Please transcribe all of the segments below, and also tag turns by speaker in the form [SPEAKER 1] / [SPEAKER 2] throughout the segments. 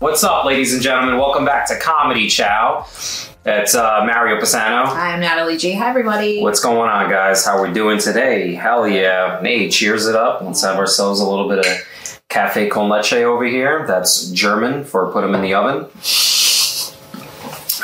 [SPEAKER 1] What's up, ladies and gentlemen? Welcome back to Comedy Chow. That's uh, Mario Pisano.
[SPEAKER 2] I'm Natalie G. Hi, everybody.
[SPEAKER 1] What's going on, guys? How we doing today? Hell yeah. Nate, cheers it up. Let's have ourselves a little bit of cafe con leche over here. That's German for put them in the oven.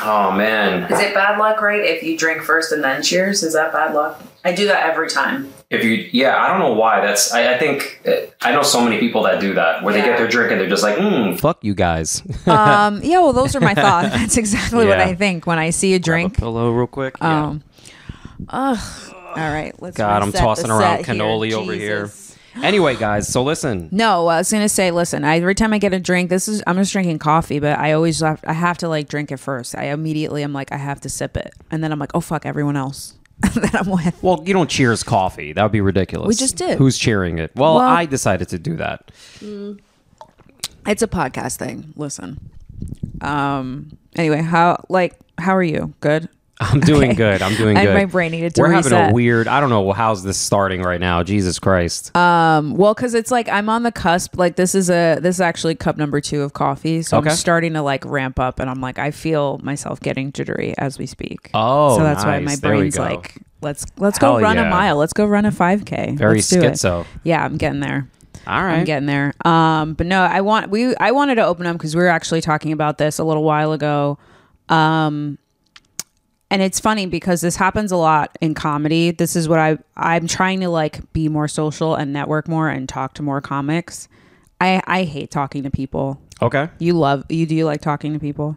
[SPEAKER 1] Oh, man.
[SPEAKER 2] Is it bad luck, right? If you drink first and then cheers, is that bad luck? I do that every time.
[SPEAKER 1] If you, yeah, I don't know why. That's, I, I think, I know so many people that do that where they
[SPEAKER 2] Yeah.
[SPEAKER 1] get their drink and they're just like, mm, fuck you guys.
[SPEAKER 3] um, yeah, well, those are my thoughts. That's exactly what
[SPEAKER 1] Yeah.
[SPEAKER 3] I think when I see a drink.
[SPEAKER 1] Hello, real quick.
[SPEAKER 3] Um, ugh. All right, let's.
[SPEAKER 1] God, I'm
[SPEAKER 3] reset the
[SPEAKER 1] tossing around
[SPEAKER 3] set here.
[SPEAKER 1] cannoli over here.
[SPEAKER 3] Jesus.
[SPEAKER 1] Anyway, guys, so listen.
[SPEAKER 3] No, I was gonna say, listen. I, every time I get a drink, this is I'm just drinking coffee, but I always have, I have to like drink it first. I immediately I'm like I have to sip it, and then I'm like, oh fuck, everyone else that I'm with.
[SPEAKER 1] Well, you don't cheers coffee. That would be ridiculous.
[SPEAKER 3] We just did.
[SPEAKER 1] Who's cheering it? Well,
[SPEAKER 3] Well-
[SPEAKER 1] I decided to do that.
[SPEAKER 3] It's a podcast thing. Listen. Um. Anyway, how like how are you? Good.
[SPEAKER 1] I'm doing good. I'm doing
[SPEAKER 3] I-
[SPEAKER 1] good.
[SPEAKER 3] my brain needed to
[SPEAKER 1] We're having a
[SPEAKER 3] reset.
[SPEAKER 1] weird. I don't know how's this starting right now. Jesus Christ.
[SPEAKER 3] Uh, Um, Well, because it's like I'm on the cusp. Like this is a this is actually cup number two of coffee, so
[SPEAKER 1] Okay.
[SPEAKER 3] I'm starting to like ramp up, and I'm like I feel myself getting jittery as we speak.
[SPEAKER 1] Oh,
[SPEAKER 3] so that's why my
[SPEAKER 1] nice. There we
[SPEAKER 3] brain's
[SPEAKER 1] go.
[SPEAKER 3] like, let's let's
[SPEAKER 1] Hell
[SPEAKER 3] go run
[SPEAKER 1] yeah.
[SPEAKER 3] a mile, let's go run a five k.
[SPEAKER 1] Very
[SPEAKER 3] let's do it.
[SPEAKER 1] schizo.
[SPEAKER 3] Yeah, I'm getting there.
[SPEAKER 1] All right.
[SPEAKER 3] I'm getting there. Um, but no, I want we I wanted to open up because we were actually talking about this a little while ago. Um, and it's funny because this happens a lot in comedy. This is what I I'm trying to like be more social and network more and talk to more comics. I I hate talking to people.
[SPEAKER 1] okay.
[SPEAKER 3] You love you do you like talking to people?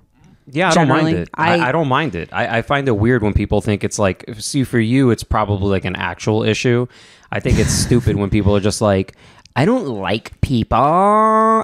[SPEAKER 1] Yeah, I don't mind
[SPEAKER 3] Generally,
[SPEAKER 1] it. I, I,
[SPEAKER 3] I-
[SPEAKER 1] don't mind it. I, I find it weird when people think it's like, see, for you, it's probably like an actual issue. I think it's stupid when people are just like, I don't like people.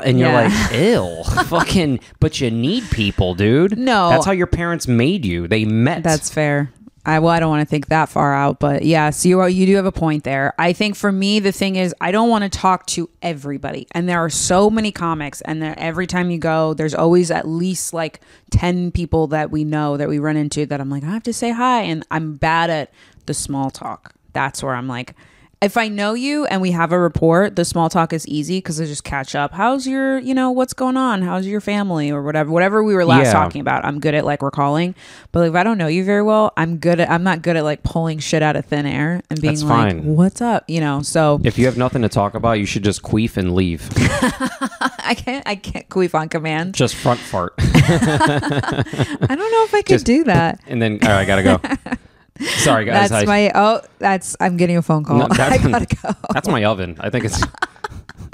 [SPEAKER 1] And you're
[SPEAKER 3] Yeah.
[SPEAKER 1] like, ill. Fucking, but you need people, dude.
[SPEAKER 3] No.
[SPEAKER 1] That's how your parents made you. They met.
[SPEAKER 3] That's fair. I well, I don't want to think that far out, but yes, you are, you do have a point there. I think for me, the thing is, I don't want to talk to everybody, and there are so many comics, and there, every time you go, there's always at least like ten people that we know that we run into that I'm like, I have to say hi, and I'm bad at the small talk. That's where I'm like, if I know you and we have a rapport, the small talk is easy because I just catch up. How's your, you know, what's going on? How's your family or whatever, whatever we were last
[SPEAKER 1] Yeah.
[SPEAKER 3] talking about. I'm good at like recalling, but like if I don't know you very well, I'm good at, I'm not good at like pulling shit out of thin air and being
[SPEAKER 1] That's
[SPEAKER 3] like,
[SPEAKER 1] fine.
[SPEAKER 3] what's up? You know, so
[SPEAKER 1] If you have nothing to talk about, you should just queef and leave.
[SPEAKER 3] I can't, I can't queef on command.
[SPEAKER 1] just front fart.
[SPEAKER 3] I don't know if I could
[SPEAKER 1] Just-
[SPEAKER 3] do that.
[SPEAKER 1] and then, all right, I got to go. Sorry, guys.
[SPEAKER 3] That's
[SPEAKER 1] I-
[SPEAKER 3] my, oh, that's, I'm getting a phone call.
[SPEAKER 1] No,
[SPEAKER 3] I
[SPEAKER 1] that's-
[SPEAKER 3] gotta go.
[SPEAKER 1] That's my oven. I think it's.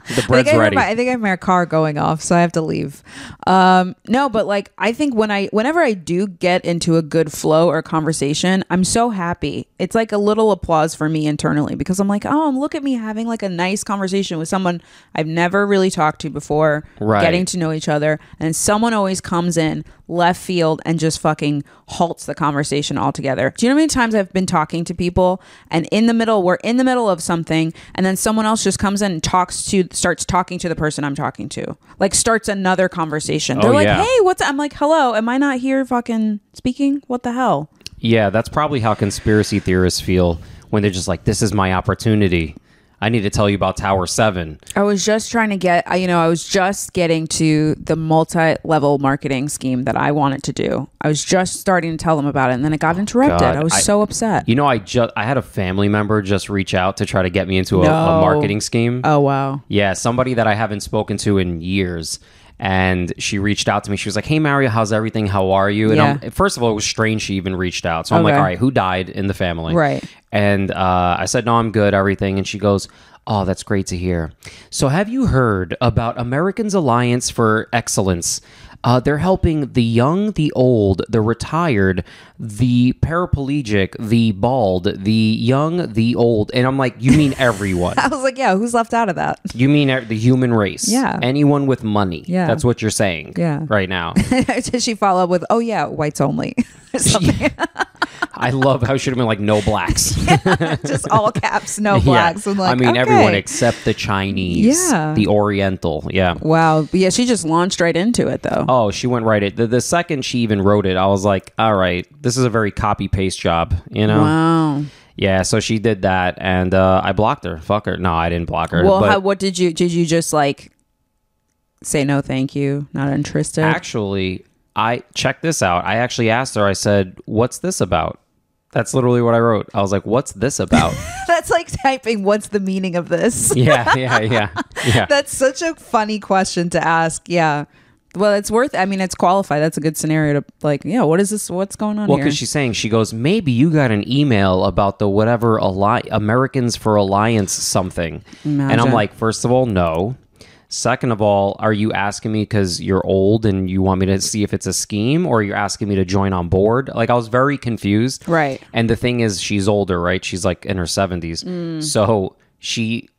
[SPEAKER 1] The
[SPEAKER 3] I
[SPEAKER 1] bread's
[SPEAKER 3] think I hear
[SPEAKER 1] ready.
[SPEAKER 3] my- I think I have my car going off, so I have to leave. Um, no, but like I think when I whenever I do get into a good flow or conversation, I'm so happy. It's like a little applause for me internally because I'm like, oh, look at me having like a nice conversation with someone I've never really talked to before,
[SPEAKER 1] Right.
[SPEAKER 3] getting to know each other, and someone always comes in left field and just fucking halts the conversation altogether. Do you know how many times I've been talking to people and in the middle, we're in the middle of something, and then someone else just comes in and talks to, starts talking to the person I'm talking to, like starts another conversation. They're
[SPEAKER 1] Oh,
[SPEAKER 3] like,
[SPEAKER 1] yeah.
[SPEAKER 3] hey, what's, I'm like, hello, am I not here fucking speaking? What the hell?
[SPEAKER 1] Yeah, that's probably how conspiracy theorists feel when they're just like, this is my opportunity. I need to tell you about Tower 7.
[SPEAKER 3] I was just trying to get, I- you know, I was just getting to the multi level marketing scheme that I wanted to do. I was just starting to tell them about it, and then it got interrupted.
[SPEAKER 1] Oh, God,
[SPEAKER 3] I was
[SPEAKER 1] I-
[SPEAKER 3] so upset.
[SPEAKER 1] You know, I just I had a family member just reach out to try to get me into a, a
[SPEAKER 3] No.
[SPEAKER 1] marketing scheme.
[SPEAKER 3] oh, wow.
[SPEAKER 1] Yeah, somebody that I haven't spoken to in years. And she reached out to me. She was like, Hey, Mario, how's everything? How are you? And
[SPEAKER 3] Yeah.
[SPEAKER 1] I'm, first of all, it was strange she even reached out. So I'm like,
[SPEAKER 3] Okay.
[SPEAKER 1] All right, who died in the family?
[SPEAKER 3] Right.
[SPEAKER 1] And uh, I said, No, I'm good, everything. And she goes, Oh, that's great to hear. So have you heard about Americans Alliance for Excellence? Uh, they're helping the young, the old, the retired, the paraplegic, the bald, the young, the old. And I'm like, You mean everyone?
[SPEAKER 3] I was like, yeah, who's left out of that?
[SPEAKER 1] You mean e- the human race?
[SPEAKER 3] Yeah.
[SPEAKER 1] Anyone with money?
[SPEAKER 3] Yeah.
[SPEAKER 1] That's what you're saying.
[SPEAKER 3] Yeah.
[SPEAKER 1] Right now,
[SPEAKER 3] Did she follow up with, oh, yeah, whites only? Or something.
[SPEAKER 1] I love how it should have been like no blacks.
[SPEAKER 3] just all caps, no
[SPEAKER 1] Yeah.
[SPEAKER 3] blacks. I'm like,
[SPEAKER 1] I mean, everyone
[SPEAKER 3] okay.
[SPEAKER 1] except the Chinese.
[SPEAKER 3] Yeah.
[SPEAKER 1] The Oriental. Yeah.
[SPEAKER 3] Wow. Yeah, she just launched right into it, though.
[SPEAKER 1] Oh, she went right at the, the second she even wrote it. I was like, all right, this is a very copy paste job, you know?
[SPEAKER 3] Wow.
[SPEAKER 1] Yeah. So she did that, and uh, I blocked her. Fuck her. No, I didn't block her.
[SPEAKER 3] Well,
[SPEAKER 1] but
[SPEAKER 3] how, what did you, did you just like, say no, thank you, not interested.
[SPEAKER 1] Actually, I checked this out. I actually asked her, I said, What's this about? That's literally what I wrote. I was like, What's this about?
[SPEAKER 3] That's like typing, what's the meaning of this?
[SPEAKER 1] yeah, yeah, yeah. Yeah.
[SPEAKER 3] That's such a funny question to ask. Yeah. Well, it's worth. I mean, it's qualified. That's a good scenario to like. Yeah, what is this? What's going on
[SPEAKER 1] Well,
[SPEAKER 3] here?
[SPEAKER 1] because she's saying she goes, maybe you got an email about the whatever alli- Americans for Alliance something, and I'm
[SPEAKER 3] Imagine.
[SPEAKER 1] like, first of all, no. Second of all, are you asking me because you're old and you want me to see if it's a scheme, or you're asking me to join on board? Like I was very confused,
[SPEAKER 3] Right.
[SPEAKER 1] And the thing is, she's older, right? She's like in her seventies,
[SPEAKER 3] Mm.
[SPEAKER 1] so she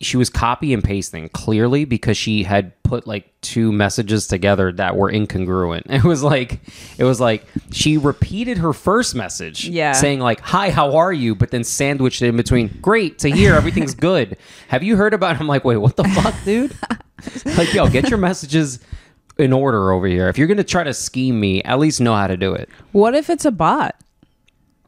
[SPEAKER 1] she was copy and pasting clearly because she had put like two messages together that were incongruent. It was like it was like she repeated her first message,
[SPEAKER 3] Yeah.
[SPEAKER 1] saying like "Hi, how are you?" but then sandwiched it in between. Great to hear, everything's good. Have you heard about? I'm like, wait, what the fuck, dude? like, yo, get your messages in order over here. If you're gonna try to scheme me, at least know how to do it.
[SPEAKER 3] what if it's a bot?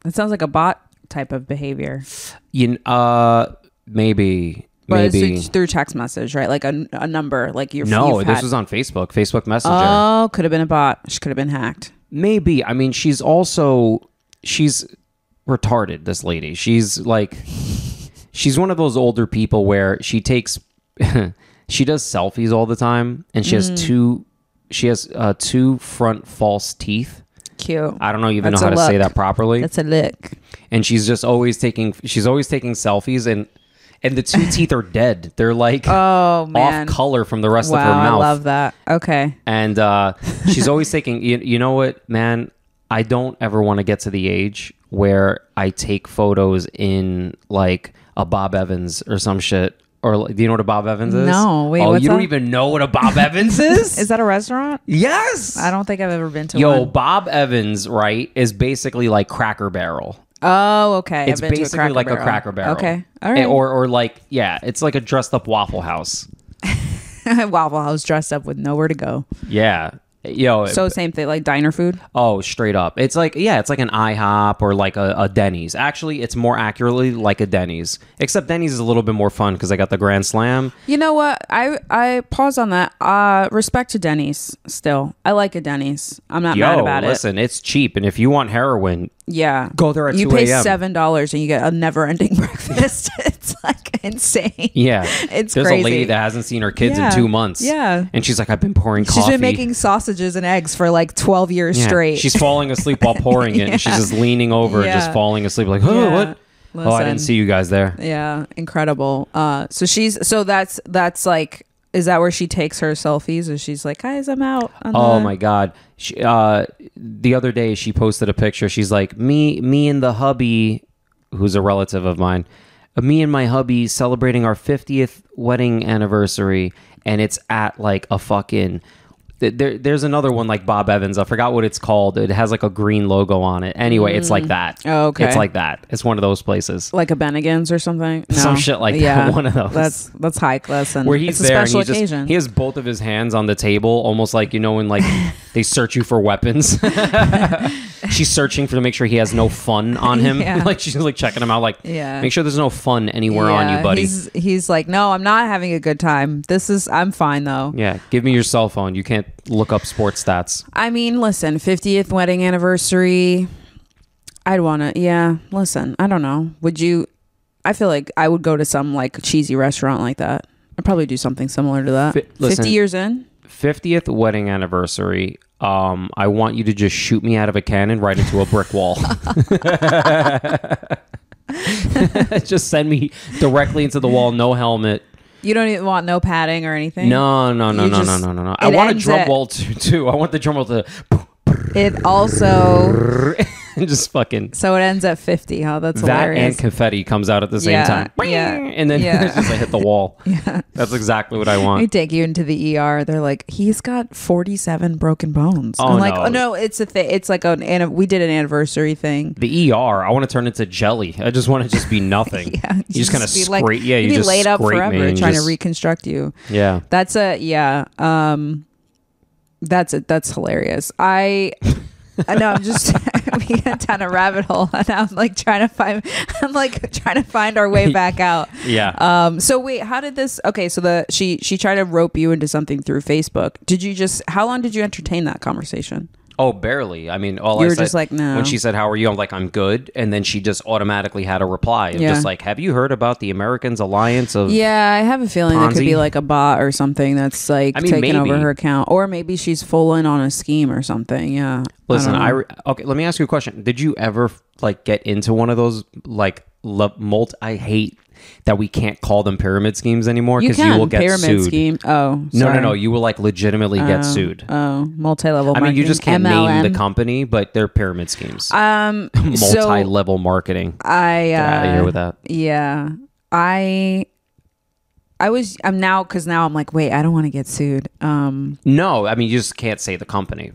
[SPEAKER 3] It sounds like a bot type of behavior,
[SPEAKER 1] You kn- uh maybe
[SPEAKER 3] but it's
[SPEAKER 1] maybe
[SPEAKER 3] through, through text message, right? Like a, a number, like your
[SPEAKER 1] no.
[SPEAKER 3] you've
[SPEAKER 1] This
[SPEAKER 3] had-
[SPEAKER 1] was on Facebook, Facebook Messenger.
[SPEAKER 3] oh, could have been a bot. She could have been hacked.
[SPEAKER 1] maybe. I mean, she's also she's retarded. This lady, she's like she's one of those older people where she takes she does selfies all the time, and she
[SPEAKER 3] Mm.
[SPEAKER 1] has two she has uh, two front false teeth.
[SPEAKER 3] Cute.
[SPEAKER 1] I don't know even
[SPEAKER 3] That's
[SPEAKER 1] know how
[SPEAKER 3] a
[SPEAKER 1] to say
[SPEAKER 3] look.
[SPEAKER 1] that properly.
[SPEAKER 3] That's a lick.
[SPEAKER 1] and she's just always taking she's always taking selfies and and the two teeth are dead. They're like
[SPEAKER 3] Oh
[SPEAKER 1] off
[SPEAKER 3] man.
[SPEAKER 1] color from the rest of her
[SPEAKER 3] wow, I
[SPEAKER 1] mouth.
[SPEAKER 3] love that. Okay.
[SPEAKER 1] and uh, she's always thinking, you, you know what, man, I don't ever want to get to the age where I take photos in like a Bob Evans or some shit. Or like, do you know what a Bob Evans is?
[SPEAKER 3] No, wait,
[SPEAKER 1] Oh,
[SPEAKER 3] what's
[SPEAKER 1] you don't
[SPEAKER 3] that?
[SPEAKER 1] even know what a Bob Evans is?
[SPEAKER 3] Is that a restaurant?
[SPEAKER 1] yes.
[SPEAKER 3] I don't think I've ever been to
[SPEAKER 1] Yo,
[SPEAKER 3] one.
[SPEAKER 1] Bob Evans, right, is basically like Cracker Barrel.
[SPEAKER 3] Oh, okay. I've
[SPEAKER 1] It's
[SPEAKER 3] been to a
[SPEAKER 1] basically like a Cracker Barrel. Eh,
[SPEAKER 3] Okay. All right.
[SPEAKER 1] Or, or like, yeah, it's like a dressed up Waffle House.
[SPEAKER 3] Waffle House dressed up with nowhere to go.
[SPEAKER 1] Yeah. Yo,
[SPEAKER 3] So same thing, like diner food.
[SPEAKER 1] Oh, straight up. It's like yeah, it's like an IHOP or like a, a Denny's. Actually, it's more accurately like a Denny's. Except Denny's is a little bit more fun because I got the Grand Slam.
[SPEAKER 3] You know what? I I pause on that. Uh, respect to Denny's. Still, I like a Denny's. I'm not mad
[SPEAKER 1] Yo,
[SPEAKER 3] about it.
[SPEAKER 1] listen, it's cheap, and if you want heroin,
[SPEAKER 3] Yeah,
[SPEAKER 1] Go there at
[SPEAKER 3] You
[SPEAKER 1] 2
[SPEAKER 3] pay
[SPEAKER 1] a.m..
[SPEAKER 3] seven dollars and you get a never-ending breakfast. it's like insane.
[SPEAKER 1] yeah,
[SPEAKER 3] It's
[SPEAKER 1] There's
[SPEAKER 3] crazy.
[SPEAKER 1] a lady that hasn't seen her kids
[SPEAKER 3] Yeah,
[SPEAKER 1] in two months.
[SPEAKER 3] yeah.
[SPEAKER 1] and she's like, I've been pouring
[SPEAKER 3] She's
[SPEAKER 1] coffee.
[SPEAKER 3] been making sausages and eggs for like 12 years
[SPEAKER 1] Yeah.
[SPEAKER 3] straight.
[SPEAKER 1] She's falling asleep while pouring it, and she's just leaning over, and just
[SPEAKER 3] Yeah.
[SPEAKER 1] falling asleep, like, oh,
[SPEAKER 3] Yeah.
[SPEAKER 1] what? Oh, I
[SPEAKER 3] Listen.
[SPEAKER 1] didn't see you guys there.
[SPEAKER 3] yeah, incredible. Uh, so she's so that's that's like is that where she takes her selfies? And she's like, guys, I'm out. on
[SPEAKER 1] Oh
[SPEAKER 3] the-"
[SPEAKER 1] my god! She, uh, the other day she posted a picture. She's like, me, me and the hubby, who's a relative of mine, me and my hubby celebrating our fiftieth wedding anniversary, and it's at like a fucking. th- There, there's another one like Bob Evans. I forgot what it's called. It has like a green logo on it. Anyway, it's like that.
[SPEAKER 3] Oh, okay.
[SPEAKER 1] It's like that. It's one of those places
[SPEAKER 3] like a Bennigan's or something. No.
[SPEAKER 1] Some shit like that, one of those.
[SPEAKER 3] That's that's high class and
[SPEAKER 1] where he's
[SPEAKER 3] Mm. it's a
[SPEAKER 1] there and
[SPEAKER 3] special
[SPEAKER 1] he just
[SPEAKER 3] occasion.
[SPEAKER 1] he has both of his hands on the table, almost like you know when like they search you for weapons. she's searching for to make sure he has no fun on him.
[SPEAKER 3] Yeah.
[SPEAKER 1] like she's like checking him out, like
[SPEAKER 3] Yeah.
[SPEAKER 1] make sure there's no fun anywhere on
[SPEAKER 3] Yeah,
[SPEAKER 1] you, buddy.
[SPEAKER 3] He's, he's like, no, I'm not having a good time. This is, I'm fine though.
[SPEAKER 1] Yeah, give me your cell phone. You can't look up sports stats.
[SPEAKER 3] I mean, listen, 50th wedding anniversary. I'd want to, yeah. Listen, I don't know. Would you? I feel like I would go to some like cheesy restaurant like that. I'd probably do something similar to that.
[SPEAKER 1] Fi- listen.
[SPEAKER 3] 50 years in?
[SPEAKER 1] Fiftieth wedding anniversary. Um, I want you to just shoot me out of a cannon right into a brick wall. just send me directly into the wall, no helmet.
[SPEAKER 3] You don't even want no padding or anything?
[SPEAKER 1] No, no, no,
[SPEAKER 3] You
[SPEAKER 1] no,
[SPEAKER 3] just-
[SPEAKER 1] no, no, no, no. I
[SPEAKER 3] it
[SPEAKER 1] want a
[SPEAKER 3] ends
[SPEAKER 1] drum
[SPEAKER 3] at-
[SPEAKER 1] roll too, too. I want the drum roll to
[SPEAKER 3] It also,
[SPEAKER 1] just fucking
[SPEAKER 3] so it ends at 50, huh? That's
[SPEAKER 1] that
[SPEAKER 3] hilarious.
[SPEAKER 1] and confetti comes out at the same
[SPEAKER 3] Yeah,
[SPEAKER 1] time.
[SPEAKER 3] yeah,
[SPEAKER 1] and then
[SPEAKER 3] yeah.
[SPEAKER 1] it's just I hit the wall. yeah. That's exactly what I
[SPEAKER 3] They
[SPEAKER 1] want.
[SPEAKER 3] take you into the ER. They're like, he's got forty-seven broken bones.
[SPEAKER 1] Oh,
[SPEAKER 3] I'm like,
[SPEAKER 1] no.
[SPEAKER 3] oh no, it's a thing. It's like an, an we did an anniversary thing.
[SPEAKER 1] The ER, I want to turn into jelly. I just want to just be nothing.
[SPEAKER 3] Yeah,
[SPEAKER 1] you just kind of
[SPEAKER 3] be
[SPEAKER 1] scrape.
[SPEAKER 3] like-
[SPEAKER 1] yeah,
[SPEAKER 3] you'd
[SPEAKER 1] you
[SPEAKER 3] be
[SPEAKER 1] just
[SPEAKER 3] laid up
[SPEAKER 1] scrape me
[SPEAKER 3] forever
[SPEAKER 1] and
[SPEAKER 3] trying
[SPEAKER 1] just-
[SPEAKER 3] to reconstruct you.
[SPEAKER 1] Yeah,
[SPEAKER 3] That's a yeah. Um, that's it. That's hilarious. I I know. I'm just we went down a rabbit hole, and I'm like trying to find. I'm like trying to find our way back out.
[SPEAKER 1] Yeah.
[SPEAKER 3] Um. So wait, how did this? Okay, so the she she tried to rope you into something through Facebook. Did you just? How long did you entertain that conversation?
[SPEAKER 1] Oh, barely. I mean, all
[SPEAKER 3] You
[SPEAKER 1] I
[SPEAKER 3] were
[SPEAKER 1] said,
[SPEAKER 3] just like, no.
[SPEAKER 1] When she said, "How are you?" I'm like, "I'm good," and then she just automatically had a reply. of
[SPEAKER 3] Yeah.
[SPEAKER 1] Just like, "Have you heard about the Americans Alliance of?"
[SPEAKER 3] Yeah, I have a feeling that could
[SPEAKER 1] Ponzi?
[SPEAKER 3] be like a bot or something that's like
[SPEAKER 1] I mean,
[SPEAKER 3] taking over
[SPEAKER 1] maybe.
[SPEAKER 3] her account, or maybe she's full in on a scheme or something. Yeah.
[SPEAKER 1] Listen,
[SPEAKER 3] don't
[SPEAKER 1] I,
[SPEAKER 3] know.
[SPEAKER 1] re- okay. Let me ask you a question. Did you ever like get into one of those like lo- multi? I hate that we can't call them pyramid schemes anymore
[SPEAKER 3] you
[SPEAKER 1] because you,
[SPEAKER 3] can
[SPEAKER 1] will get
[SPEAKER 3] pyramid
[SPEAKER 1] sued.
[SPEAKER 3] scheme. Oh,
[SPEAKER 1] No, no,
[SPEAKER 3] sorry.
[SPEAKER 1] no. You will like legitimately get sued.
[SPEAKER 3] Oh, multi-level.
[SPEAKER 1] I mean, you
[SPEAKER 3] marketing,
[SPEAKER 1] just can't
[SPEAKER 3] MLM.
[SPEAKER 1] name the company, but they're pyramid schemes.
[SPEAKER 3] Um, so
[SPEAKER 1] Multi-level marketing.
[SPEAKER 3] I
[SPEAKER 1] Get out of
[SPEAKER 3] uh,
[SPEAKER 1] here with that.
[SPEAKER 3] yeah, I I was I'm now because now I'm like wait I don't want to get sued. Um,
[SPEAKER 1] No, I mean you just can't say the company.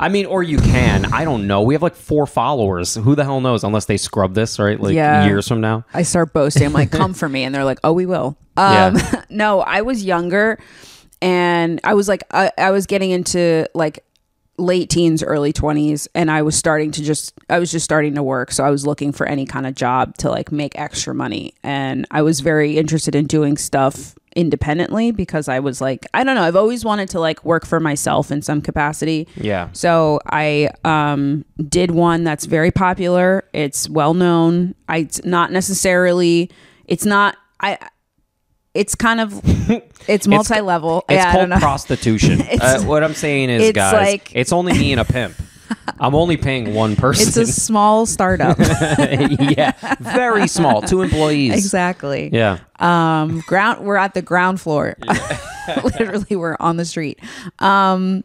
[SPEAKER 1] I mean, or you can. I don't know. We have like four followers. Who the hell knows? Unless they scrub this, right? Like
[SPEAKER 3] Yeah.
[SPEAKER 1] years from now.
[SPEAKER 3] I start boasting. I'm like come for me, and they're like oh we will. Um, no, I was younger, and I was like I, I was getting into like late teens early 20s and i was starting to just i was just starting to work so i was looking for any kind of job to like make extra money and i was very interested in doing stuff independently because i was like i don't know i've always wanted to like work for myself in some capacity
[SPEAKER 1] Yeah.
[SPEAKER 3] so i um did one that's very popular it's well known i it's not necessarily it's not i it's kind of it's multi-level
[SPEAKER 1] It's
[SPEAKER 3] yeah i
[SPEAKER 1] called
[SPEAKER 3] don't know
[SPEAKER 1] prostitution. uh, what I'm saying is,
[SPEAKER 3] it's
[SPEAKER 1] guys,
[SPEAKER 3] like-
[SPEAKER 1] it's only me and a pimp. I'm only paying one
[SPEAKER 3] it's
[SPEAKER 1] person.
[SPEAKER 3] a small startup
[SPEAKER 1] yeah, very small, two employees. Uh,
[SPEAKER 3] exactly
[SPEAKER 1] Yeah,
[SPEAKER 3] um ground we're at the ground floor literally we're on the street um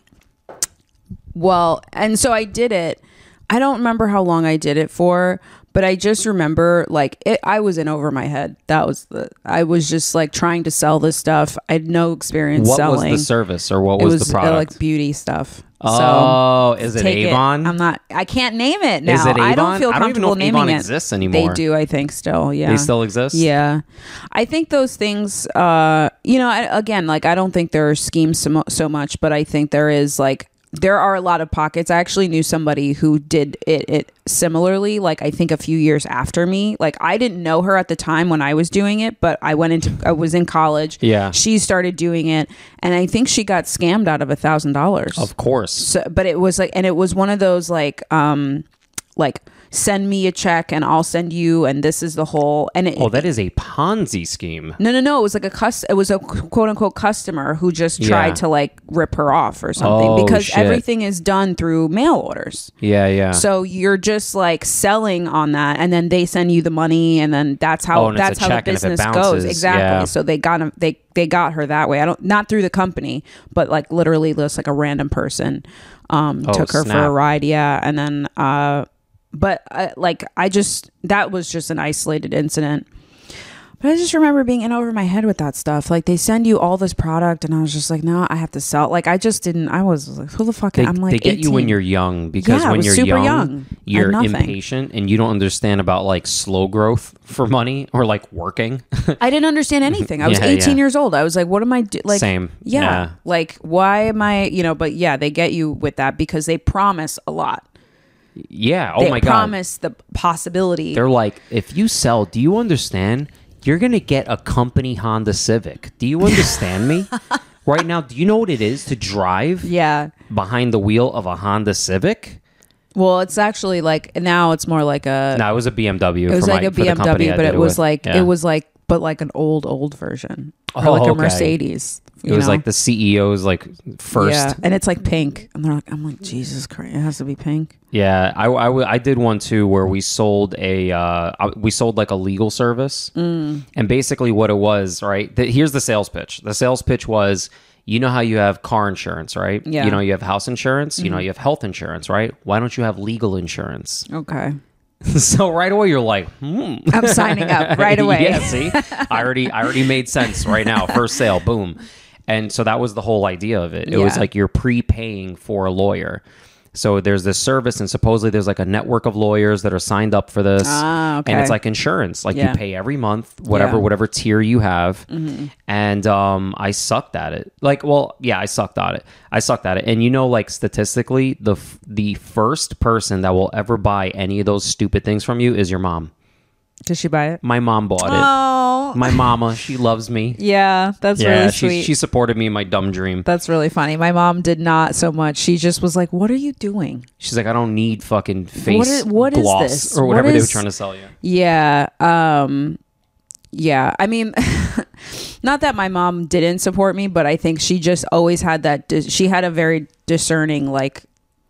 [SPEAKER 3] well and so i did it i don't remember how long i did it for but i just remember like it, i was in over my head that was the i was just like trying to sell this stuff i had no experience
[SPEAKER 1] what
[SPEAKER 3] selling
[SPEAKER 1] was the service or what
[SPEAKER 3] it
[SPEAKER 1] was,
[SPEAKER 3] was
[SPEAKER 1] the
[SPEAKER 3] uh,
[SPEAKER 1] product?
[SPEAKER 3] like beauty stuff
[SPEAKER 1] oh, is it
[SPEAKER 3] take it.
[SPEAKER 1] Avon?
[SPEAKER 3] i'm not i can't name it now
[SPEAKER 1] Is it
[SPEAKER 3] i don't
[SPEAKER 1] Avon?
[SPEAKER 3] feel
[SPEAKER 1] I don't even know
[SPEAKER 3] comfortable
[SPEAKER 1] if
[SPEAKER 3] naming
[SPEAKER 1] Avon
[SPEAKER 3] it
[SPEAKER 1] exists anymore.
[SPEAKER 3] they do i think still yeah
[SPEAKER 1] They still exist.
[SPEAKER 3] yeah. I think those things, uh, you know, I, again, like I don't think there are schemes so, mu- so much, but I think there is like, there are a lot of pockets. I actually knew somebody who did it, it similarly, like I think a few years after me. Like I didn't know her at the time when I was doing it, but I went into, I was in college.
[SPEAKER 1] Yeah.
[SPEAKER 3] She started doing it. And I think she got scammed out of a thousand dollars
[SPEAKER 1] of course.
[SPEAKER 3] so but it was like and it was one of those like um like send me a check and I'll send you and this is the whole and it
[SPEAKER 1] Oh, that is a Ponzi scheme.
[SPEAKER 3] no no no it was like a cus it was a quote unquote customer who just tried
[SPEAKER 1] Yeah.
[SPEAKER 3] to like rip her off or something
[SPEAKER 1] Oh,
[SPEAKER 3] because
[SPEAKER 1] shit.
[SPEAKER 3] everything is done through mail orders
[SPEAKER 1] Yeah, yeah.
[SPEAKER 3] so you're just like selling on that and then they send you the money and then that's how
[SPEAKER 1] Oh, and it's a
[SPEAKER 3] that's how the
[SPEAKER 1] check, and if it
[SPEAKER 3] business goes
[SPEAKER 1] bounces,
[SPEAKER 3] exactly
[SPEAKER 1] yeah.
[SPEAKER 3] so they got 'em- they they got her that way i don't not through the company but like literally just like a random person um took her for a
[SPEAKER 1] Oh, snap.
[SPEAKER 3] ride yeah and then uh but uh, like i just that was just an isolated incident but I just remember being in over my head with that stuff. Like they send you all this product, and I was just like, "No, I have to sell." Like I just didn't. I was like, "Who the fuck?"
[SPEAKER 1] They,
[SPEAKER 3] I'm like,
[SPEAKER 1] they get you
[SPEAKER 3] 18.
[SPEAKER 1] when you're young because
[SPEAKER 3] Yeah, I
[SPEAKER 1] when
[SPEAKER 3] was
[SPEAKER 1] you're
[SPEAKER 3] super
[SPEAKER 1] young,
[SPEAKER 3] young at
[SPEAKER 1] you're
[SPEAKER 3] nothing.
[SPEAKER 1] impatient and you don't understand about like slow growth for money or like working.
[SPEAKER 3] I didn't understand anything. I was
[SPEAKER 1] Mm-hmm. Yeah,
[SPEAKER 3] 18
[SPEAKER 1] yeah.
[SPEAKER 3] years old. I was like, what am I do? Like,
[SPEAKER 1] Same.
[SPEAKER 3] Yeah,
[SPEAKER 1] Yeah.
[SPEAKER 3] Like, why am I, you know, but yeah, they get you with that because they promise a lot.
[SPEAKER 1] yeah. Oh
[SPEAKER 3] They
[SPEAKER 1] my god.
[SPEAKER 3] promise the possibility.
[SPEAKER 1] They're like, if you sell, do you understand? You're gonna get a company Honda Civic. Do you understand me? Right now, do you know what it is to drive
[SPEAKER 3] yeah.
[SPEAKER 1] behind the wheel of a Honda Civic?
[SPEAKER 3] Well, it's actually like, now it's more like a,
[SPEAKER 1] No, it was a BMW.
[SPEAKER 3] it was
[SPEAKER 1] for
[SPEAKER 3] like
[SPEAKER 1] my,
[SPEAKER 3] a
[SPEAKER 1] for the company
[SPEAKER 3] BMW,
[SPEAKER 1] I
[SPEAKER 3] but
[SPEAKER 1] did
[SPEAKER 3] it was
[SPEAKER 1] with.
[SPEAKER 3] like,
[SPEAKER 1] Yeah.
[SPEAKER 3] it was like, but like an old, old version. Or
[SPEAKER 1] Oh,
[SPEAKER 3] like a
[SPEAKER 1] okay.
[SPEAKER 3] Mercedes.
[SPEAKER 1] It was like the CEO's like first.
[SPEAKER 3] Yeah. And it's like pink. And they're like, I'm like, Jesus Christ, it has to be pink.
[SPEAKER 1] Yeah, I, I w- I did one too where we sold a uh, I- we sold like a legal service, and basically what it was right. The, here's the sales pitch. The sales pitch was, you know how you have car insurance, right?
[SPEAKER 3] Yeah.
[SPEAKER 1] You know you have house insurance. You know you have health insurance, right? Why don't you have legal insurance?
[SPEAKER 3] Okay.
[SPEAKER 1] so right away you're like, hmm.
[SPEAKER 3] I'm signing up right away.
[SPEAKER 1] yeah, see, I already I already made sense right now. First sale, boom. And so that was the whole idea of it. It was
[SPEAKER 3] Yeah.
[SPEAKER 1] like you're prepaying for a lawyer. So there's this service, and supposedly there's like a network of lawyers that are signed up for this, and
[SPEAKER 3] Ah, okay.
[SPEAKER 1] it's like insurance. Like
[SPEAKER 3] Yeah.
[SPEAKER 1] you pay every month, whatever
[SPEAKER 3] Yeah. Mm-hmm.
[SPEAKER 1] whatever tier you have. And um, I sucked at it. Like, well, yeah, I sucked at it. I sucked at it. And you know, like statistically, the f- the first person that will ever buy any of those stupid things from you is your mom.
[SPEAKER 3] Did she buy it?
[SPEAKER 1] My mom bought it.
[SPEAKER 3] Oh,
[SPEAKER 1] My mama, she loves me.
[SPEAKER 3] yeah, that's
[SPEAKER 1] yeah,
[SPEAKER 3] really
[SPEAKER 1] she
[SPEAKER 3] sweet.
[SPEAKER 1] she supported me in my dumb dream.
[SPEAKER 3] that's really funny. My mom did not so much. She just was like, "What are you doing?"
[SPEAKER 1] She's like, I don't need fucking face
[SPEAKER 3] is- what is
[SPEAKER 1] gloss
[SPEAKER 3] this?
[SPEAKER 1] or
[SPEAKER 3] What
[SPEAKER 1] whatever they were
[SPEAKER 3] is-
[SPEAKER 1] trying to sell you.
[SPEAKER 3] Yeah. Um yeah. I mean not that my mom didn't support me, but I think she just always had that dis- she had a very discerning like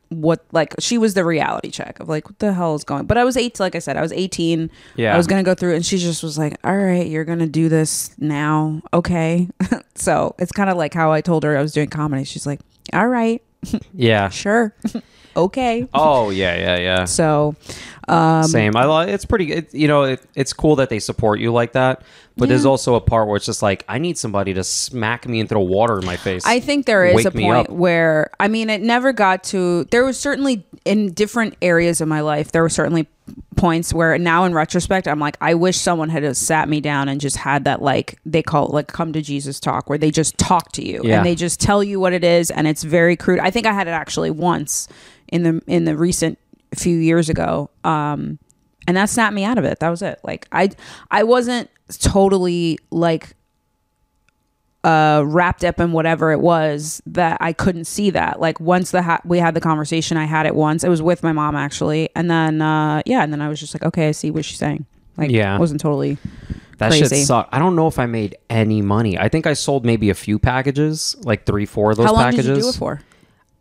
[SPEAKER 3] what like she was the reality check of like what the hell is going. But I was 8 like I said, I was 18.
[SPEAKER 1] Yeah.
[SPEAKER 3] I was going to go through it and she just was like, "All right, you're going to do this now." Okay. so, it's kind of like how I told her I was doing comedy. She's like, "All right,
[SPEAKER 1] Yeah.
[SPEAKER 3] sure." okay.
[SPEAKER 1] Oh yeah, yeah, yeah.
[SPEAKER 3] So, um,
[SPEAKER 1] Same. I like. It's pretty. It, you know, it, it's cool that they support you like that. But there's also a part where it's just like, I need somebody to smack me and throw water in my face.
[SPEAKER 3] I think there is
[SPEAKER 1] Wake
[SPEAKER 3] a
[SPEAKER 1] me up.
[SPEAKER 3] point where I mean it never got to there was certainly in different areas of my life there were certainly points where now in retrospect I'm like I wish someone had have sat me down and just had that like they call it like come to Jesus talk where they just talk to you
[SPEAKER 1] Yeah.
[SPEAKER 3] and they just tell you what it is and it's very crude. I think I had it actually once in the in the recent few years ago um and that snapped me out of it. That was it. Like I I wasn't totally like uh, wrapped up in whatever it was that I couldn't see that. Like once the ha- we had the conversation, I had it once. It was with my mom actually, and then uh, yeah, and then I was just like, okay, I see what she's saying. Like,
[SPEAKER 1] Yeah.
[SPEAKER 3] wasn't totally.
[SPEAKER 1] that
[SPEAKER 3] crazy.
[SPEAKER 1] shit sucked. I don't know if I made any money. I think I sold maybe a few packages, like three, four of those
[SPEAKER 3] How long
[SPEAKER 1] packages.
[SPEAKER 3] did you do it for?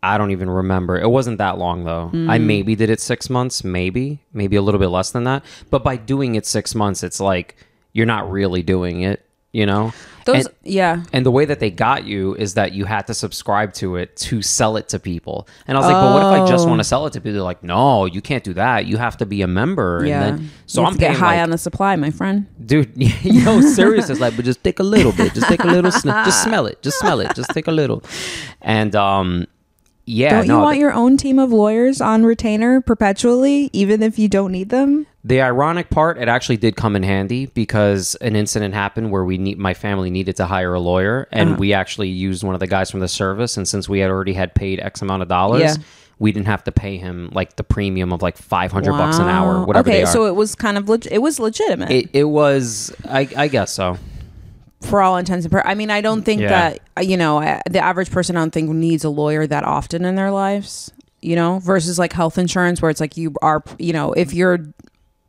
[SPEAKER 1] I don't even remember. It wasn't that long though.
[SPEAKER 3] Mm.
[SPEAKER 1] I maybe did it six months, maybe, maybe a little bit less than that. But by doing it six months, it's like you're not really doing it, you know?
[SPEAKER 3] Those,
[SPEAKER 1] and,
[SPEAKER 3] yeah.
[SPEAKER 1] and the way that they got you is that you had to subscribe to it to sell it to people. And I was like, but what if I just want to sell it to people? They're like, no, you can't do that. You have to be a member.
[SPEAKER 3] Yeah.
[SPEAKER 1] And then, so
[SPEAKER 3] You have
[SPEAKER 1] I'm
[SPEAKER 3] to get
[SPEAKER 1] paying
[SPEAKER 3] high
[SPEAKER 1] like,
[SPEAKER 3] on the supply, my friend.
[SPEAKER 1] dude yo serious it's like but just take a little bit just take a little sniff just smell it just smell it just take a little and um yeah
[SPEAKER 4] Don't
[SPEAKER 1] no,
[SPEAKER 4] you want
[SPEAKER 1] th-
[SPEAKER 4] your own team of lawyers on retainer perpetually, even if you don't need them?
[SPEAKER 1] the ironic part it actually did come in handy because an incident happened where we need my family needed to hire a lawyer and
[SPEAKER 3] Uh-huh.
[SPEAKER 1] we actually used one of the guys from the service and since we had already had paid x amount of dollars
[SPEAKER 3] Yeah.
[SPEAKER 1] we didn't have to pay him like the premium of like 500 bucks an hour
[SPEAKER 3] Wow.
[SPEAKER 1] whatever
[SPEAKER 4] okay,
[SPEAKER 1] they are
[SPEAKER 4] so it was kind of leg- it was legitimate.
[SPEAKER 1] it, it was I, I guess so
[SPEAKER 3] for all intents and purposes. I mean, I don't think
[SPEAKER 1] Yeah.
[SPEAKER 3] that uh, you know uh, the average person. I don't think needs a lawyer that often in their lives. You know, versus like health insurance, where it's like you are. You know, if you're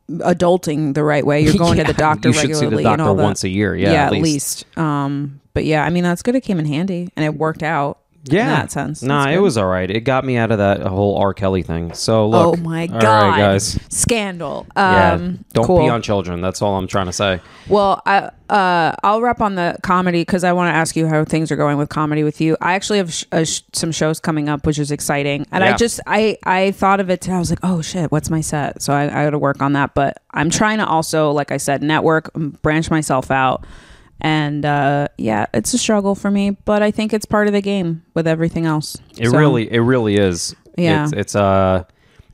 [SPEAKER 3] adulting the right way, you're going to
[SPEAKER 1] Yeah,
[SPEAKER 3] the doctor
[SPEAKER 1] you should see the
[SPEAKER 3] regularly. and
[SPEAKER 1] doctor
[SPEAKER 3] all that.
[SPEAKER 1] once a year, yeah, at
[SPEAKER 3] at least.
[SPEAKER 1] least.
[SPEAKER 3] Um, but yeah, I mean, that's good. It came in handy and it worked out.
[SPEAKER 1] yeah
[SPEAKER 3] in that sense.
[SPEAKER 1] nah
[SPEAKER 3] That's
[SPEAKER 1] it
[SPEAKER 3] good.
[SPEAKER 1] was all right it got me out of that whole r kelly thing so
[SPEAKER 3] Oh
[SPEAKER 1] look
[SPEAKER 3] my
[SPEAKER 1] all right,
[SPEAKER 3] god,
[SPEAKER 1] guys
[SPEAKER 3] scandal.
[SPEAKER 1] Yeah,
[SPEAKER 3] Um,
[SPEAKER 1] don't
[SPEAKER 3] cool.
[SPEAKER 1] pee on children. That's all I'm trying to say.
[SPEAKER 3] Well, I uh, I'll wrap on the comedy because I want to ask you how things are going with comedy with you. I actually have sh- uh, sh- some shows coming up, which is exciting. And I
[SPEAKER 1] Yeah.
[SPEAKER 3] just I I thought of it. Today. I was like, oh shit, what's my set? So I, I got to work on that. But I'm trying to also, like I said, network, m- branch myself out. And uh, yeah, it's a struggle for me, but I think it's part of the game with everything else.
[SPEAKER 1] It
[SPEAKER 3] So-
[SPEAKER 1] really, it really is.
[SPEAKER 3] Yeah.
[SPEAKER 1] it's, it's uh,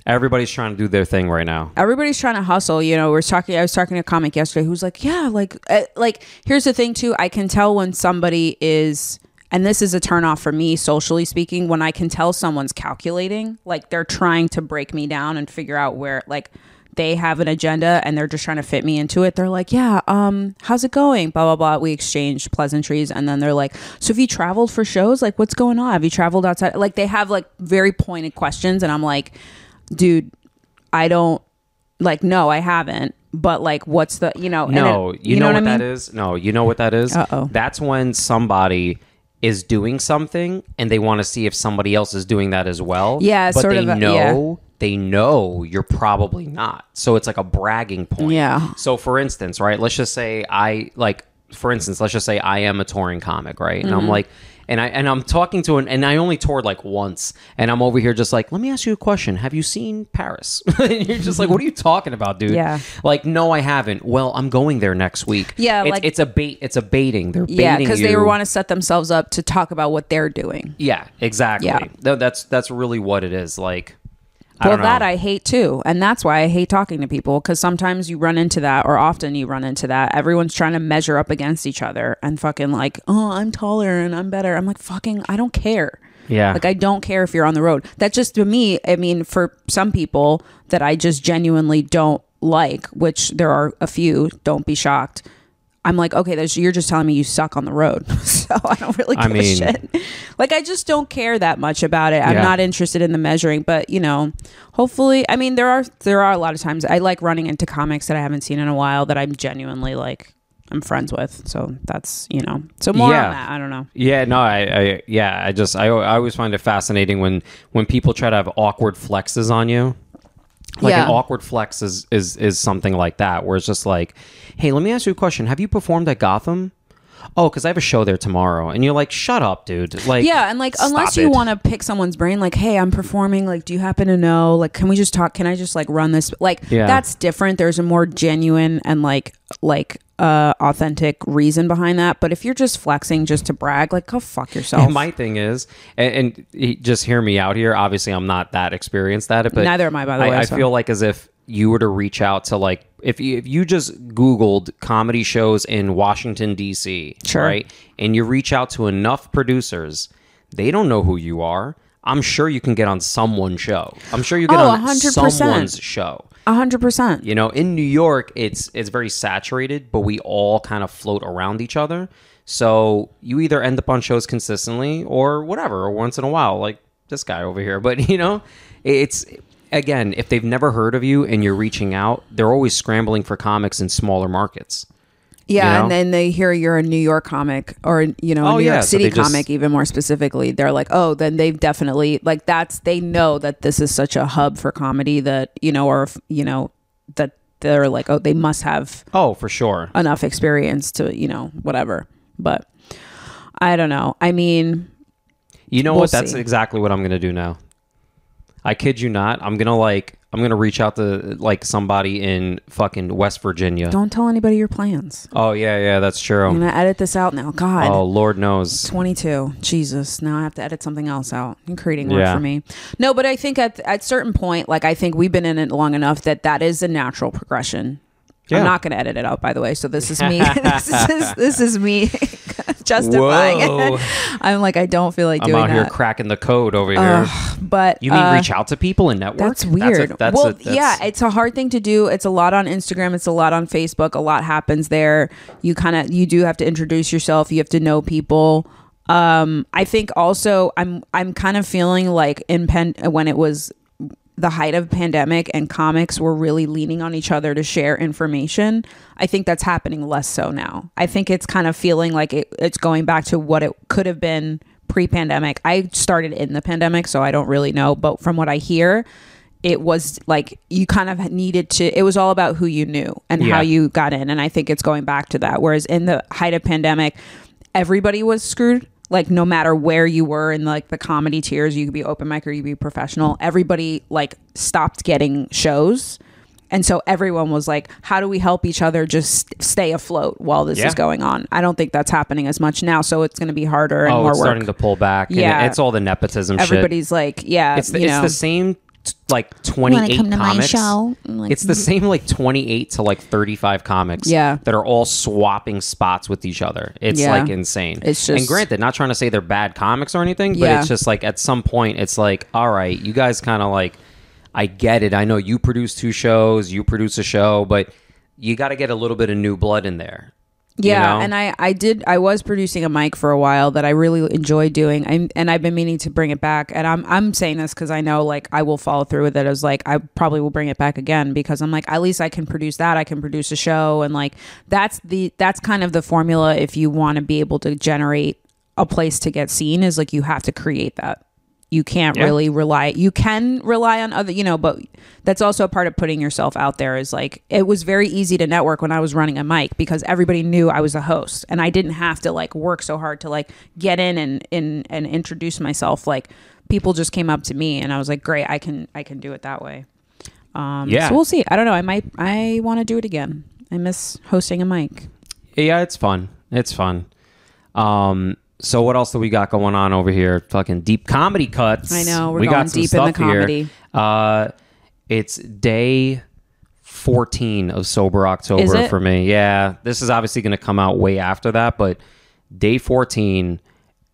[SPEAKER 1] everybody's trying to do their thing right now.
[SPEAKER 3] everybody's trying to hustle you know we're talking i was talking to a comic yesterday who's like yeah like uh, like here's the thing too i can tell when somebody is and this is a turnoff for me socially speaking when i can tell someone's calculating like they're trying to break me down and figure out where like they have an agenda and they're just trying to fit me into it they're like yeah um how's it going blah blah blah we exchanged pleasantries and then they're like so have you traveled for shows like what's going on have you traveled outside like they have like very pointed questions and i'm like dude I don't like no, I haven't. But like what's the you know and
[SPEAKER 1] No,
[SPEAKER 3] it-
[SPEAKER 1] you, know, what,
[SPEAKER 3] I mean?
[SPEAKER 1] that is. No, you know what that is.
[SPEAKER 3] Uh-oh.
[SPEAKER 1] That's when somebody is doing something and they want to see if somebody else is doing that as well.
[SPEAKER 3] Yeah,
[SPEAKER 1] but
[SPEAKER 3] sort
[SPEAKER 1] they
[SPEAKER 3] of a-
[SPEAKER 1] know they know you're probably not. So it's like a bragging point.
[SPEAKER 3] Yeah.
[SPEAKER 1] So for instance, right? Let's just say I like for instance, let's just say I am a touring comic, right? And
[SPEAKER 3] Mm-hmm.
[SPEAKER 1] I'm like, and I and I'm talking to an and I only toured like once, and I'm over here just like, let me ask you a question. Have you seen Paris? and you're just like, what are you talking about, dude?
[SPEAKER 3] Mm-hmm. Yeah.
[SPEAKER 1] Like, no, I haven't. Well, I'm going there next week.
[SPEAKER 3] Yeah,
[SPEAKER 1] It's,
[SPEAKER 3] like-
[SPEAKER 1] it's a bait. It's a baiting. They're baiting
[SPEAKER 3] yeah, because they
[SPEAKER 1] you.
[SPEAKER 3] want to set themselves up to talk about what they're doing.
[SPEAKER 1] Yeah, exactly.
[SPEAKER 3] Yeah.
[SPEAKER 1] No, that's that's really what it is. Like, I
[SPEAKER 3] Well,
[SPEAKER 1] don't know.
[SPEAKER 3] that I hate too, and that's why I hate talking to people because sometimes you run into that, or often you run into that. Everyone's trying to measure up against each other and fucking like, oh, I'm taller and I'm better. I'm like, fucking, I don't care.
[SPEAKER 1] Yeah.
[SPEAKER 3] like I don't care if you're on the road. That just to me, I mean, for some people that I just genuinely don't like, which there are a few. Don't be shocked. I'm like, okay, that's, you're just telling me you suck on the road, so I don't really
[SPEAKER 1] I
[SPEAKER 3] give a
[SPEAKER 1] mean-
[SPEAKER 3] shit like I just don't care that much about it. I'm
[SPEAKER 1] Yeah.
[SPEAKER 3] not interested in the measuring, but you know, hopefully, I mean, there are there are a lot of times I like running into comics that I haven't seen in a while that I'm genuinely like I'm friends with. So that's you know, so more
[SPEAKER 1] Yeah.
[SPEAKER 3] on that. I don't know.
[SPEAKER 1] Yeah, no, I, I yeah, I just I, I always find it fascinating when when people try to have awkward flexes on you. Like
[SPEAKER 3] Yeah.
[SPEAKER 1] an awkward flex is is is something like that where it's just like, "Hey, let me ask you a question. Have you performed at Gotham?" "Oh, cuz I have a show there tomorrow." And you're like, "Shut up, dude." Like
[SPEAKER 3] Yeah, and like unless you want to pick someone's brain, like, hey, I'm performing. Like, do you happen to know? Like, can we just talk? Can I just like run this? Like,
[SPEAKER 1] Yeah.
[SPEAKER 3] that's different. There's a more genuine and like like uh authentic reason behind that. But if you're just flexing just to brag, like, go fuck yourself.
[SPEAKER 1] My thing is, and, and he- just hear me out here. Obviously, I'm not that experienced at it, but
[SPEAKER 3] Neither am I, by the
[SPEAKER 1] I,
[SPEAKER 3] way,
[SPEAKER 1] I
[SPEAKER 3] so.
[SPEAKER 1] feel like as if you were to reach out to like if you, if you just Googled comedy shows in Washington D.C.
[SPEAKER 3] Sure.
[SPEAKER 1] right, and you reach out to enough producers, they don't know who you are. I'm sure you can get on someone's show. I'm sure you get
[SPEAKER 3] Oh,
[SPEAKER 1] on
[SPEAKER 3] 100%.
[SPEAKER 1] someone's show.
[SPEAKER 3] A hundred percent.
[SPEAKER 1] You know, in New York, it's it's very saturated, but we all kind of float around each other. So you either end up on shows consistently or whatever, or once in a while, like this guy over here. But you know, it's again, if they've never heard of you and you're reaching out, they're always scrambling for comics in smaller markets.
[SPEAKER 3] Yeah,
[SPEAKER 1] you know?
[SPEAKER 3] and then they hear you're a New York comic or you know a
[SPEAKER 1] Oh,
[SPEAKER 3] New
[SPEAKER 1] yeah,
[SPEAKER 3] York
[SPEAKER 1] so
[SPEAKER 3] City
[SPEAKER 1] they just-
[SPEAKER 3] comic, even more specifically. They're like, oh, then they've definitely like that's they know that this is such a hub for comedy that you know, or if, you know that they're like, oh, they must have
[SPEAKER 1] Oh, for sure.
[SPEAKER 3] enough experience to you know whatever. But I don't know. I mean,
[SPEAKER 1] You know
[SPEAKER 3] We'll
[SPEAKER 1] what? That's
[SPEAKER 3] see.
[SPEAKER 1] exactly what I'm gonna do now. I kid you not. I'm gonna like I'm gonna reach out to like somebody in fucking West Virginia.
[SPEAKER 3] don't tell anybody your plans.
[SPEAKER 1] Oh yeah, yeah, that's
[SPEAKER 3] I'm
[SPEAKER 1] true.
[SPEAKER 3] gonna edit this out now. God,
[SPEAKER 1] Oh Lord knows.
[SPEAKER 3] 22 jesus now i have to edit something else out you're creating work
[SPEAKER 1] Yeah.
[SPEAKER 3] for me no but i think at at certain point like i think we've been in it long enough that that is a natural progression
[SPEAKER 1] Yeah.
[SPEAKER 3] i'm not going to edit it out by the way so this is me this is this is me justifying
[SPEAKER 1] Whoa.
[SPEAKER 3] it i'm like i don't feel like
[SPEAKER 1] I'm
[SPEAKER 3] doing
[SPEAKER 1] out
[SPEAKER 3] that
[SPEAKER 1] here cracking the code over here.
[SPEAKER 3] but
[SPEAKER 1] You mean
[SPEAKER 3] uh,
[SPEAKER 1] reach out to people and network?
[SPEAKER 3] that's
[SPEAKER 1] a-
[SPEAKER 3] weird.
[SPEAKER 1] that's
[SPEAKER 3] well,
[SPEAKER 1] a- that's-
[SPEAKER 3] yeah, it's a hard thing to do. It's a lot on Instagram. It's a lot on Facebook. A lot happens there. You kind of you do have to introduce yourself. You have to know people. Um, I think also I'm I'm kind of feeling like in pen when it was the height of pandemic and comics were really leaning on each other to share information. I think that's happening less so now. I think it's kind of feeling like it, it's going back to what it could have been pre-pandemic. I started in the pandemic, so I don't really know, but from what I hear, it was like you kind of needed to it was all about who you knew and
[SPEAKER 1] Yeah.
[SPEAKER 3] how you got in and I think it's going back to that whereas in the height of pandemic everybody was screwed like no matter where you were in like the comedy tiers you could be open mic or you could be professional everybody like stopped getting shows and so everyone was like how do we help each other just stay afloat while this
[SPEAKER 1] Yeah.
[SPEAKER 3] is going on i don't think that's happening as much now so it's going to be harder and
[SPEAKER 1] oh,
[SPEAKER 3] more
[SPEAKER 1] it's
[SPEAKER 3] work
[SPEAKER 1] starting to pull back. Yeah,
[SPEAKER 3] Yeah.
[SPEAKER 1] it's all the nepotism shit.
[SPEAKER 3] everybody's like yeah
[SPEAKER 1] It's the,
[SPEAKER 3] you
[SPEAKER 1] it's
[SPEAKER 3] know
[SPEAKER 1] the same t- like 28
[SPEAKER 5] come to my
[SPEAKER 1] comics.
[SPEAKER 5] show? I'm like, "Mm."
[SPEAKER 1] it's the same like 28 to like 35 comics
[SPEAKER 3] Yeah.
[SPEAKER 1] that are all swapping spots with each other. It's
[SPEAKER 3] Yeah.
[SPEAKER 1] like insane.
[SPEAKER 3] It's
[SPEAKER 1] And
[SPEAKER 3] just-
[SPEAKER 1] granted, not trying to say they're bad comics or anything, but
[SPEAKER 3] Yeah.
[SPEAKER 1] it's just like at some point it's like, all right, you guys kind of like I get it. I know you produce two shows, you produce a show, but you got to get a little bit of new blood in there. you
[SPEAKER 3] Yeah,
[SPEAKER 1] know?
[SPEAKER 3] and I I did I was producing a mic for a while that I really enjoy doing. I and I've been meaning to bring it back, and I'm I'm saying this because I know like I will follow through with it. I was like I probably will bring it back again because I'm like at least I can produce that. I can produce a show, and like that's the that's kind of the formula if you want to be able to generate a place to get seen is like you have to create that. you can't
[SPEAKER 1] Yeah.
[SPEAKER 3] really rely you can rely on other you know but that's also a part of putting yourself out there is like it was very easy to network when i was running a mic because everybody knew i was a host and i didn't have to like work so hard to like get in and and, and introduce myself like people just came up to me and i was like great i can i can do it that way um
[SPEAKER 1] Yeah.
[SPEAKER 3] so we'll see i don't know i might i want to do it again i miss hosting a mic
[SPEAKER 1] Yeah, it's fun. It's fun. Um, so what else do we got going on over here? Fucking deep comedy cuts.
[SPEAKER 3] I know, we're
[SPEAKER 1] we
[SPEAKER 3] going
[SPEAKER 1] got some
[SPEAKER 3] deep in the
[SPEAKER 1] stuff here.
[SPEAKER 3] comedy.
[SPEAKER 1] Uh, it's day fourteen of sober
[SPEAKER 3] Is
[SPEAKER 1] October
[SPEAKER 3] it?
[SPEAKER 1] for me. Yeah, this is obviously going to come out way after that, but day fourteen,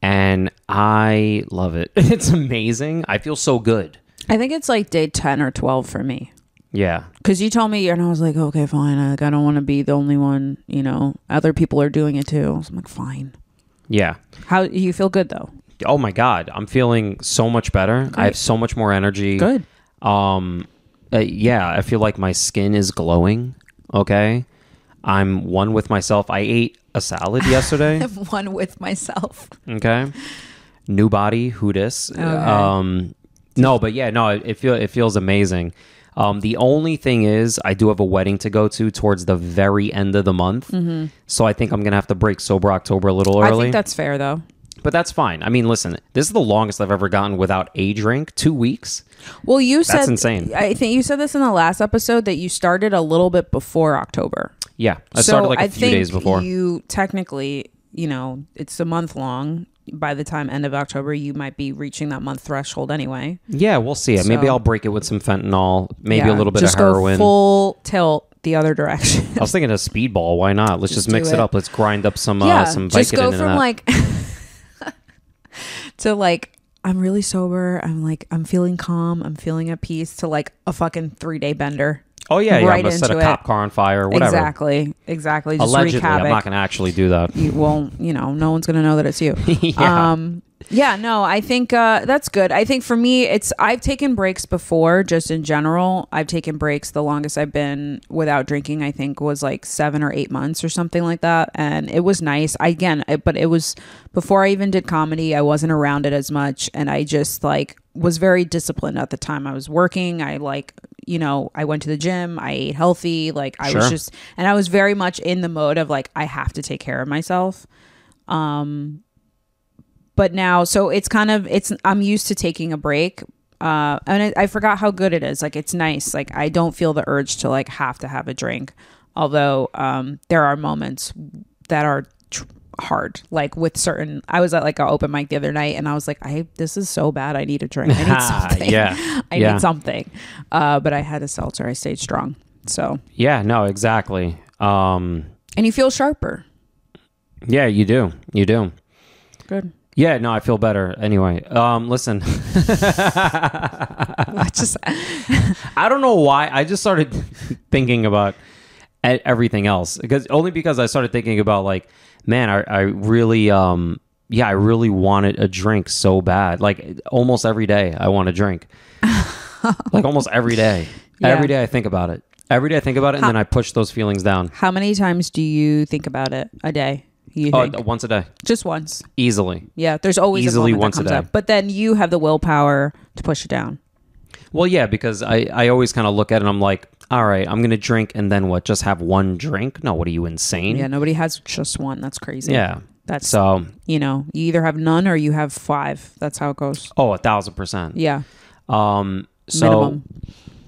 [SPEAKER 1] and I love it. It's amazing. I feel so good.
[SPEAKER 3] i think it's like day 10 or 12 for me
[SPEAKER 1] Yeah,
[SPEAKER 3] Cause you told me, and I was like, okay, fine. I, like, I don't want to be the only one. You know, other people are doing it too. So I'm like, fine.
[SPEAKER 1] yeah.
[SPEAKER 3] How you feel good though?
[SPEAKER 1] Oh my god, I'm feeling so much better. I have so much more energy.
[SPEAKER 3] Good.
[SPEAKER 1] Um, uh, yeah, I feel like my skin is glowing. Okay, I'm one with myself. I ate a salad yesterday.
[SPEAKER 3] One with myself.
[SPEAKER 1] okay, new body, who dis? Um, no, but yeah, no, it, it feel it feels amazing. Um, the only thing is, I do have a wedding to go to towards the very end of the month, so I think I'm gonna have to break sober October a little
[SPEAKER 3] Mm-hmm. I
[SPEAKER 1] early.
[SPEAKER 3] think that's fair though.
[SPEAKER 1] but that's fine. I mean, listen, this is the longest I've ever gotten without a drink. Two weeks.
[SPEAKER 3] Well, you said
[SPEAKER 1] insane.
[SPEAKER 3] I think you said this in the last episode that you started a little bit before October.
[SPEAKER 1] Yeah, I
[SPEAKER 3] so
[SPEAKER 1] started like a
[SPEAKER 3] I
[SPEAKER 1] few
[SPEAKER 3] think
[SPEAKER 1] days before.
[SPEAKER 3] You technically, you know, it's a month long. By the time end of October, you might be reaching that month threshold anyway.
[SPEAKER 1] Yeah, we'll see. it. Maybe
[SPEAKER 3] So-
[SPEAKER 1] I'll break it with some fentanyl, maybe
[SPEAKER 3] Yeah.
[SPEAKER 1] a little bit
[SPEAKER 3] Just
[SPEAKER 1] of heroin.
[SPEAKER 3] Go full tilt the other direction.
[SPEAKER 1] I was thinking a speedball. Why not? Let's just,
[SPEAKER 3] do
[SPEAKER 1] mix it.
[SPEAKER 3] it.
[SPEAKER 1] up. Let's grind up some uh, some Vicodin
[SPEAKER 3] just go
[SPEAKER 1] and
[SPEAKER 3] from
[SPEAKER 1] that.
[SPEAKER 3] like to like I'm really sober. I'm like I'm feeling calm. I'm feeling at peace. To like a fucking three day bender.
[SPEAKER 1] oh yeah, yeah. I'm
[SPEAKER 3] right
[SPEAKER 1] gonna set a
[SPEAKER 3] into it.
[SPEAKER 1] cop car on fire. Whatever.
[SPEAKER 3] Exactly. Exactly. Just
[SPEAKER 1] Allegedly,
[SPEAKER 3] recap
[SPEAKER 1] I'm
[SPEAKER 3] it. Um,
[SPEAKER 1] not gonna actually do that.
[SPEAKER 3] you won't. You know, no one's gonna know that it's you.
[SPEAKER 1] yeah.
[SPEAKER 3] Um, yeah, no, I think uh, that's good. I think for me, it's I've taken breaks before, just in general. I've taken breaks. The longest I've been without drinking, I think, was like seven or eight months or something like that, and it was nice. I, again, I, but it was before I even did comedy. I wasn't around it as much, and I just like was very disciplined at the time. I was working. I like, you know, I went to the gym. I ate healthy. Like I was
[SPEAKER 1] Sure.
[SPEAKER 3] just, and I was very much in the mode of like I have to take care of myself but now so it's kind of it's i'm used to taking a break uh and it, i forgot how good it is like it's nice like i don't feel the urge to like have to have a drink although um there are moments that are tr- hard like with certain i was at like an open mic the other night and i was like i this is so bad i need a drink i need something
[SPEAKER 1] Yeah.
[SPEAKER 3] i
[SPEAKER 1] Yeah.
[SPEAKER 3] need something uh but i had a seltzer i stayed strong so
[SPEAKER 1] yeah. No. Exactly. Um.
[SPEAKER 3] and you feel sharper
[SPEAKER 1] Yeah. You do. You do.
[SPEAKER 3] good
[SPEAKER 1] Yeah. No. I feel better. Anyway. Um. Listen.
[SPEAKER 3] i just
[SPEAKER 1] I don't know why. I just started thinking about e- everything else because only because I started thinking about like, man, I, I really, um, yeah, I really wanted a drink so bad. Like almost every day, I want a drink. like almost every day.
[SPEAKER 3] Yeah.
[SPEAKER 1] Every day, I think about it. Every day, I think about it, and then I push those feelings down.
[SPEAKER 3] how many times do you think about it a day you
[SPEAKER 1] Oh,
[SPEAKER 3] think
[SPEAKER 1] once a day,
[SPEAKER 3] just once
[SPEAKER 1] easily.
[SPEAKER 3] Yeah, there's always
[SPEAKER 1] Easily
[SPEAKER 3] a moment
[SPEAKER 1] once a
[SPEAKER 3] that comes
[SPEAKER 1] day.
[SPEAKER 3] up. But then you have the willpower to push it down.
[SPEAKER 1] Well, yeah, because I, I always kind of look at it and I'm like, all right, I'm going to drink and then what? Just have one drink? No, what are you insane?
[SPEAKER 3] Yeah, nobody has just one. That's crazy.
[SPEAKER 1] Yeah.
[SPEAKER 3] That's
[SPEAKER 1] So,
[SPEAKER 3] you know, you either have none or you have five. That's how it goes.
[SPEAKER 1] oh, a thousand percent.
[SPEAKER 3] Yeah.
[SPEAKER 1] Um, so
[SPEAKER 3] Minimum.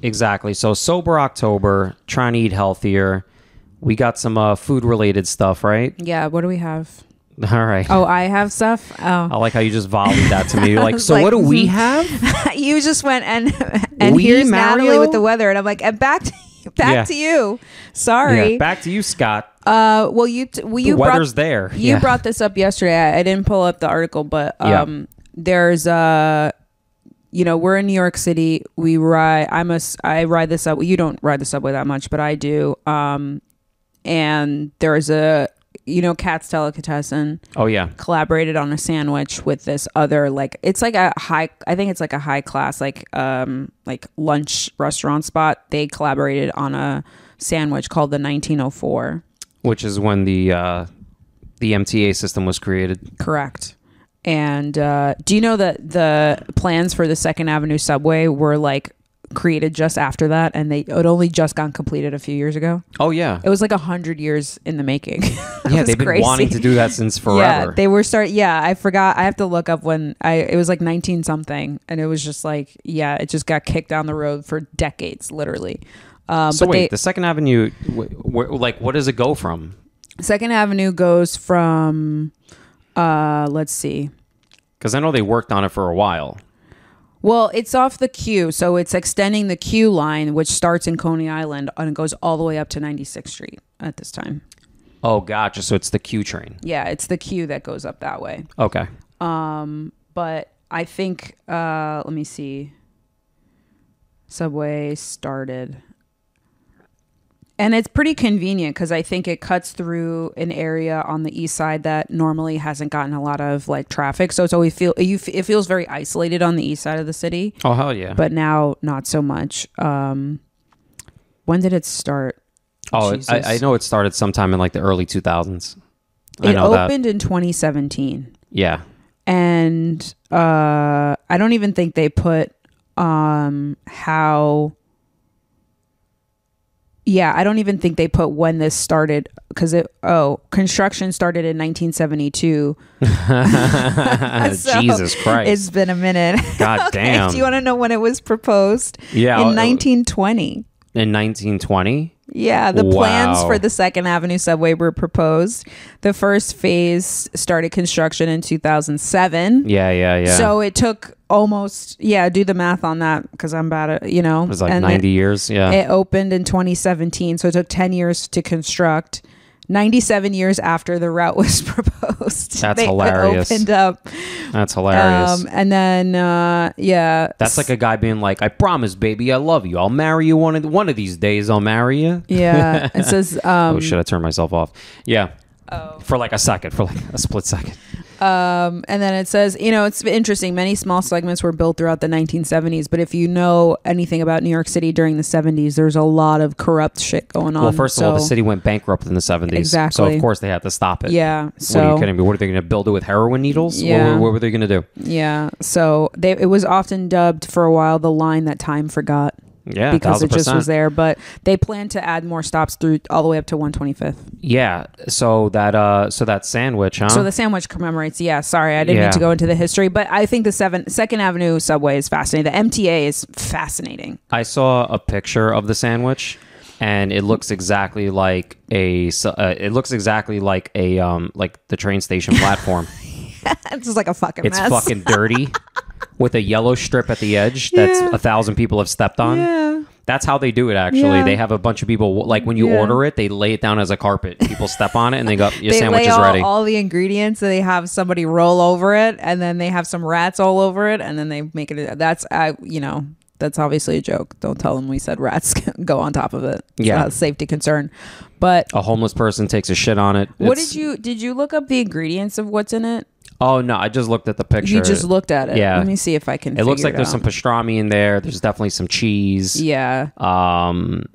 [SPEAKER 1] exactly. So sober October, trying to eat healthier. We got some uh, food related stuff, right?
[SPEAKER 3] Yeah. What do we have?
[SPEAKER 1] All right.
[SPEAKER 3] Oh, I have stuff.
[SPEAKER 1] I
[SPEAKER 3] Oh.
[SPEAKER 1] like how you just volleyed that to me. You're like,
[SPEAKER 3] was
[SPEAKER 1] so
[SPEAKER 3] like,
[SPEAKER 1] what do we
[SPEAKER 3] mhm.
[SPEAKER 1] have?
[SPEAKER 3] you just went and and
[SPEAKER 1] Oh. We,
[SPEAKER 3] here's Natalie
[SPEAKER 1] Mario?
[SPEAKER 3] with the weather. And I'm like, and back to back
[SPEAKER 1] Yeah.
[SPEAKER 3] to you.
[SPEAKER 1] Yeah.
[SPEAKER 3] Sorry.
[SPEAKER 1] Back to you, Scott.
[SPEAKER 3] uh well you t- well, you
[SPEAKER 1] the
[SPEAKER 3] brought
[SPEAKER 1] weather's there.
[SPEAKER 3] You
[SPEAKER 1] Yeah.
[SPEAKER 3] brought this up yesterday. I, I didn't pull up the article, but
[SPEAKER 1] Yeah.
[SPEAKER 3] um, there's uh, you know, we're in New York City. We ride. I'm a. s- I ride the subway. You don't ride the subway that much, but I do. Um, and there's a, you know, Katz Delicatessen
[SPEAKER 1] oh yeah.
[SPEAKER 3] collaborated on a sandwich with this other like it's like a high I think it's like a high class like um like lunch restaurant spot. They collaborated on a sandwich called the 1904.
[SPEAKER 1] Which is when the uh, the MTA system was created.
[SPEAKER 3] Correct. And uh, do you know that the plans for the Second Avenue subway were like created just after that, and they it only just got completed a few years ago.
[SPEAKER 1] Oh yeah,
[SPEAKER 3] It was like a hundred years in the making. It
[SPEAKER 1] yeah.
[SPEAKER 3] was
[SPEAKER 1] They've been
[SPEAKER 3] crazy.
[SPEAKER 1] wanting to do that since forever.
[SPEAKER 3] Yeah, they were start. Yeah, I forgot. I have to look up when I. It was like nineteen something, and it was just like yeah, it just got kicked down the road for decades, literally. Um,
[SPEAKER 1] so
[SPEAKER 3] but
[SPEAKER 1] wait,
[SPEAKER 3] they,
[SPEAKER 1] the Second Avenue, wh- wh- like, what does it go from?
[SPEAKER 3] Second Avenue goes from, uh, let's see.
[SPEAKER 1] Because I know they worked on it for a while.
[SPEAKER 3] Well, it's off the queue, so it's extending the queue line, which starts in Coney Island and it goes all the way up to 96th Street at this time.
[SPEAKER 1] Oh, gotcha. So it's the Q train.
[SPEAKER 3] Yeah, it's the queue that goes up that way.
[SPEAKER 1] Okay.
[SPEAKER 3] But I think, uh, let me see. Subway started. And it's pretty convenient because I think it cuts through an area on the east side that normally hasn't gotten a lot of like traffic. So it's always feel you f- it feels very isolated on the east side of the city.
[SPEAKER 1] Oh hell yeah.
[SPEAKER 3] but now not so much. Um, when did it start?
[SPEAKER 1] oh,
[SPEAKER 3] Jesus.
[SPEAKER 1] I, I know it started sometime in like the early two thousands. I
[SPEAKER 3] It
[SPEAKER 1] know that.
[SPEAKER 3] opened in 2017,
[SPEAKER 1] Yeah.
[SPEAKER 3] and uh, I don't even think they put um, how. Yeah, I don't even think they put when this started because it. Oh, construction started in 1972. So,
[SPEAKER 1] Jesus Christ.
[SPEAKER 4] It's been a minute.
[SPEAKER 1] God damn.
[SPEAKER 4] Do you want to know when it was proposed?
[SPEAKER 1] Yeah,
[SPEAKER 4] In
[SPEAKER 1] I'll-
[SPEAKER 4] 1920.
[SPEAKER 1] in 1920.
[SPEAKER 4] Yeah, the plans
[SPEAKER 1] Wow.
[SPEAKER 4] for the Second Avenue subway were proposed.
[SPEAKER 3] The first phase started construction in 2007.
[SPEAKER 1] Yeah, yeah, yeah.
[SPEAKER 3] So it took almost yeah. Do the math on that because I'm bad at you know.
[SPEAKER 1] it was like
[SPEAKER 3] and
[SPEAKER 1] 90 years. Yeah.
[SPEAKER 3] It opened in 2017, so it took 10 years to construct. 97 years after the route was proposed.
[SPEAKER 1] That's
[SPEAKER 3] They
[SPEAKER 1] hilarious.
[SPEAKER 3] Opened up.
[SPEAKER 1] That's hilarious.
[SPEAKER 3] Um, and then, uh, yeah.
[SPEAKER 1] That's like a guy being like, "I promise, baby, I love you. I'll marry you one of one of these days. I'll marry you."
[SPEAKER 3] Yeah. It says,
[SPEAKER 1] oh
[SPEAKER 3] um, Oh.
[SPEAKER 1] shit, I turned myself off. Yeah. For like a second, for like a split second.
[SPEAKER 3] um, and then it says, you know, it's interesting. Many small segments were built throughout the 1970s, but if you know anything about New York City during the 70s, there's a lot of corrupt shit going on.
[SPEAKER 1] Well, first of all, the
[SPEAKER 3] Um, so-
[SPEAKER 1] city went bankrupt in the seventies, so
[SPEAKER 3] Exactly.
[SPEAKER 1] of course they had to stop it.
[SPEAKER 3] Yeah.
[SPEAKER 1] What are
[SPEAKER 3] So
[SPEAKER 1] you kidding me? What are they going to build it with heroin needles? What
[SPEAKER 3] Yeah.
[SPEAKER 1] were- What, were they going to do?
[SPEAKER 3] yeah. So they, it was often dubbed for a while the line that time forgot.
[SPEAKER 1] Yeah,
[SPEAKER 3] because it
[SPEAKER 1] 1000%.
[SPEAKER 3] just was there. But they plan to add more stops through all the way up to 125th.
[SPEAKER 1] Yeah. So that uh, so that sandwich, huh?
[SPEAKER 3] So the sandwich commemorates. Yeah, sorry, I didn't
[SPEAKER 1] Yeah.
[SPEAKER 3] mean to go into the history, but I think the seven, Second Avenue subway is fascinating. The MTA is fascinating.
[SPEAKER 1] I saw a picture of the sandwich, and it looks exactly like a. su- Uh, it looks exactly like a um like the train station platform.
[SPEAKER 3] It's just like a fucking
[SPEAKER 1] it's
[SPEAKER 3] mess.
[SPEAKER 1] fucking dirty, with a yellow strip at the edge that's a thousand people have stepped on.
[SPEAKER 3] yeah.
[SPEAKER 1] That's how they do it. Actually,
[SPEAKER 3] Yeah.
[SPEAKER 1] they have a bunch of people. Like when you
[SPEAKER 3] Yeah.
[SPEAKER 1] order it, they lay it down as a carpet. People step on it, and they go, "Your
[SPEAKER 4] They
[SPEAKER 1] sandwich
[SPEAKER 4] lay
[SPEAKER 1] is
[SPEAKER 4] all,
[SPEAKER 1] ready."
[SPEAKER 4] all the ingredients, so they have somebody roll over it, and then they have some rats all over it, and then they make it. That's I, you know, that's obviously a joke. Don't tell them we said rats go on top of it. It's
[SPEAKER 1] Yeah.
[SPEAKER 4] not a safety concern. But
[SPEAKER 1] a homeless person takes a shit on it.
[SPEAKER 3] What
[SPEAKER 1] It's-
[SPEAKER 3] did you did you look up the ingredients of what's in it?
[SPEAKER 1] Oh no, I just looked at the picture.
[SPEAKER 3] You just looked at it.
[SPEAKER 1] Yeah.
[SPEAKER 3] Let me see if I can.
[SPEAKER 1] It looks
[SPEAKER 3] figure
[SPEAKER 1] like there's
[SPEAKER 3] out.
[SPEAKER 1] some pastrami in there. There's definitely some cheese.
[SPEAKER 3] Yeah.
[SPEAKER 1] um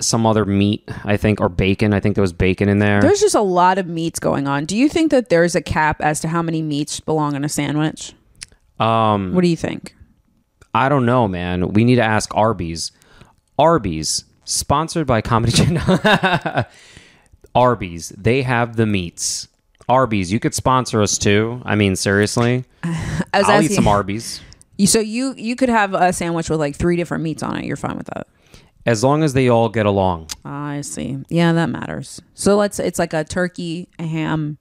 [SPEAKER 1] some other meat i think or bacon i think there was bacon in there
[SPEAKER 3] There's just a lot of meats going on. Do you think that there's a cap as to how many meats belong in a sandwich?
[SPEAKER 1] um
[SPEAKER 3] What do you think?
[SPEAKER 1] i don't know man we need to ask arby's arby's sponsored by comedy channel arby's they have the meats arby's you could sponsor us too i mean seriously
[SPEAKER 3] I was
[SPEAKER 1] i'll
[SPEAKER 3] asking,
[SPEAKER 1] eat some arby's
[SPEAKER 3] You- So you you could have a sandwich with like three different meats on it. You're fine with that.
[SPEAKER 1] as long as they all get along
[SPEAKER 3] I see. Yeah, that matters. So let's. It's like a turkey, a ham,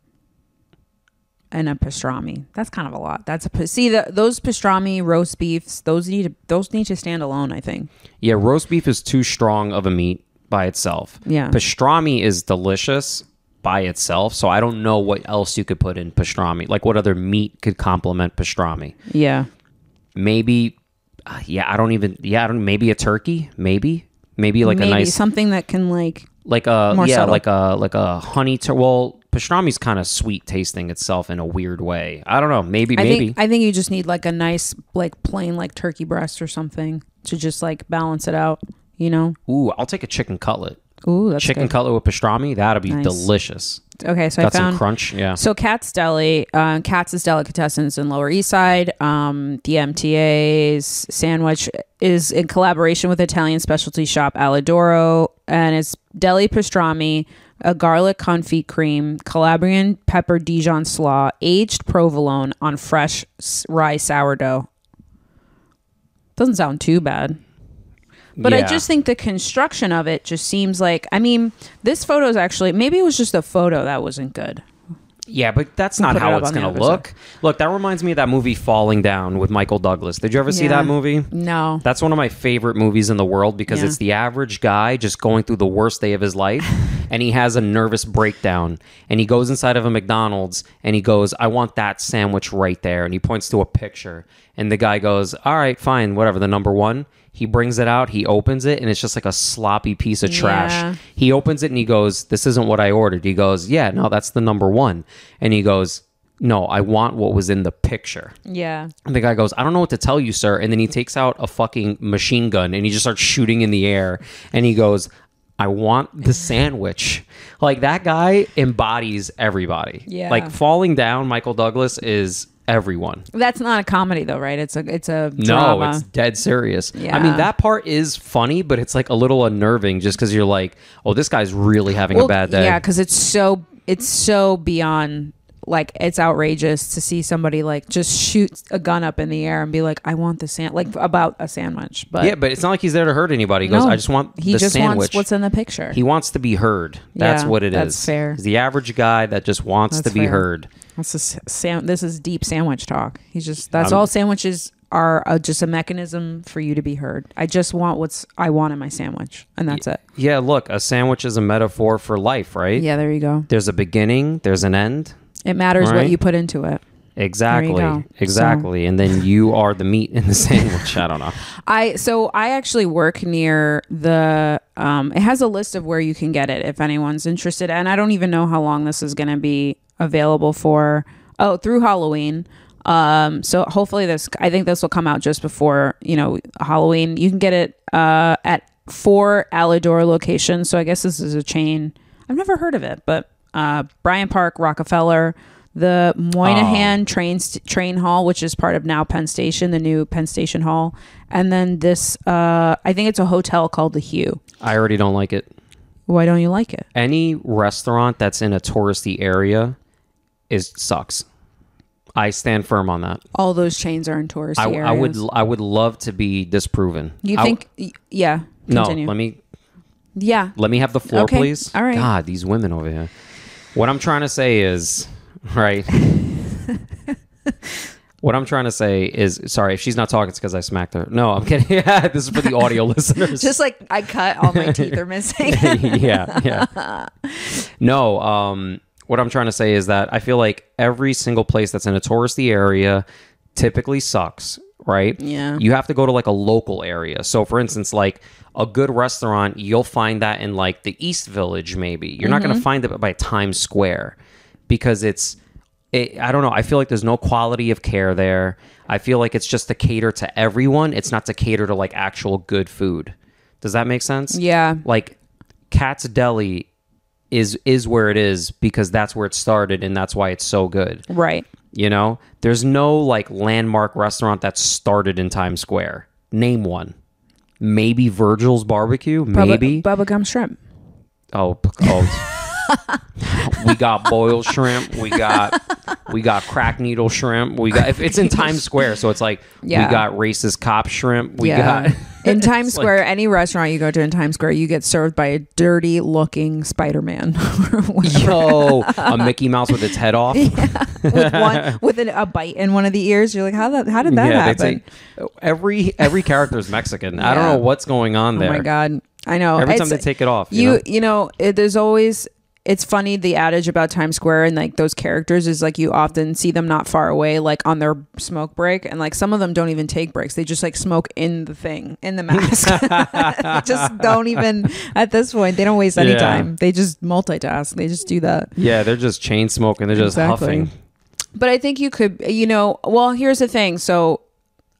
[SPEAKER 3] and a pastrami. That's kind of a lot. That's a pa- see the, those pastrami roast beefs. Those need those need to stand alone. I think.
[SPEAKER 1] yeah roast beef is too strong of a meat by itself
[SPEAKER 3] Yeah.
[SPEAKER 1] pastrami is delicious by itself so i don't know what else you could put in pastrami like what other meat could complement pastrami
[SPEAKER 3] Yeah.
[SPEAKER 1] maybe uh, yeah i don't even yeah i don't maybe a turkey maybe maybe like
[SPEAKER 3] Maybe
[SPEAKER 1] a nice
[SPEAKER 3] something that can like.
[SPEAKER 1] like a
[SPEAKER 3] more
[SPEAKER 1] yeah
[SPEAKER 3] subtle.
[SPEAKER 1] like a like a honey tur well pastrami's kind of sweet tasting itself in a weird way i don't know maybe
[SPEAKER 3] I
[SPEAKER 1] maybe
[SPEAKER 3] think I think you just need like a nice like plain like turkey breast or something to just like balance it out. You know.
[SPEAKER 1] ooh i'll take a chicken cutlet
[SPEAKER 3] Ooh, that's
[SPEAKER 1] chicken
[SPEAKER 3] good.
[SPEAKER 1] cutlet with pastrami that'll be
[SPEAKER 3] Nice.
[SPEAKER 1] delicious
[SPEAKER 3] okay, so
[SPEAKER 1] Got
[SPEAKER 3] I
[SPEAKER 1] some
[SPEAKER 3] found
[SPEAKER 1] crunch. Yeah.
[SPEAKER 3] So Cat's Deli, uh, Cat's is delicatessens in Lower East Side. Um, the MTA's sandwich is in collaboration with Italian specialty shop Alidoro, and it's deli pastrami, a garlic confit cream, Calabrian pepper Dijon slaw, aged provolone on fresh s- rye sourdough. Doesn't sound too bad. But I
[SPEAKER 1] Yeah.
[SPEAKER 3] just think the construction of it just seems like I mean, this photo is actually maybe it was just a photo that wasn't good.
[SPEAKER 1] Yeah, but that's not
[SPEAKER 3] put it
[SPEAKER 1] how
[SPEAKER 3] up
[SPEAKER 1] it's
[SPEAKER 3] on the
[SPEAKER 1] going to
[SPEAKER 3] other side.
[SPEAKER 1] look. Look, that reminds me of that movie Falling Down with Michael Douglas. Did you ever see
[SPEAKER 3] Yeah.
[SPEAKER 1] that movie?
[SPEAKER 3] No.
[SPEAKER 1] That's one of my favorite movies in the world because
[SPEAKER 3] Yeah.
[SPEAKER 1] it's the average guy just going through the worst day of his life and he has a nervous breakdown and he goes inside of a McDonald's and he goes, I want that sandwich right there. And he points to a picture and the guy goes, All right, fine, whatever, the number one. He brings it out, he opens it, and it's just like a sloppy piece of trash.
[SPEAKER 3] Yeah.
[SPEAKER 1] He opens it and he goes, This isn't what I ordered. He goes, Yeah, no, that's the number one. And he goes, No, I want what was in the picture.
[SPEAKER 3] Yeah.
[SPEAKER 1] And the guy goes, I don't know what to tell you, sir. And then he takes out a fucking machine gun and he just starts shooting in the air. And he goes, I want the sandwich. Like that guy embodies everybody.
[SPEAKER 3] Yeah.
[SPEAKER 1] Like falling down, Michael Douglas is everyone.
[SPEAKER 3] That's not a comedy though, right? It's a it's a
[SPEAKER 1] No,
[SPEAKER 3] drama.
[SPEAKER 1] it's dead serious. I
[SPEAKER 3] Yeah.
[SPEAKER 1] mean, that part is funny, but it's like a little unnerving just because you're like, oh, this guy's really having a bad day.
[SPEAKER 3] Yeah, because it's so it's so beyond like it's outrageous to see somebody like just shoot a gun up in the air and be like, I want the sand like about a sandwich. But
[SPEAKER 1] Yeah, but it's not like he's there to hurt anybody. He goes,
[SPEAKER 3] No.
[SPEAKER 1] I just want
[SPEAKER 3] he
[SPEAKER 1] the
[SPEAKER 3] just
[SPEAKER 1] sandwich.
[SPEAKER 3] wants what's in the picture.
[SPEAKER 1] He wants to be heard. That's
[SPEAKER 3] Yeah,
[SPEAKER 1] what it is.
[SPEAKER 3] that's fair.
[SPEAKER 1] He's the average guy that just wants
[SPEAKER 3] That's
[SPEAKER 1] to be
[SPEAKER 3] fair.
[SPEAKER 1] heard.
[SPEAKER 3] This is sam- this is deep sandwich talk. He's just that's
[SPEAKER 1] I'm-
[SPEAKER 3] all sandwiches are uh, just a mechanism for you to be heard. I just want what's I want in my sandwich, and that's it.
[SPEAKER 1] Yeah, look, a sandwich is a metaphor for life, right?
[SPEAKER 3] Yeah, there you go.
[SPEAKER 1] There's a beginning, there's an end.
[SPEAKER 3] It matters
[SPEAKER 1] Right.
[SPEAKER 3] what you put into it.
[SPEAKER 1] Exactly.
[SPEAKER 3] go.
[SPEAKER 1] Exactly. And then you are the meat in the sandwich. I don't know.
[SPEAKER 3] I so I actually work near the um it has a list of where you can get it if anyone's interested and I don't even know how long this is going to be available for oh through Halloween. Um so hopefully this I think this will come out just before, you know, Halloween. You can get it uh at four Alidor locations. So I guess this is a chain. I've never heard of it, but uh Bryant Park, Rockefeller, the
[SPEAKER 1] Oh.
[SPEAKER 3] Moynihan train st- train hall, which is part of now Penn Station, the new Penn Station Hall, and then this. Uh, I think it's a hotel called the Hue.
[SPEAKER 1] I already don't like it.
[SPEAKER 3] Why don't you like it?
[SPEAKER 1] Any restaurant that's in a touristy area is sucks. I stand firm on that.
[SPEAKER 3] All those chains are in touristy
[SPEAKER 1] I,
[SPEAKER 3] areas.
[SPEAKER 1] I would I would love to be disproven.
[SPEAKER 3] You
[SPEAKER 1] I-
[SPEAKER 3] think? y- yeah.
[SPEAKER 1] No,
[SPEAKER 3] Continue.
[SPEAKER 1] let me
[SPEAKER 3] yeah.
[SPEAKER 1] Let me have the floor,
[SPEAKER 3] Okay.
[SPEAKER 1] please.
[SPEAKER 3] All right.
[SPEAKER 1] God, these women over here. What I'm trying to say is, right? what I'm trying to say is, sorry, if she's not talking, it's because I smacked her. No, I'm kidding. Yeah, this is for the audio listeners.
[SPEAKER 3] Just like I cut, all my teeth are missing.
[SPEAKER 1] yeah, yeah. No, um, what I'm trying to say is that I feel like every single place that's in a touristy area typically sucks, right?
[SPEAKER 3] Yeah.
[SPEAKER 1] You have to go to like a local area. So, for instance, like a good restaurant, you'll find that in like the East Village, maybe. You're not going to find it by Times Square because it's. It, I don't know. I feel like there's no quality of care there. I feel like it's just to cater to everyone. It's not to cater to like actual good food. Does that make sense?
[SPEAKER 3] yeah.
[SPEAKER 1] like Cat's Deli is is where it is because that's where it started and that's why it's so good.
[SPEAKER 3] Right.
[SPEAKER 1] You know, there's no like landmark restaurant that started in Times Square. Name one. Maybe Virgil's Barbecue. Maybe.
[SPEAKER 3] Bubba gum shrimp.
[SPEAKER 1] oh, p- oh. we got boiled shrimp. We got we got crack needle shrimp. We got if it's in Times Square, so it's like
[SPEAKER 3] Yeah.
[SPEAKER 1] we got racist cop shrimp. We
[SPEAKER 3] Yeah.
[SPEAKER 1] got
[SPEAKER 4] in Times
[SPEAKER 1] It's like-
[SPEAKER 4] Square, any restaurant you go to in Times Square, you get served by a dirty looking Spider Man with
[SPEAKER 1] yo a Mickey Mouse with its head off.
[SPEAKER 4] one with an, a bite in one of the ears. You're like, how that? How did that
[SPEAKER 1] they
[SPEAKER 4] happen?
[SPEAKER 1] take- every every character is Mexican. I don't know what's going on there.
[SPEAKER 4] Oh my god, I know.
[SPEAKER 1] Every time
[SPEAKER 4] It's-
[SPEAKER 1] they take it off, you,
[SPEAKER 4] you
[SPEAKER 1] know?
[SPEAKER 4] you know it, there's always it's funny the adage about Times Square and like those characters is like you often see them not far away like on their smoke break and like some of them don't even take breaks they just like smoke in the thing in the mask just don't even at this point they don't waste any
[SPEAKER 1] Yeah.
[SPEAKER 4] time they just multitask they just do that
[SPEAKER 1] yeah, they're just chain smoking. They're just
[SPEAKER 4] Exactly.
[SPEAKER 1] huffing.
[SPEAKER 4] but I think you could you know well here's the thing so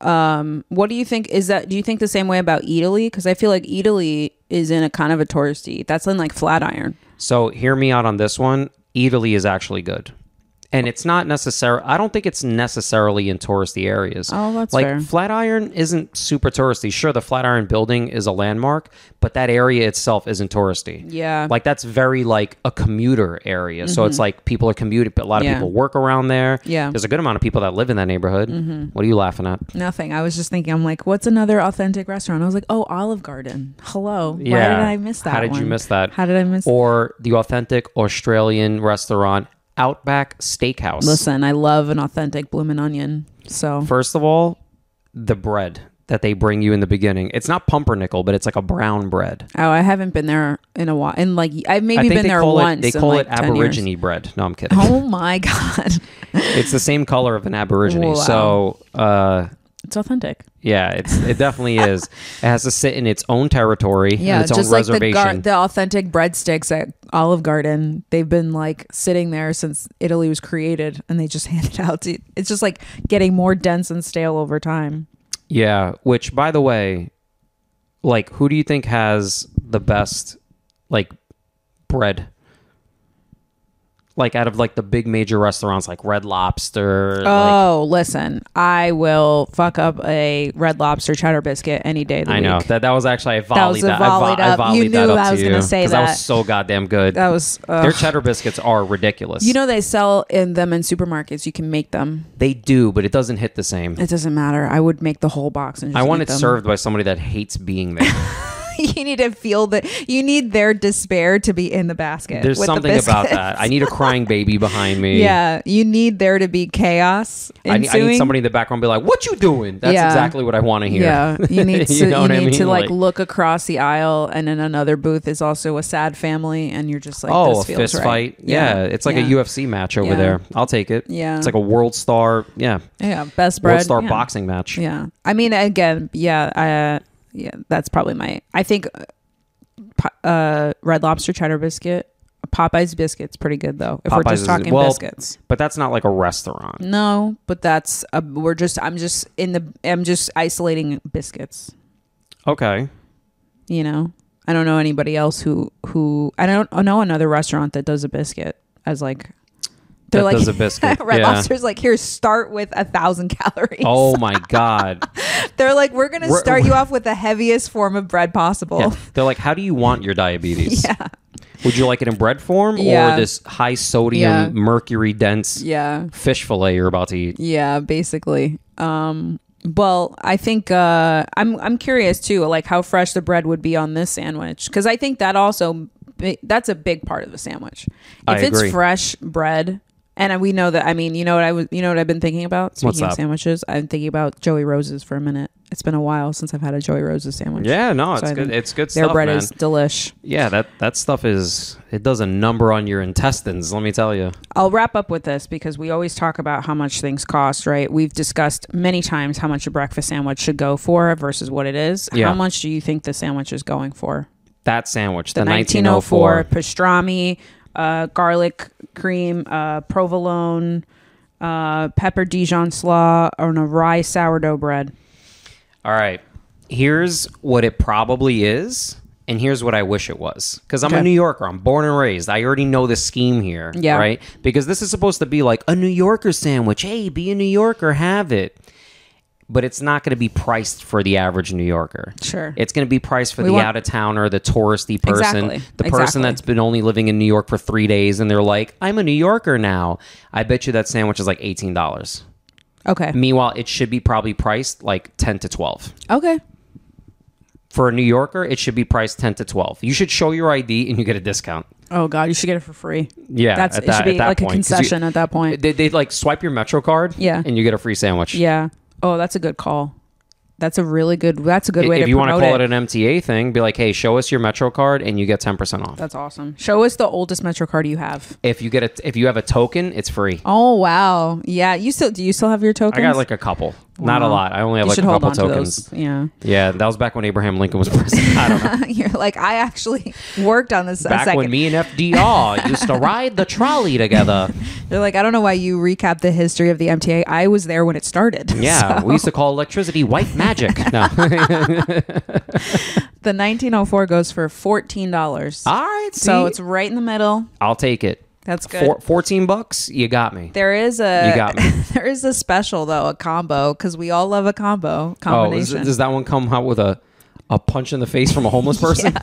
[SPEAKER 4] um what do you think is that do you think the same way about Italy because I feel like Italy is in a kind of a touristy that's in like Flatiron
[SPEAKER 1] So hear me out on this one. Italy is actually good. And it's not necessary. I don't think it's necessarily in touristy areas.
[SPEAKER 3] Oh, that's
[SPEAKER 1] like
[SPEAKER 3] fair.
[SPEAKER 1] Flatiron isn't super touristy. Sure, the Flatiron building is a landmark, but that area itself isn't touristy.
[SPEAKER 3] Yeah. Mm-hmm.
[SPEAKER 1] like that's very like a commuter area. So it's like people are commuting, but a lot of
[SPEAKER 3] Yeah.
[SPEAKER 1] people work around there.
[SPEAKER 3] Yeah. Mm-hmm.
[SPEAKER 1] there's a good amount of people that live in that neighborhood. What are you laughing at?
[SPEAKER 3] Nothing. I was just thinking. I'm like, what's another authentic restaurant? I was like, oh, Olive Garden. Hello. Why
[SPEAKER 1] Yeah.
[SPEAKER 3] did I miss that?
[SPEAKER 1] How did you
[SPEAKER 3] one?
[SPEAKER 1] miss that?
[SPEAKER 3] How did I miss?
[SPEAKER 1] Or the authentic Australian restaurant Outback Steakhouse.
[SPEAKER 3] Listen, I love an authentic bloomin' onion. So
[SPEAKER 1] First of all, the bread that they bring you in the beginning. It's not pumpernickel, but it's like a brown bread.
[SPEAKER 3] Oh, I haven't been there in a while. And like I've maybe
[SPEAKER 1] I think
[SPEAKER 3] been
[SPEAKER 1] they
[SPEAKER 3] there
[SPEAKER 1] call
[SPEAKER 3] once.
[SPEAKER 1] it they
[SPEAKER 3] in,
[SPEAKER 1] call
[SPEAKER 3] like,
[SPEAKER 1] it
[SPEAKER 3] 10 years.
[SPEAKER 1] aborigine bread. No, I'm kidding.
[SPEAKER 3] Oh my god,
[SPEAKER 1] It's the same color of an aborigine.
[SPEAKER 3] Wow.
[SPEAKER 1] So, uh
[SPEAKER 3] it's authentic.
[SPEAKER 1] yeah, it's it definitely is. It has to sit in its own territory,
[SPEAKER 3] Yeah,
[SPEAKER 1] in its
[SPEAKER 3] just
[SPEAKER 1] own
[SPEAKER 3] like the gar-
[SPEAKER 1] reservation.
[SPEAKER 3] the authentic breadsticks at Olive Garden. They've been like sitting there since Italy was created, and they just hand it out to. It's just like getting more dense and stale over time.
[SPEAKER 1] yeah, which by the way, like who do you think has the best like bread? Like out of like the big major restaurants like Red Lobster, like
[SPEAKER 3] Oh, listen, I will fuck up a Red Lobster cheddar biscuit any day. Of the
[SPEAKER 1] I know
[SPEAKER 3] week.
[SPEAKER 1] that that was actually I volleyed
[SPEAKER 3] was a
[SPEAKER 1] that, I, vo-
[SPEAKER 3] volleyed
[SPEAKER 1] I
[SPEAKER 3] up.
[SPEAKER 1] volleyed
[SPEAKER 3] You
[SPEAKER 1] that
[SPEAKER 3] knew
[SPEAKER 1] up
[SPEAKER 3] I was
[SPEAKER 1] to
[SPEAKER 3] gonna
[SPEAKER 1] you
[SPEAKER 3] say
[SPEAKER 1] 'cause that
[SPEAKER 3] that.
[SPEAKER 1] was so goddamn good.
[SPEAKER 3] That was ugh.
[SPEAKER 1] Their cheddar biscuits are ridiculous.
[SPEAKER 3] You know they sell in them in supermarkets. You can make them.
[SPEAKER 1] they do, but it doesn't hit the same.
[SPEAKER 3] It doesn't matter. I would make the whole box and just
[SPEAKER 1] I want
[SPEAKER 3] eat
[SPEAKER 1] it
[SPEAKER 3] them.
[SPEAKER 1] served by somebody that hates being there.
[SPEAKER 3] you need to feel that you need their despair to be in the basket.
[SPEAKER 1] There's
[SPEAKER 3] with the
[SPEAKER 1] something about
[SPEAKER 3] biscuits.
[SPEAKER 1] that. I need a crying baby behind me.
[SPEAKER 3] Yeah, you need there to be chaos.
[SPEAKER 1] I need, I need
[SPEAKER 3] ensuing.
[SPEAKER 1] somebody in the background to be like, "What you doing?" That's
[SPEAKER 3] Yeah.
[SPEAKER 1] exactly what I want to hear.
[SPEAKER 3] Yeah, you need to you,
[SPEAKER 1] know what
[SPEAKER 3] need
[SPEAKER 1] I mean?
[SPEAKER 3] to like, look across the aisle, and in another booth is also a sad family, and you're just like,
[SPEAKER 1] oh,
[SPEAKER 3] this
[SPEAKER 1] a
[SPEAKER 3] feels
[SPEAKER 1] fist
[SPEAKER 3] right.
[SPEAKER 1] fight. Yeah, it's like
[SPEAKER 3] yeah.
[SPEAKER 1] a UFC match over
[SPEAKER 3] Yeah.
[SPEAKER 1] there. I'll take it.
[SPEAKER 3] Yeah.
[SPEAKER 1] it's like a world star. Yeah,
[SPEAKER 3] Yeah, best bread.
[SPEAKER 1] world star
[SPEAKER 3] yeah.
[SPEAKER 1] boxing match.
[SPEAKER 3] Yeah, I mean, again, yeah, I, uh, yeah, that's probably my. I think uh, po- uh, Red Lobster cheddar biscuit, Popeyes biscuits, pretty good though. If
[SPEAKER 1] Popeyes
[SPEAKER 3] we're
[SPEAKER 1] is-
[SPEAKER 3] just talking
[SPEAKER 1] well,
[SPEAKER 3] biscuits.
[SPEAKER 1] But that's not like a restaurant.
[SPEAKER 3] No, but that's uh, we're just I'm just in the I'm just isolating biscuits.
[SPEAKER 1] Okay.
[SPEAKER 3] You know, I don't know anybody else who who I don't know another restaurant that does a biscuit as like they're
[SPEAKER 1] That
[SPEAKER 3] like
[SPEAKER 1] does a biscuit.
[SPEAKER 3] Red
[SPEAKER 1] Yeah.
[SPEAKER 3] Lobster's like here start with a thousand calories.
[SPEAKER 1] Oh my god.
[SPEAKER 3] They're like we're gonna
[SPEAKER 1] We're-
[SPEAKER 3] start you off with the heaviest form of bread possible.
[SPEAKER 1] Yeah. They're like, how do you want your diabetes? Yeah. Would you like it in bread form
[SPEAKER 3] Yeah.
[SPEAKER 1] or this high sodium,
[SPEAKER 3] Yeah.
[SPEAKER 1] mercury dense
[SPEAKER 3] Yeah.
[SPEAKER 1] fish fillet you're about to eat?
[SPEAKER 3] Yeah, basically. Um well, I think uh I'm I'm curious too like how fresh the bread would be on this sandwich cuz I think that also bi- that's a big part of the sandwich. If
[SPEAKER 1] I agree.
[SPEAKER 3] it's fresh bread and we know that I mean, you know what I was you know what I've been thinking about speaking
[SPEAKER 1] What's
[SPEAKER 3] of
[SPEAKER 1] up?
[SPEAKER 3] sandwiches, I'm thinking about Joey Rose's for a minute. It's been a while since I've had a Joey Rose's sandwich.
[SPEAKER 1] Yeah, no,
[SPEAKER 3] So
[SPEAKER 1] it's
[SPEAKER 3] I
[SPEAKER 1] good.
[SPEAKER 3] think
[SPEAKER 1] It's good
[SPEAKER 3] Their
[SPEAKER 1] stuff,
[SPEAKER 3] bread
[SPEAKER 1] man.
[SPEAKER 3] is delish.
[SPEAKER 1] Yeah, that that stuff is it does a number on your intestines. Let me tell you.
[SPEAKER 3] I'll wrap up with this because we always talk about how much things cost, right? We've discussed many times how much a breakfast sandwich should go for versus what it is.
[SPEAKER 1] Yeah.
[SPEAKER 3] How much do you think the sandwich is going for?
[SPEAKER 1] That sandwich, the,
[SPEAKER 3] 1904
[SPEAKER 1] 1904.
[SPEAKER 3] pastrami, uh, garlic cream, uh, provolone, uh, pepper Dijon slaw, and a rye sourdough bread.
[SPEAKER 1] All right. Here's what it probably is, and here's what I wish it was. Because I'm a
[SPEAKER 3] Okay.
[SPEAKER 1] New Yorker. I'm born and raised. I already know the scheme here.
[SPEAKER 3] Yeah.
[SPEAKER 1] Right? Because this is supposed to be like a New Yorker sandwich. Hey, be a New Yorker, have it. But it's not going to be priced for the average New Yorker.
[SPEAKER 3] Sure.
[SPEAKER 1] It's going to be priced for the
[SPEAKER 3] want-
[SPEAKER 1] out of towner, the touristy person,
[SPEAKER 3] Exactly.
[SPEAKER 1] the person
[SPEAKER 3] Exactly.
[SPEAKER 1] that's been only living in New York for three days and they're like, I'm a New Yorker now. I bet you that sandwich is like $18.
[SPEAKER 3] Okay.
[SPEAKER 1] Meanwhile, it should be probably priced like 10 to 12
[SPEAKER 3] Okay.
[SPEAKER 1] for a New Yorker, it should be priced 10 to 12. You should show your ID and you get a discount.
[SPEAKER 3] Oh God, you should get it for free.
[SPEAKER 1] Yeah.
[SPEAKER 3] That's
[SPEAKER 1] at
[SPEAKER 3] it should
[SPEAKER 1] that-
[SPEAKER 3] be
[SPEAKER 1] at that
[SPEAKER 3] like a
[SPEAKER 1] point, 'cause you-
[SPEAKER 3] concession at that point.
[SPEAKER 1] They, they like swipe your Metro card
[SPEAKER 3] Yeah.
[SPEAKER 1] and you get a free sandwich.
[SPEAKER 3] yeah. Oh, that's a good call. That's a really good. That's a good
[SPEAKER 1] I-
[SPEAKER 3] way
[SPEAKER 1] If
[SPEAKER 3] to
[SPEAKER 1] you want
[SPEAKER 3] promote
[SPEAKER 1] to call it.
[SPEAKER 3] it
[SPEAKER 1] an MTA thing, be like, hey, show us your Metro card and you get 10% off.
[SPEAKER 3] That's awesome. Show us the oldest Metro card you have.
[SPEAKER 1] If you get a, if you have a token, it's free.
[SPEAKER 3] Oh wow, yeah. You still do you still have your
[SPEAKER 1] I
[SPEAKER 3] tokens?
[SPEAKER 1] got like a couple, not a
[SPEAKER 3] Wow.
[SPEAKER 1] lot. I only have
[SPEAKER 3] you
[SPEAKER 1] like a
[SPEAKER 3] should hold
[SPEAKER 1] couple
[SPEAKER 3] on
[SPEAKER 1] tokens.
[SPEAKER 3] to those. Yeah,
[SPEAKER 1] Yeah, that was back when Abraham Lincoln was president. I don't know.
[SPEAKER 3] you're like I actually worked on this a
[SPEAKER 1] Back
[SPEAKER 3] second.
[SPEAKER 1] when me and FDR used to ride the trolley together.
[SPEAKER 3] They're like I don't know why you recap the history of the MTA. I was there when it started.
[SPEAKER 1] Yeah, we used to call electricity white magic. No.
[SPEAKER 3] the 1904 goes for fourteen dollars.
[SPEAKER 1] All right,
[SPEAKER 3] so
[SPEAKER 1] see?
[SPEAKER 3] it's right in the middle.
[SPEAKER 1] I'll take it.
[SPEAKER 3] That's good.
[SPEAKER 1] Four, 14 bucks, you got me.
[SPEAKER 3] There is a
[SPEAKER 1] You got me.
[SPEAKER 3] there is a special though, a combo because we all love a combo
[SPEAKER 1] Oh, is-
[SPEAKER 3] combination.
[SPEAKER 1] does that one come out with a, a punch in the face from a homeless person?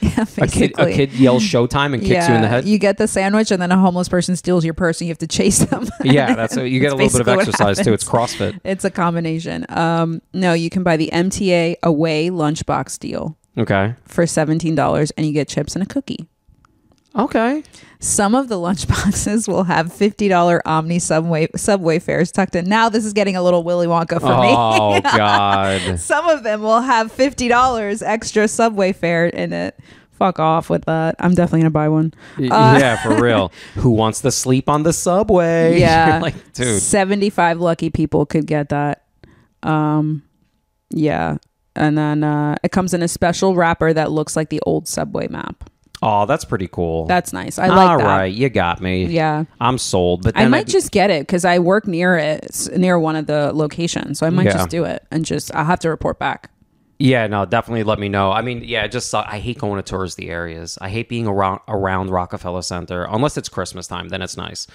[SPEAKER 3] yeah,
[SPEAKER 1] a, kid, a
[SPEAKER 3] basically.
[SPEAKER 1] kid yells showtime and kicks you in the head?
[SPEAKER 3] You get the sandwich, and then a homeless person steals your purse, and you have to chase them.
[SPEAKER 1] yeah, that's a, you get a little bit of
[SPEAKER 3] basically what
[SPEAKER 1] exercise too. It's CrossFit.
[SPEAKER 3] it's a combination. Um, no, you can buy the MTA Away lunchbox deal
[SPEAKER 1] Okay.
[SPEAKER 3] for seventeen dollars, and you get chips and a cookie.
[SPEAKER 1] Okay.
[SPEAKER 3] Some of the lunchboxes will have fifty dollar Omni subway subway fares tucked in. Now this is getting a little Willy Wonka for me.
[SPEAKER 1] Oh God.
[SPEAKER 3] Some of them will have fifty dollars extra subway fare in it. Fuck off with that. I'm definitely gonna buy one. Uh.
[SPEAKER 1] yeah, for real. Who wants to sleep on the subway? You're
[SPEAKER 3] Yeah,
[SPEAKER 1] like, dude.
[SPEAKER 3] seventy-five lucky people could get that. Um, yeah, and then uh, it comes in a special wrapper that looks like the old subway map.
[SPEAKER 1] Oh, that's pretty cool.
[SPEAKER 3] That's nice. I like
[SPEAKER 1] All
[SPEAKER 3] that.
[SPEAKER 1] right, you got me.
[SPEAKER 3] Yeah.
[SPEAKER 1] I'm sold. But then
[SPEAKER 3] I might
[SPEAKER 1] I'd-
[SPEAKER 3] just get it because I work near it, s- near one of the locations. So I might
[SPEAKER 1] Yeah.
[SPEAKER 3] just do it and just I'll have to report back.
[SPEAKER 1] Yeah, no, definitely let me know. I mean, yeah, it just suck- I hate going to touristy areas. I hate being around around Rockefeller Center unless it's Christmas time, then it's nice.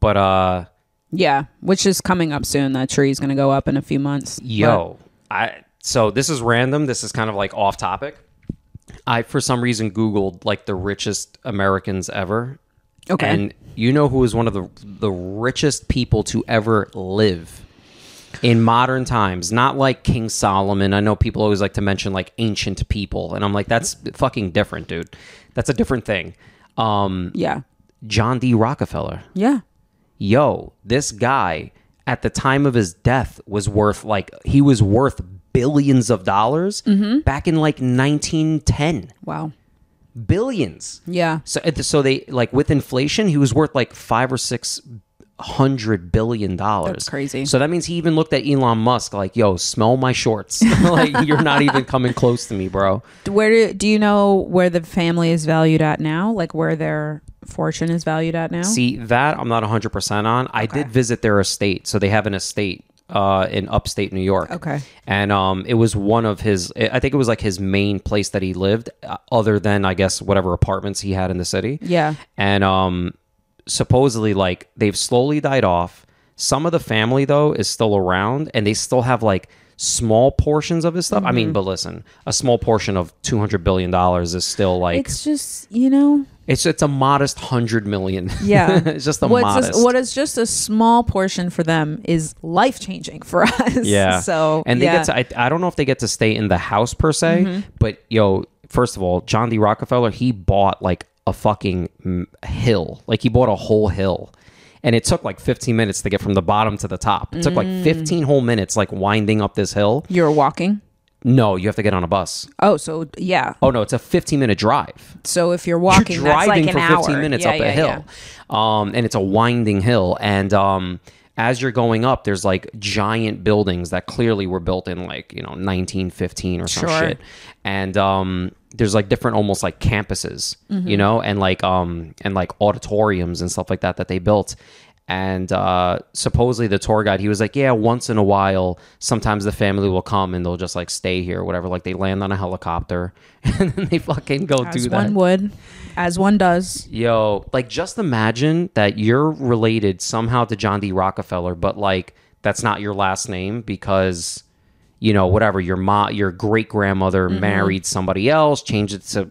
[SPEAKER 1] But uh
[SPEAKER 3] Yeah, which is coming up soon. That tree's gonna go up in a few months.
[SPEAKER 1] Yo, I so this is random. This is kind of like off topic. I for some reason Googled like the richest Americans ever.
[SPEAKER 3] Okay.
[SPEAKER 1] And you know who is one of the the richest people to ever live in modern times? Not like King Solomon. I know people always like to mention like ancient people, and I'm like, that's fucking different, dude. That's a different thing. Um,
[SPEAKER 3] Yeah,
[SPEAKER 1] John D. Rockefeller
[SPEAKER 3] yeah.
[SPEAKER 1] yo, this guy at the time of his death was worth like he was worth billions of dollars
[SPEAKER 3] Mm-hmm.
[SPEAKER 1] back in like 1910
[SPEAKER 3] Wow.
[SPEAKER 1] billions
[SPEAKER 3] Yeah.
[SPEAKER 1] so at the- so they like with inflation he was worth like 5 or 6 hundred billion dollars
[SPEAKER 3] That's crazy.
[SPEAKER 1] so that means he even looked at Elon Musk like yo smell my shorts like you're not even coming close to me bro
[SPEAKER 3] Where do, do you know where the family is valued at now? Like where their fortune is valued at now?
[SPEAKER 1] See, that I'm not 100% on. I did visit their estate. So they have an estate uh, in upstate New York.
[SPEAKER 3] Okay.
[SPEAKER 1] And um, it was one of his, I think it was like his main place that he lived, uh, other than, I guess, whatever apartments he had in the city.
[SPEAKER 3] Yeah.
[SPEAKER 1] And um, supposedly, like, they've slowly died off. Some of the family, though, is still around and they still have like small portions of his stuff. I mean,
[SPEAKER 3] Mm-hmm.
[SPEAKER 1] but listen, a small portion of $200 billion is still like, it's
[SPEAKER 3] It's just, you know,
[SPEAKER 1] it's, a modest 100 million.
[SPEAKER 3] yeah.
[SPEAKER 1] it's just a
[SPEAKER 3] What's
[SPEAKER 1] modest.
[SPEAKER 3] just- what is just a small portion for them is life changing for us.
[SPEAKER 1] Yeah.
[SPEAKER 3] So,
[SPEAKER 1] and they
[SPEAKER 3] yeah. Mm-hmm.
[SPEAKER 1] get to I, I don't know if they get to stay in the house per se, but yo, first of all, John D. Rockefeller, he bought like a fucking mm, hill. Like he bought a whole hill. And it took like 15 minutes to get from the bottom to the top. It took like
[SPEAKER 3] Mm.
[SPEAKER 1] 15 whole minutes like winding up this hill.
[SPEAKER 3] You're walking.
[SPEAKER 1] No, you have to get on a bus.
[SPEAKER 3] Oh, so yeah.
[SPEAKER 1] Oh no, it's a 15 minute drive.
[SPEAKER 3] So if you're walking,
[SPEAKER 1] You're
[SPEAKER 3] that's like
[SPEAKER 1] driving
[SPEAKER 3] an
[SPEAKER 1] for
[SPEAKER 3] hour.
[SPEAKER 1] 15 minutes
[SPEAKER 3] Yeah,
[SPEAKER 1] up a
[SPEAKER 3] yeah,
[SPEAKER 1] hill.
[SPEAKER 3] yeah.
[SPEAKER 1] Um, and it's a winding hill. And um, as you're going up, there's like giant buildings that clearly were built in like, you know, 1915 or some
[SPEAKER 3] Sure.
[SPEAKER 1] shit. And um, there's like different almost like campuses,
[SPEAKER 3] Mm-hmm.
[SPEAKER 1] you know, and like um and like auditoriums and stuff like that that they built. And uh, supposedly the tour guide, he was like, "Yeah, once in a while, sometimes the family will come and they'll just like stay here or whatever. Like they land on a helicopter and then they fucking go
[SPEAKER 3] As
[SPEAKER 1] do that."
[SPEAKER 3] one would, as one does.
[SPEAKER 1] Yo, like just imagine that you're related somehow to John D. Rockefeller, but like that's not your last name because you know whatever your mom, your great grandmother
[SPEAKER 3] Mm-hmm.
[SPEAKER 1] married somebody else, changed it to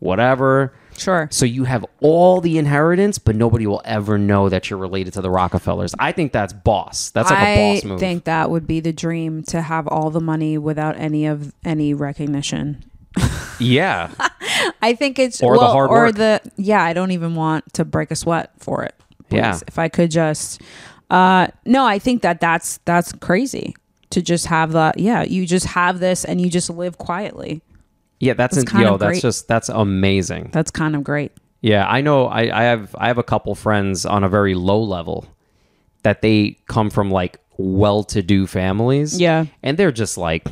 [SPEAKER 1] whatever.
[SPEAKER 3] Sure.
[SPEAKER 1] So you have all the inheritance, but nobody will ever know that you're related to the Rockefellers. I think that's boss. That's like
[SPEAKER 3] I
[SPEAKER 1] a boss move.
[SPEAKER 3] think that would be the dream to have all the money without any of any recognition.
[SPEAKER 1] yeah,
[SPEAKER 3] I think it's
[SPEAKER 1] Or the
[SPEAKER 3] well,
[SPEAKER 1] hard
[SPEAKER 3] or
[SPEAKER 1] work.
[SPEAKER 3] the yeah. I don't even want to break a sweat for it. please.
[SPEAKER 1] Yeah.
[SPEAKER 3] if I could just, uh, no, I think that that's that's crazy to just have that. Yeah, you just have this and you just live quietly.
[SPEAKER 1] yeah. That's,
[SPEAKER 3] That's
[SPEAKER 1] in,
[SPEAKER 3] kind
[SPEAKER 1] yo.
[SPEAKER 3] of
[SPEAKER 1] That's
[SPEAKER 3] great.
[SPEAKER 1] just that's amazing.
[SPEAKER 3] That's kind of great.
[SPEAKER 1] Yeah, I know. I, I have I have a couple friends on a very low level that they come from like well-to-do families.
[SPEAKER 3] Yeah.
[SPEAKER 1] and they're just like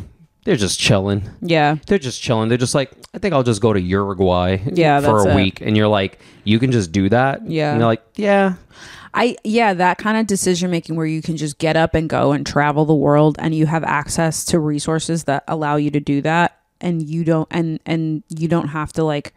[SPEAKER 1] they're just chilling.
[SPEAKER 3] Yeah,
[SPEAKER 1] They're just chilling. They're just like, I think I'll just go to Uruguay
[SPEAKER 3] Yeah,
[SPEAKER 1] for
[SPEAKER 3] that's
[SPEAKER 1] a
[SPEAKER 3] it.
[SPEAKER 1] week. And you're like, you can just do that.
[SPEAKER 3] Yeah.
[SPEAKER 1] And they're like, yeah.
[SPEAKER 3] I yeah that kind of decision making where you can just get up and go and travel the world and you have access to resources that allow you to do that and you don't and and you don't have to like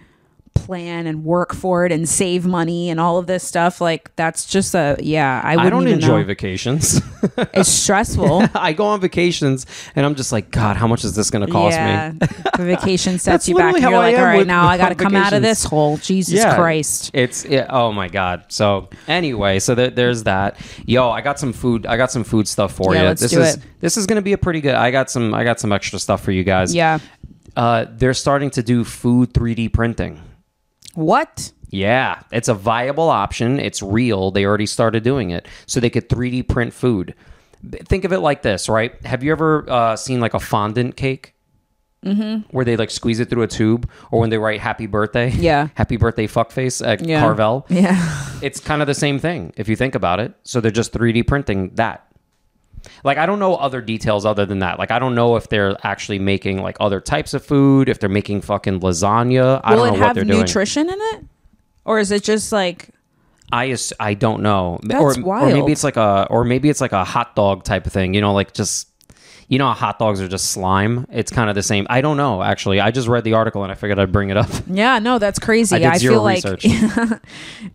[SPEAKER 3] plan and work for it and save money and all of this stuff. Like that's just a yeah. I wouldn't
[SPEAKER 1] I don't
[SPEAKER 3] even
[SPEAKER 1] enjoy
[SPEAKER 3] know.
[SPEAKER 1] vacations.
[SPEAKER 3] It's stressful.
[SPEAKER 1] I go on vacations and I'm just like, God, how much is this going to cost
[SPEAKER 3] yeah,
[SPEAKER 1] me?
[SPEAKER 3] the vacation
[SPEAKER 1] That's
[SPEAKER 3] sets you back.
[SPEAKER 1] literally
[SPEAKER 3] And you're
[SPEAKER 1] how I
[SPEAKER 3] like,
[SPEAKER 1] am
[SPEAKER 3] all right,
[SPEAKER 1] with-
[SPEAKER 3] now I
[SPEAKER 1] on
[SPEAKER 3] got to come out of
[SPEAKER 1] vacations.
[SPEAKER 3] this hole. Jesus Christ.
[SPEAKER 1] It's yeah, oh my god. So anyway, so there, there's that. Yo, I got some food. I got some food stuff for
[SPEAKER 3] Yeah,
[SPEAKER 1] you.
[SPEAKER 3] let's
[SPEAKER 1] this
[SPEAKER 3] do
[SPEAKER 1] is
[SPEAKER 3] it.
[SPEAKER 1] this is gonna be a pretty good. I got some. I got some extra stuff for you guys.
[SPEAKER 3] Yeah.
[SPEAKER 1] Uh, they're starting to do food 3D printing.
[SPEAKER 3] What?
[SPEAKER 1] Yeah, it's a viable option. It's real. They already started doing it, so they could 3D print food. B- Think of it like this, right? Have you ever uh, seen like a fondant cake?
[SPEAKER 3] Mm-hmm.
[SPEAKER 1] Where they like squeeze it through a tube, or when they write "Happy Birthday,"
[SPEAKER 3] Yeah.
[SPEAKER 1] "Happy Birthday Fuckface" at
[SPEAKER 3] Yeah.
[SPEAKER 1] Carvel,
[SPEAKER 3] Yeah.
[SPEAKER 1] it's kind of the same thing if you think about it. So they're just 3D printing that. Like I don't know other details other than that. Like I don't know if they're actually making like other types of food, if they're making fucking lasagna. I
[SPEAKER 3] Will
[SPEAKER 1] don't
[SPEAKER 3] it
[SPEAKER 1] know what
[SPEAKER 3] have
[SPEAKER 1] they're doing.
[SPEAKER 3] nutrition in it? Or is it just like
[SPEAKER 1] I ass- I don't know.
[SPEAKER 3] That's
[SPEAKER 1] or, or
[SPEAKER 3] wild.
[SPEAKER 1] maybe it's like a or maybe it's like a hot dog type of thing. You know, like just you know how hot dogs are just slime. It's kind of the same. I don't know actually. I just read the article and I figured I'd bring it up.
[SPEAKER 3] Yeah, no, that's crazy.
[SPEAKER 1] I did
[SPEAKER 3] I,
[SPEAKER 1] zero
[SPEAKER 3] feel like
[SPEAKER 1] research.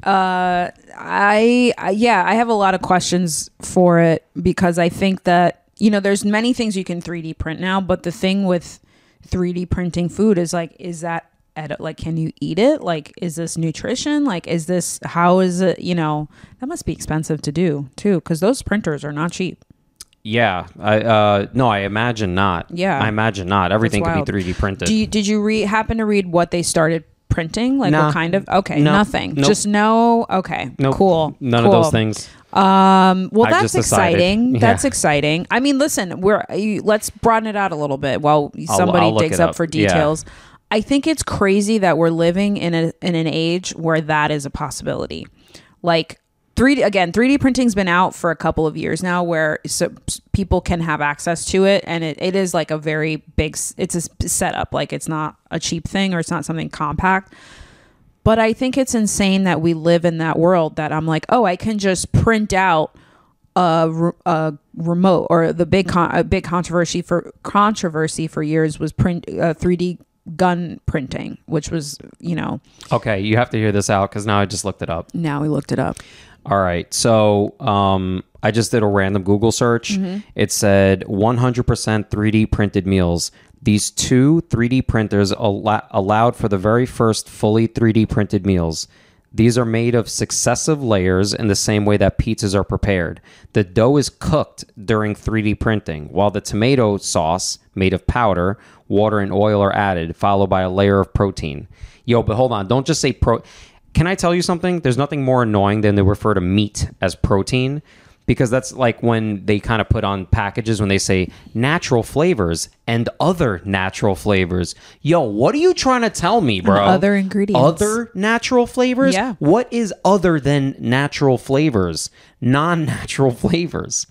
[SPEAKER 3] uh I, I yeah, I have a lot of questions for it because I think that you know, there's many things you can 3D print now, but the thing with 3D printing food is like is that ed- like can you eat it? Like is this nutrition? Like is this how is it, you know, that must be expensive to do too cuz those printers are not cheap.
[SPEAKER 1] yeah. I uh no, I imagine not.
[SPEAKER 3] Yeah.
[SPEAKER 1] I imagine not. Everything
[SPEAKER 3] That's
[SPEAKER 1] could
[SPEAKER 3] wild.
[SPEAKER 1] be 3D printed.
[SPEAKER 3] Do you, did you read happen to read what they started printing? Like
[SPEAKER 1] Nah.
[SPEAKER 3] what kind of? Okay,
[SPEAKER 1] No.
[SPEAKER 3] nothing.
[SPEAKER 1] Nope.
[SPEAKER 3] Just no. Okay,
[SPEAKER 1] Nope.
[SPEAKER 3] cool.
[SPEAKER 1] None
[SPEAKER 3] Cool.
[SPEAKER 1] of those things.
[SPEAKER 3] Um, well,
[SPEAKER 1] I
[SPEAKER 3] that's
[SPEAKER 1] just decided.
[SPEAKER 3] exciting.
[SPEAKER 1] Yeah.
[SPEAKER 3] That's exciting. I mean, listen, we're uh, you, let's broaden it out a little bit while somebody
[SPEAKER 1] I'll look
[SPEAKER 3] digs
[SPEAKER 1] it
[SPEAKER 3] up.
[SPEAKER 1] up.
[SPEAKER 3] for
[SPEAKER 1] Yeah.
[SPEAKER 3] details. I think it's crazy that we're living in a in an age where that is a possibility. Like three again, three D printing's been out for a couple of years now, where so people can have access to it, and it, it is like a very big. s- It's a s- setup. Like it's not a cheap thing, or it's not something compact. But I think it's insane that we live in that world that I'm like, oh, I can just print out a, re- a remote or the big con- a big controversy for controversy for years was print uh, 3D gun printing, which was you know
[SPEAKER 1] Okay, you have to hear this out cuz now I just looked it up.
[SPEAKER 3] now we looked it up.
[SPEAKER 1] All right. So, um, I just did a random Google search. It said 100% 3D printed meals. These two 3D printers al- allowed for the very first fully 3D printed meals. These are made of successive layers in the same way that pizzas are prepared. The dough is cooked during 3D printing, while the tomato sauce, made of powder, water, and oil, are added, followed by a layer of protein. Yo, but hold on. Don't just say pro. Can I tell you something? There's nothing more annoying than they refer to meat as protein because that's like when they kind of put on packages when they say natural flavors and other natural flavors. Yo, what are you trying to tell me, bro?
[SPEAKER 3] other ingredients.
[SPEAKER 1] Other natural flavors?
[SPEAKER 3] Yeah.
[SPEAKER 1] What is other than natural flavors? Non natural flavors.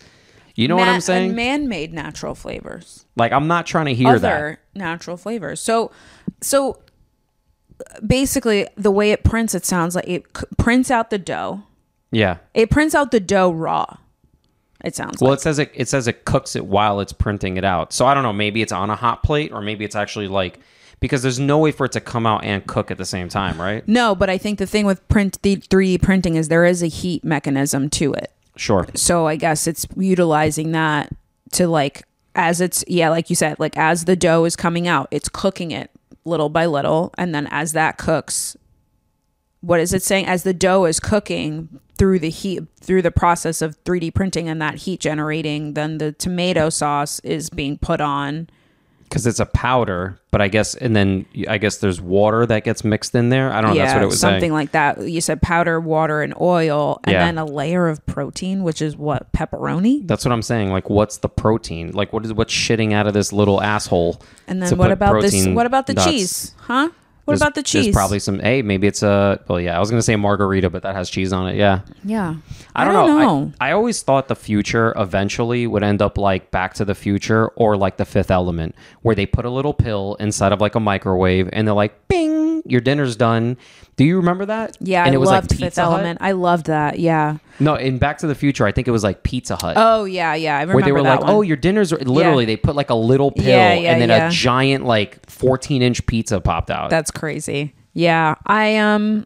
[SPEAKER 1] You know what I'm saying?
[SPEAKER 3] Man-made natural flavors.
[SPEAKER 1] like, I'm not trying to hear that.
[SPEAKER 3] other natural flavors. So, so basically, the way it prints, it sounds like it c- prints out the dough.
[SPEAKER 1] Yeah.
[SPEAKER 3] It prints out the dough raw. It sounds
[SPEAKER 1] Well,
[SPEAKER 3] like.
[SPEAKER 1] it says it, it says it cooks it while it's printing it out. So I don't know. Maybe it's on a hot plate, or maybe it's actually like because there's no way for it to come out and cook at the same time, right?
[SPEAKER 3] No, but I think the thing with print the 3D printing is there is a heat mechanism to it.
[SPEAKER 1] Sure.
[SPEAKER 3] So I guess it's utilizing that to like as it's yeah, like you said, like as the dough is coming out, it's cooking it little by little and then as that cooks what is it saying as the dough is cooking through the heat through the process of 3D printing and that heat generating, then the tomato sauce is being put on.
[SPEAKER 1] Because it's a powder, but I guess and then I guess there's water that gets mixed in there. I don't know.
[SPEAKER 3] yeah,
[SPEAKER 1] Oh, that's what it was
[SPEAKER 3] something
[SPEAKER 1] saying.
[SPEAKER 3] like that. You said powder, water, and oil, and
[SPEAKER 1] Yeah.
[SPEAKER 3] then a layer of protein, which is what pepperoni.
[SPEAKER 1] That's what I'm saying. Like, what's the protein? Like, what is what's shitting out of this little asshole?
[SPEAKER 3] And then
[SPEAKER 1] to
[SPEAKER 3] what
[SPEAKER 1] put
[SPEAKER 3] about this?
[SPEAKER 1] protein
[SPEAKER 3] What about the
[SPEAKER 1] nuts?
[SPEAKER 3] cheese? Huh? What
[SPEAKER 1] There's-
[SPEAKER 3] about the cheese?
[SPEAKER 1] There's probably some. Hey, maybe it's a. Well, yeah, I was gonna say margarita, but that has cheese on it. Yeah.
[SPEAKER 3] yeah.
[SPEAKER 1] I don't, know. I, I always thought the future eventually would end up like Back to the Future or like The Fifth Element, where they put a little pill inside of like a microwave and they're like, "Bing, your dinner's done." Do you remember that?
[SPEAKER 3] yeah,
[SPEAKER 1] and
[SPEAKER 3] I
[SPEAKER 1] it was
[SPEAKER 3] loved
[SPEAKER 1] like
[SPEAKER 3] Fifth
[SPEAKER 1] Pizza Hut.
[SPEAKER 3] Element. I loved that. Yeah.
[SPEAKER 1] No, in Back to the Future, I think it was like Pizza Hut.
[SPEAKER 3] Oh yeah, yeah. I remember
[SPEAKER 1] where they were
[SPEAKER 3] that
[SPEAKER 1] like,
[SPEAKER 3] one.
[SPEAKER 1] "Oh, your dinner's r-" literally." They put like a little pill
[SPEAKER 3] Yeah, yeah,
[SPEAKER 1] and then
[SPEAKER 3] yeah.
[SPEAKER 1] a giant like fourteen inch pizza popped out.
[SPEAKER 3] that's crazy.
[SPEAKER 6] Yeah, I um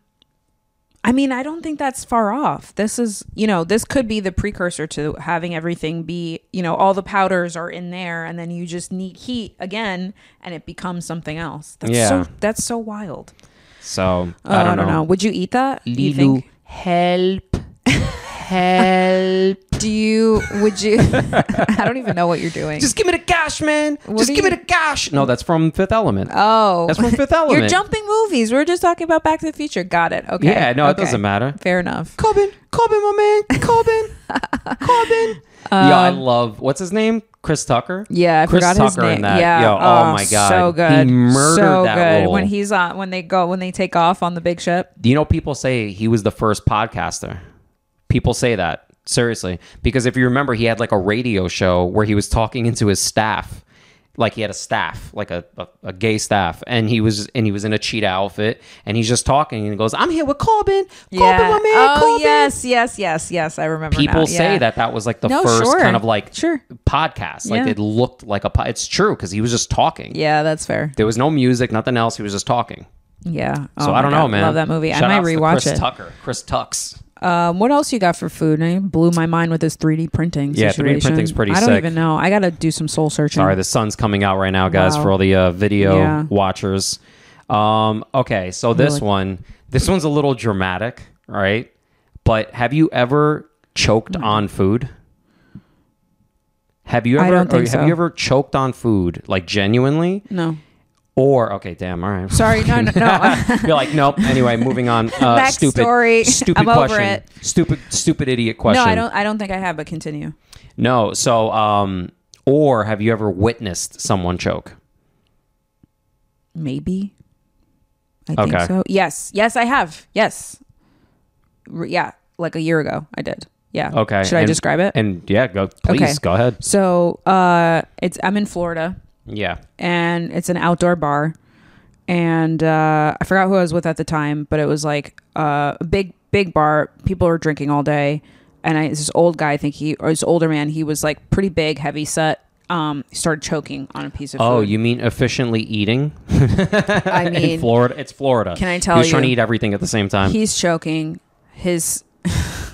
[SPEAKER 6] I mean, I don't think that's far off. This is, you know, this could be the precursor to having everything be, you know, all the powders are in there and then you just need heat again and it becomes something else. That's
[SPEAKER 1] Yeah.
[SPEAKER 6] so that's so wild.
[SPEAKER 3] Oh,
[SPEAKER 1] So
[SPEAKER 6] Uh,
[SPEAKER 1] I, don't know.
[SPEAKER 6] Would you eat that? Do you
[SPEAKER 1] Lilu.
[SPEAKER 6] think help help
[SPEAKER 3] Do you? Would you? I don't even know what you're doing.
[SPEAKER 1] Just give me the cash, man. Just
[SPEAKER 3] do
[SPEAKER 1] give me
[SPEAKER 3] you-
[SPEAKER 1] the cash. No, that's from Fifth Element.
[SPEAKER 3] oh,
[SPEAKER 1] That's from Fifth Element.
[SPEAKER 3] you're jumping movies. We We're just talking about Back to the Future. Got it. Okay.
[SPEAKER 1] Yeah, no, it
[SPEAKER 3] Okay.
[SPEAKER 1] doesn't matter.
[SPEAKER 3] Fair enough.
[SPEAKER 1] Corbin, Corbin, my man, Corbin, Corbin. yeah,
[SPEAKER 3] Um,
[SPEAKER 1] I love what's his name, Chris Tucker.
[SPEAKER 3] Yeah, I
[SPEAKER 1] Chris
[SPEAKER 3] forgot
[SPEAKER 1] Tucker
[SPEAKER 3] his name.
[SPEAKER 1] In that.
[SPEAKER 3] Yeah.
[SPEAKER 1] Yo, oh, my god,
[SPEAKER 3] so good.
[SPEAKER 1] He murdered
[SPEAKER 3] so
[SPEAKER 1] that
[SPEAKER 3] good.
[SPEAKER 1] role.
[SPEAKER 3] When he's on, when they go, when they take off on the big ship.
[SPEAKER 1] you know, people say he was the first podcaster. People say that seriously because if you remember, he had like a radio show where he was talking into his staff. Like he had a staff, like a, a, a gay staff, and he was and he was in a cheetah outfit, and he's just talking and he goes, "I'm here with Corbin, Corbin, my man,
[SPEAKER 3] oh
[SPEAKER 1] Corbin."
[SPEAKER 3] yes, yes, yes, yes. I remember.
[SPEAKER 1] people
[SPEAKER 3] now.
[SPEAKER 1] say
[SPEAKER 3] Yeah.
[SPEAKER 1] that that was like the
[SPEAKER 3] No,
[SPEAKER 1] first
[SPEAKER 3] sure.
[SPEAKER 1] kind of like
[SPEAKER 3] Sure.
[SPEAKER 1] podcast like
[SPEAKER 3] Yeah.
[SPEAKER 1] it looked like a po- it's true because he was just talking
[SPEAKER 3] Yeah, that's fair.
[SPEAKER 1] there was no music nothing else he was just talking
[SPEAKER 3] Yeah.
[SPEAKER 1] so
[SPEAKER 3] Oh
[SPEAKER 1] i
[SPEAKER 3] my
[SPEAKER 1] don't
[SPEAKER 3] God,
[SPEAKER 1] know man
[SPEAKER 3] Love that movie.
[SPEAKER 1] Shout
[SPEAKER 3] I
[SPEAKER 1] outs
[SPEAKER 3] might
[SPEAKER 1] to
[SPEAKER 3] rewatch
[SPEAKER 1] chris
[SPEAKER 3] it.
[SPEAKER 1] tucker chris tux
[SPEAKER 3] Um, what else you got for food? And he blew my mind with his 3D printing.
[SPEAKER 1] Yeah, 3D
[SPEAKER 3] situation.
[SPEAKER 1] printing's pretty
[SPEAKER 3] I don't
[SPEAKER 1] sick.
[SPEAKER 3] even know. I gotta do some soul searching.
[SPEAKER 1] sorry the sun's coming out right now guys
[SPEAKER 3] Wow.
[SPEAKER 1] for all the uh, video
[SPEAKER 3] Yeah.
[SPEAKER 1] watchers um okay so this one this one's a little dramatic right but have you ever choked
[SPEAKER 3] Mm.
[SPEAKER 1] on food have you
[SPEAKER 3] I
[SPEAKER 1] ever
[SPEAKER 3] don't
[SPEAKER 1] or
[SPEAKER 3] think
[SPEAKER 1] have
[SPEAKER 3] so.
[SPEAKER 1] you ever choked on food like genuinely
[SPEAKER 3] no,
[SPEAKER 1] Or okay, damn. All right.
[SPEAKER 3] sorry, no, no, no.
[SPEAKER 1] You're like nope. Anyway, moving on. Uh,
[SPEAKER 3] Next
[SPEAKER 1] stupid,
[SPEAKER 3] story.
[SPEAKER 1] stupid
[SPEAKER 3] I'm over
[SPEAKER 1] question.
[SPEAKER 3] it.
[SPEAKER 1] Stupid, stupid idiot question.
[SPEAKER 3] no, I don't. I don't think I have. But continue.
[SPEAKER 1] No. So, um, or have you ever witnessed someone choke?
[SPEAKER 3] Maybe. I
[SPEAKER 1] Okay.
[SPEAKER 3] think so. Yes. Yes, I have. Yes. R- yeah, like a year ago, I did. Yeah.
[SPEAKER 1] Okay.
[SPEAKER 3] Should I
[SPEAKER 1] and-
[SPEAKER 3] describe it?
[SPEAKER 1] And yeah, go please
[SPEAKER 3] Okay.
[SPEAKER 1] go ahead.
[SPEAKER 3] so, uh, it's I'm in Florida,
[SPEAKER 1] Yeah.
[SPEAKER 3] and it's an outdoor bar, and uh, I forgot who I was with at the time, but it was like uh, a big, big bar. People were drinking all day, and I this old guy, I think he or this older man, he was like pretty big, heavy set. Um, started choking on a piece of
[SPEAKER 1] Oh,
[SPEAKER 3] food.
[SPEAKER 1] you mean efficiently eating
[SPEAKER 3] I
[SPEAKER 1] in
[SPEAKER 3] mean,
[SPEAKER 1] Florida? It's Florida.
[SPEAKER 3] Can I tell
[SPEAKER 1] He's trying to
[SPEAKER 3] you-
[SPEAKER 1] eat everything at the same time.
[SPEAKER 3] he's choking his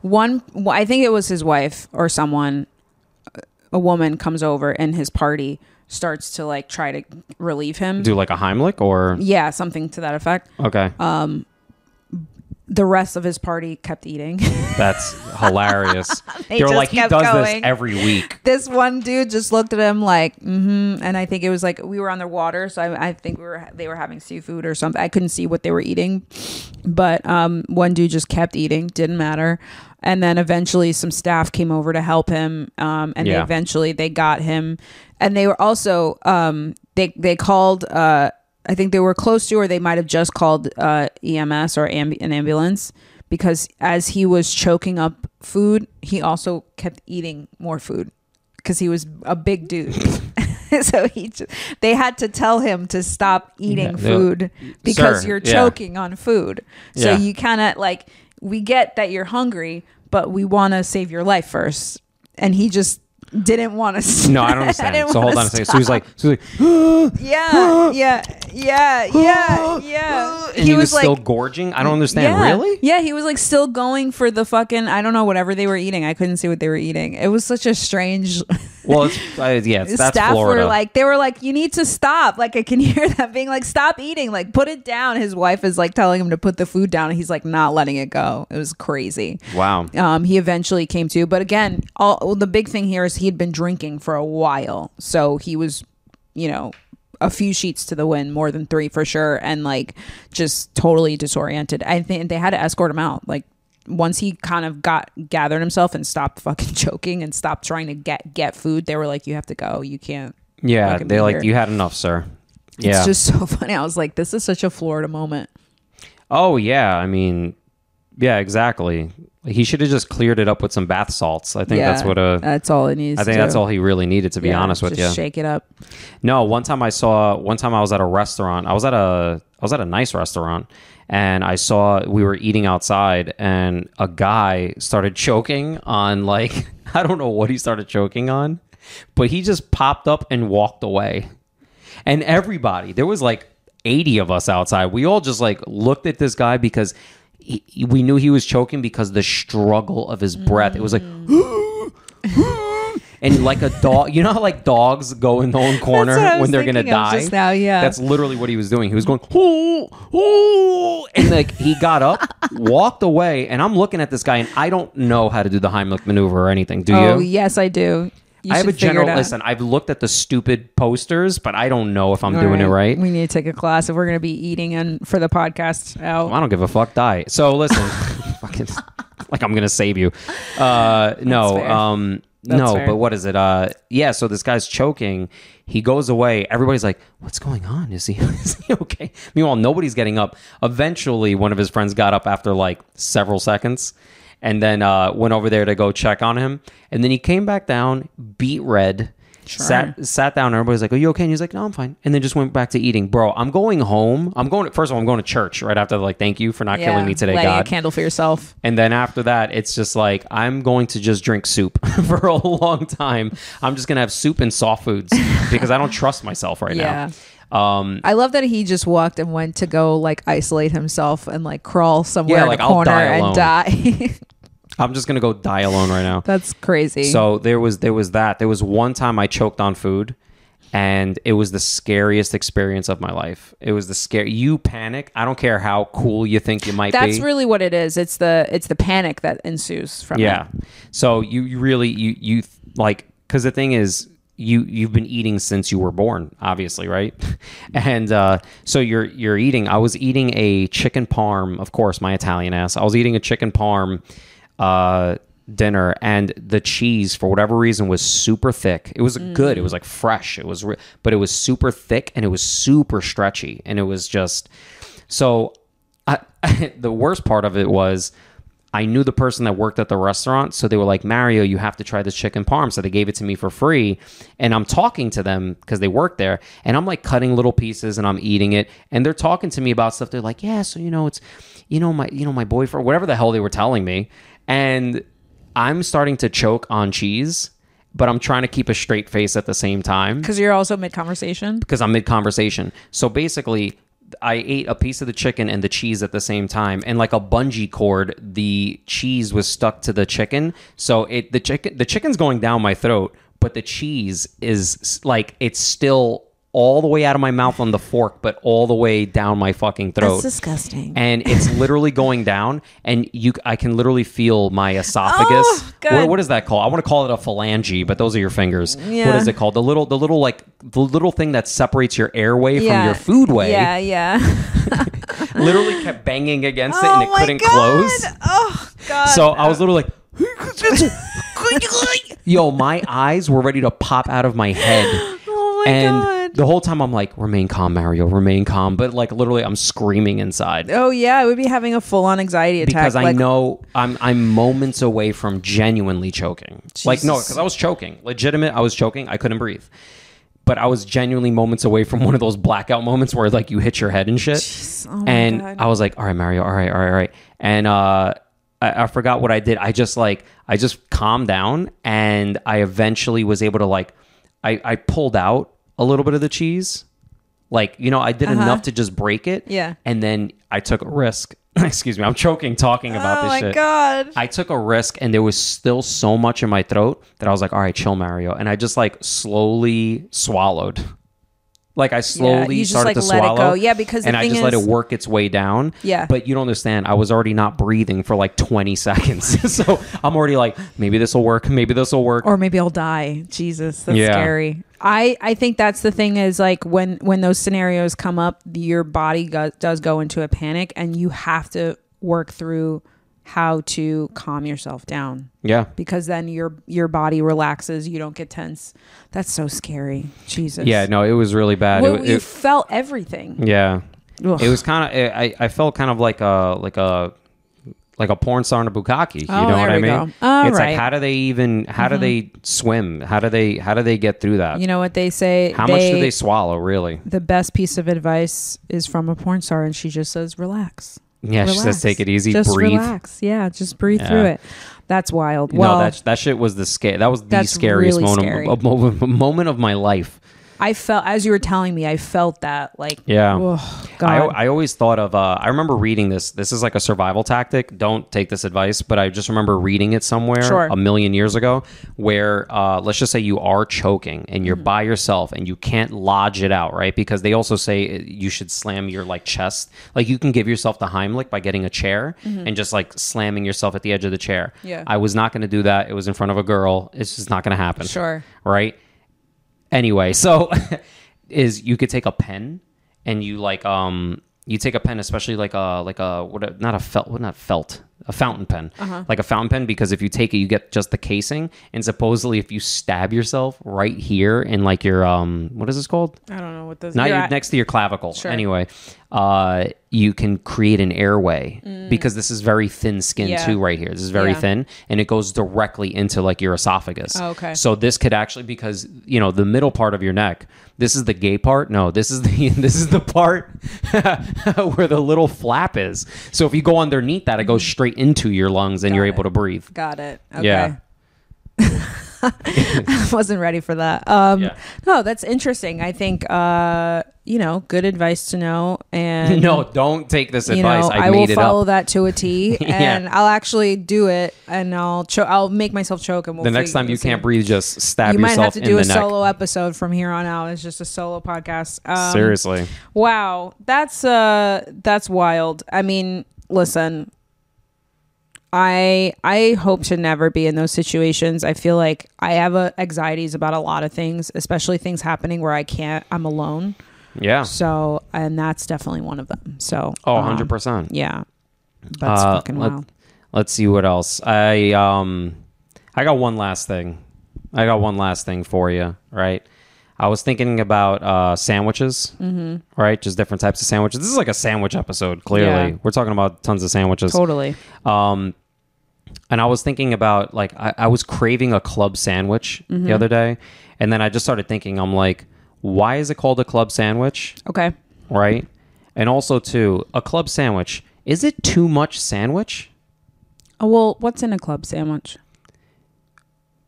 [SPEAKER 3] one i think it was his wife or someone a woman comes over and his party starts to like try to relieve him
[SPEAKER 1] Do like a Heimlich or
[SPEAKER 3] yeah something to that effect
[SPEAKER 1] okay?
[SPEAKER 3] Uh, the rest of his party kept eating
[SPEAKER 1] That's hilarious. they were
[SPEAKER 3] just
[SPEAKER 1] like he
[SPEAKER 3] kept
[SPEAKER 1] does this
[SPEAKER 3] going.
[SPEAKER 1] every week.
[SPEAKER 3] this one dude just looked at him like mm-hmm and i think it was like we were on the water so I, I think we were they were having seafood or something i couldn't see what they were eating but um one dude just kept eating didn't matter and then eventually some staff came over to help him um and
[SPEAKER 1] Yeah.
[SPEAKER 3] they eventually they got him and they were also um they they called uh i think they were close to or they might have just called uh ems or amb- an ambulance because as he was choking up food he also kept eating more food because he was a big dude. so he, just, they had to tell him to stop eating
[SPEAKER 1] Yeah.
[SPEAKER 3] food because
[SPEAKER 1] Sir,
[SPEAKER 3] you're
[SPEAKER 1] yeah.
[SPEAKER 3] choking on food. So
[SPEAKER 1] Yeah.
[SPEAKER 3] you kind of like, we get that you're hungry, but we want to save your life first. And he just didn't want to.
[SPEAKER 1] No, I don't understand.
[SPEAKER 3] didn't
[SPEAKER 1] so hold
[SPEAKER 3] wanna
[SPEAKER 1] on a second. So he's like, so he's like
[SPEAKER 3] Yeah, yeah, yeah, yeah, yeah.
[SPEAKER 1] and he, was, still gorging. I don't understand.
[SPEAKER 3] yeah,
[SPEAKER 1] Really?
[SPEAKER 3] Yeah, he was like still going for the fucking I don't know whatever they were eating. I couldn't see what they were eating. It was such a strange
[SPEAKER 1] Well, it's uh, yeah, it's, that's
[SPEAKER 3] staff
[SPEAKER 1] Florida.
[SPEAKER 3] were like they were like you need to stop like i can hear them being like stop eating like put it down his wife is like telling him to put the food down and he's like not letting it go it was crazy
[SPEAKER 1] wow.
[SPEAKER 3] um he eventually came to but again all well, the big thing here is he had been drinking for a while so he was you know a few sheets to the wind more than three for sure and like just totally disoriented i think they had to escort him out like once he kind of got gathered himself and stopped fucking choking and stopped trying to get get food they were like you have to go you can't
[SPEAKER 1] Yeah,
[SPEAKER 3] fucking
[SPEAKER 1] they
[SPEAKER 3] be
[SPEAKER 1] like
[SPEAKER 3] here.
[SPEAKER 1] you had enough, sir. Yeah.
[SPEAKER 3] it's just so funny i was like this is such a florida moment
[SPEAKER 1] oh yeah. I mean, yeah, exactly. He should have just cleared it up with some bath salts. I think that's what a. I
[SPEAKER 3] that's all it needs
[SPEAKER 1] think
[SPEAKER 3] to
[SPEAKER 1] that's
[SPEAKER 3] do.
[SPEAKER 1] all he really needed, to be
[SPEAKER 3] Yeah,
[SPEAKER 1] honest with you.
[SPEAKER 3] just shake it up
[SPEAKER 1] No, one time I saw one time I was at a restaurant. I was at a I was at a nice restaurant and I saw we were eating outside and a guy started choking on like I don't know what he started choking on, but he just popped up and walked away. And everybody, there was like 80 of us outside. We all just like looked at this guy because he, we knew he was choking because the struggle of his breath. It was like, and like a dog, you know how like dogs go in the own corner
[SPEAKER 3] Mm. That's what I
[SPEAKER 1] when
[SPEAKER 3] was
[SPEAKER 1] they're gonna
[SPEAKER 3] thinking of
[SPEAKER 1] die.
[SPEAKER 3] just now, yeah.
[SPEAKER 1] that's literally what he was doing. He was going, ooh, ooh, and like he got up, walked away, and I'm looking at this guy, and I don't know how to do the Heimlich maneuver or anything. Do
[SPEAKER 3] Oh,
[SPEAKER 1] you?
[SPEAKER 3] yes, I do. You
[SPEAKER 1] I have a
[SPEAKER 3] should figure
[SPEAKER 1] general
[SPEAKER 3] it out.
[SPEAKER 1] listen. I've looked at the stupid posters, but I don't know if I'm
[SPEAKER 3] All
[SPEAKER 1] doing it right.
[SPEAKER 3] We need to take a class if we're going to be eating and for the podcast out.
[SPEAKER 1] I don't give a fuck. Die. So listen, fucking, like I'm gonna save you. Uh, no,
[SPEAKER 3] fair.
[SPEAKER 1] um, no.
[SPEAKER 3] fair.
[SPEAKER 1] But what is it? Uh, yeah. So this guy's choking. He goes away. Everybody's like, "What's going on? Is he is he okay?" Meanwhile, nobody's getting up. Eventually, one of his friends got up after like several seconds. And then uh, went over there to go check on him, and then he came back down, beat red, sat sat down. And everybody's like, "Are you okay?" And he's like, "No, I'm fine." And then just went back to eating. Bro, I'm going home. I'm going. First of all, I'm going to church right after. Like, thank you for not
[SPEAKER 3] Yeah,
[SPEAKER 1] killing me today,
[SPEAKER 3] lighting a
[SPEAKER 1] God.
[SPEAKER 3] candle for yourself.
[SPEAKER 1] And then after that, it's just like I'm going to just drink soup for a long time. I'm just gonna have soup and soft foods because I don't trust myself right
[SPEAKER 3] Yeah.
[SPEAKER 1] now. Um,
[SPEAKER 3] I love that he just walked and went to go like isolate himself and like crawl somewhere
[SPEAKER 1] Yeah,
[SPEAKER 3] in
[SPEAKER 1] like,
[SPEAKER 3] a
[SPEAKER 1] I'll
[SPEAKER 3] corner
[SPEAKER 1] die alone.
[SPEAKER 3] and die.
[SPEAKER 1] I'm just gonna go die alone right now.
[SPEAKER 3] That's crazy.
[SPEAKER 1] So there was there was that. There was one time I choked on food and it was the scariest experience of my life. It was the scare you panic. I don't care how cool you think you might
[SPEAKER 3] That's
[SPEAKER 1] be.
[SPEAKER 3] really what it is. It's the it's the panic that ensues from
[SPEAKER 1] yeah.
[SPEAKER 3] it.
[SPEAKER 1] So you, you really you you like cuz the thing is you you've been eating since you were born, obviously, right? And uh, so you're you're eating. I was eating a chicken parm, of course, my Italian ass. I was eating a chicken parm uh, dinner, and the cheese, for whatever reason, was super thick. It was good. It was like fresh. It was, re- but it was super thick and it was super stretchy, and it was just so. I, the worst part of it was. I knew the person that worked at the restaurant, so they were like, "Mario, you have to try this chicken parm." So they gave it to me for free, and I'm talking to them because they work there, and I'm like cutting little pieces and I'm eating it, and they're talking to me about stuff. They're like, "Yeah, so you know, it's, you know, my, you know, my boyfriend, whatever the hell they were telling me," and I'm starting to choke on cheese, but I'm trying to keep a straight face at the same time
[SPEAKER 3] Because you're also mid conversation.
[SPEAKER 1] because I'm mid conversation. So basically, I ate a piece of the chicken and the cheese at the same time, and like a bungee cord, the cheese was stuck to the chicken. So it the chicken the chicken's going down my throat, but the cheese is s- like it's still all the way out of my mouth on the fork, but all the way down my fucking throat.
[SPEAKER 3] disgusting.
[SPEAKER 1] And it's literally going down, and you, I can literally feel my esophagus.
[SPEAKER 3] Oh,
[SPEAKER 1] What-
[SPEAKER 3] God.
[SPEAKER 1] what is that called? I want to call it a phalange, but those are your fingers. What
[SPEAKER 3] Yeah.
[SPEAKER 1] is it called? The little, the little like the little thing that separates your airway
[SPEAKER 3] yeah.
[SPEAKER 1] from your food way.
[SPEAKER 3] Yeah, yeah. Oh
[SPEAKER 1] Literally kept banging against it, and it
[SPEAKER 3] my
[SPEAKER 1] couldn't
[SPEAKER 3] God.
[SPEAKER 1] close.
[SPEAKER 3] Oh god.
[SPEAKER 1] So I was literally like, yo, my eyes were ready to pop out of my head.
[SPEAKER 3] oh my
[SPEAKER 1] and
[SPEAKER 3] god.
[SPEAKER 1] the whole time I'm like, remain calm, Mario, remain calm. But like literally, I'm screaming inside.
[SPEAKER 3] Oh yeah, I would be having a full on anxiety attack.
[SPEAKER 1] because I
[SPEAKER 3] like,
[SPEAKER 1] know I'm I'm moments away from genuinely choking. Like no,
[SPEAKER 3] Jesus.
[SPEAKER 1] because I was choking, legitimate. I was choking. I couldn't breathe, but I was genuinely moments away from one of those blackout moments where like you hit your head and shit.
[SPEAKER 3] Oh
[SPEAKER 1] and I was like, all right, Mario, all right, all right, all right. And uh, I, I forgot what I did. I just like I just calmed down, and I eventually was able to like I I pulled out a little bit of the cheese. Like, you know, I did enough to just break it.
[SPEAKER 3] Uh-huh. Yeah.
[SPEAKER 1] And then I took a risk. Excuse me. I'm choking talking about
[SPEAKER 3] Oh
[SPEAKER 1] this
[SPEAKER 3] my
[SPEAKER 1] shit.
[SPEAKER 3] god.
[SPEAKER 1] I took a risk and there was still so much in my throat that I was like, all right, chill, Mario. And I just like slowly swallowed. Like I slowly
[SPEAKER 3] you just,
[SPEAKER 1] started to
[SPEAKER 3] like, let it
[SPEAKER 1] swallow.
[SPEAKER 3] go. Yeah, because the
[SPEAKER 1] and I
[SPEAKER 3] thing
[SPEAKER 1] just let it
[SPEAKER 3] is-
[SPEAKER 1] work its way down.
[SPEAKER 3] Yeah.
[SPEAKER 1] But you don't understand. I was already not breathing for like 20 seconds. so I'm already like, maybe this will work. Maybe this will work.
[SPEAKER 3] or maybe I'll die. Jesus, that's
[SPEAKER 1] Yeah.
[SPEAKER 3] scary. I I think that's the thing is like when when those scenarios come up, your body go, does go into a panic, and you have to work through how to calm yourself down
[SPEAKER 1] yeah.
[SPEAKER 3] because then your your body relaxes. You don't get tense. That's so scary. Jesus.
[SPEAKER 1] Yeah. No, it was really bad.
[SPEAKER 3] Well,
[SPEAKER 1] It-
[SPEAKER 3] you
[SPEAKER 1] it-
[SPEAKER 3] felt everything.
[SPEAKER 1] Yeah,
[SPEAKER 3] Ugh.
[SPEAKER 1] it was kind of. I I felt kind of like a like a like a porn star in a bukkake. You
[SPEAKER 3] Oh,
[SPEAKER 1] know
[SPEAKER 3] there
[SPEAKER 1] what I
[SPEAKER 3] we
[SPEAKER 1] mean?
[SPEAKER 3] go. All
[SPEAKER 1] it's like
[SPEAKER 3] right. Mm-hmm.
[SPEAKER 1] how do they even? How do they swim? How do they? How do they get through that?
[SPEAKER 3] You know what they say?
[SPEAKER 1] how much do they swallow? Really?
[SPEAKER 3] The best piece of advice is from a porn star, and she just says, "Relax."
[SPEAKER 1] Yeah, she says
[SPEAKER 3] Relax.
[SPEAKER 1] take it easy,
[SPEAKER 3] just
[SPEAKER 1] breathe.
[SPEAKER 3] relax. Yeah, just breathe
[SPEAKER 1] Yeah.
[SPEAKER 3] through it. That's wild.
[SPEAKER 1] no,
[SPEAKER 3] well,
[SPEAKER 1] that that shit was the scare. That was the
[SPEAKER 3] That's
[SPEAKER 1] scariest
[SPEAKER 3] really
[SPEAKER 1] moment,
[SPEAKER 3] scary.
[SPEAKER 1] a moment moment of my life.
[SPEAKER 3] I felt as you were telling me, I felt that like
[SPEAKER 1] Yeah.
[SPEAKER 3] oh,
[SPEAKER 1] I,
[SPEAKER 3] God.
[SPEAKER 1] I always thought of uh, I remember reading this. This is like a survival tactic. Don't take this advice, but I just remember reading it somewhere
[SPEAKER 3] Sure.
[SPEAKER 1] a million years ago. Where uh, let's just say you are choking and
[SPEAKER 3] Mm-hmm.
[SPEAKER 1] you're by yourself and you can't lodge it out, right? Because they also say uh, you should slam your like chest. Like you can give yourself the Heimlich by getting a chair and just like slamming yourself at the edge of the chair.
[SPEAKER 3] Mm-hmm. Yeah.
[SPEAKER 1] I was not going to do that. It was in front of a girl. It's just not going to happen.
[SPEAKER 3] Sure.
[SPEAKER 1] Right anyway so is you could take a pen and you like um you take a pen especially like a like a what a, not a felt what not felt a fountain pen like a fountain pen because if you take it you get just the casing and supposedly if you stab yourself right here in like your um what is this called
[SPEAKER 3] I don't know what this.
[SPEAKER 1] not
[SPEAKER 3] You're
[SPEAKER 1] your,
[SPEAKER 3] at-
[SPEAKER 1] next to your clavicle. Anyway, uh, you can create an airway because this is very thin skin
[SPEAKER 3] Mm. Yeah.
[SPEAKER 1] too, right here. This is very
[SPEAKER 3] Yeah. Oh,
[SPEAKER 1] thin, and it goes directly into like your esophagus.
[SPEAKER 3] okay.
[SPEAKER 1] So this could actually because you know the middle part of your neck. This is the gay part. No, this is the this is the part where the little flap is. So if you go underneath that, it
[SPEAKER 3] Mm-hmm.
[SPEAKER 1] goes straight into your lungs, and you're able to breathe.
[SPEAKER 3] Got it. Okay.
[SPEAKER 1] Yeah.
[SPEAKER 3] wasn't ready for that. Um,
[SPEAKER 1] Yeah.
[SPEAKER 3] No, that's interesting. I think uh, you know, good advice to know, and
[SPEAKER 1] No, don't take this
[SPEAKER 3] you
[SPEAKER 1] advice.
[SPEAKER 3] know,
[SPEAKER 1] I,
[SPEAKER 3] I, will
[SPEAKER 1] made it
[SPEAKER 3] follow
[SPEAKER 1] up.
[SPEAKER 3] that to a T, and I'll actually do it, and I'll cho- I'll make myself choke, and we'll
[SPEAKER 1] The next
[SPEAKER 3] figure-
[SPEAKER 1] time you
[SPEAKER 3] we'll see.
[SPEAKER 1] can't breathe, just stab
[SPEAKER 3] You might
[SPEAKER 1] yourself
[SPEAKER 3] have to do
[SPEAKER 1] in
[SPEAKER 3] a
[SPEAKER 1] the neck.
[SPEAKER 3] solo episode from here on out. It's just a solo podcast. Um,
[SPEAKER 1] Seriously.
[SPEAKER 3] Wow, that's uh that's wild. I mean, listen. I I hope to never be in those situations. I feel like I have uh anxieties about a lot of things, especially things happening where I can't I'm alone.
[SPEAKER 1] Yeah.
[SPEAKER 3] So, and that's definitely one of them. So,
[SPEAKER 1] Oh,
[SPEAKER 3] um,
[SPEAKER 1] 100%.
[SPEAKER 3] Yeah. That's
[SPEAKER 1] Uh,
[SPEAKER 3] fucking
[SPEAKER 1] let-
[SPEAKER 3] wild.
[SPEAKER 1] Let's see what else. I um I got one last thing. I got one last thing for you, right? I was thinking about uh, sandwiches, mm-hmm. right? Just different types of sandwiches. This is like a sandwich episode. Clearly,
[SPEAKER 3] Yeah.
[SPEAKER 1] we're talking about tons of sandwiches.
[SPEAKER 3] Totally.
[SPEAKER 1] Um, and I was thinking about like I, I was craving a club sandwich
[SPEAKER 3] Mm-hmm.
[SPEAKER 1] the other day, and then I just started thinking, I'm like, why is it called a club sandwich?
[SPEAKER 3] Okay.
[SPEAKER 1] right? And also too, a club sandwich. Is it too much sandwich?
[SPEAKER 3] Oh, well, what's in a club sandwich?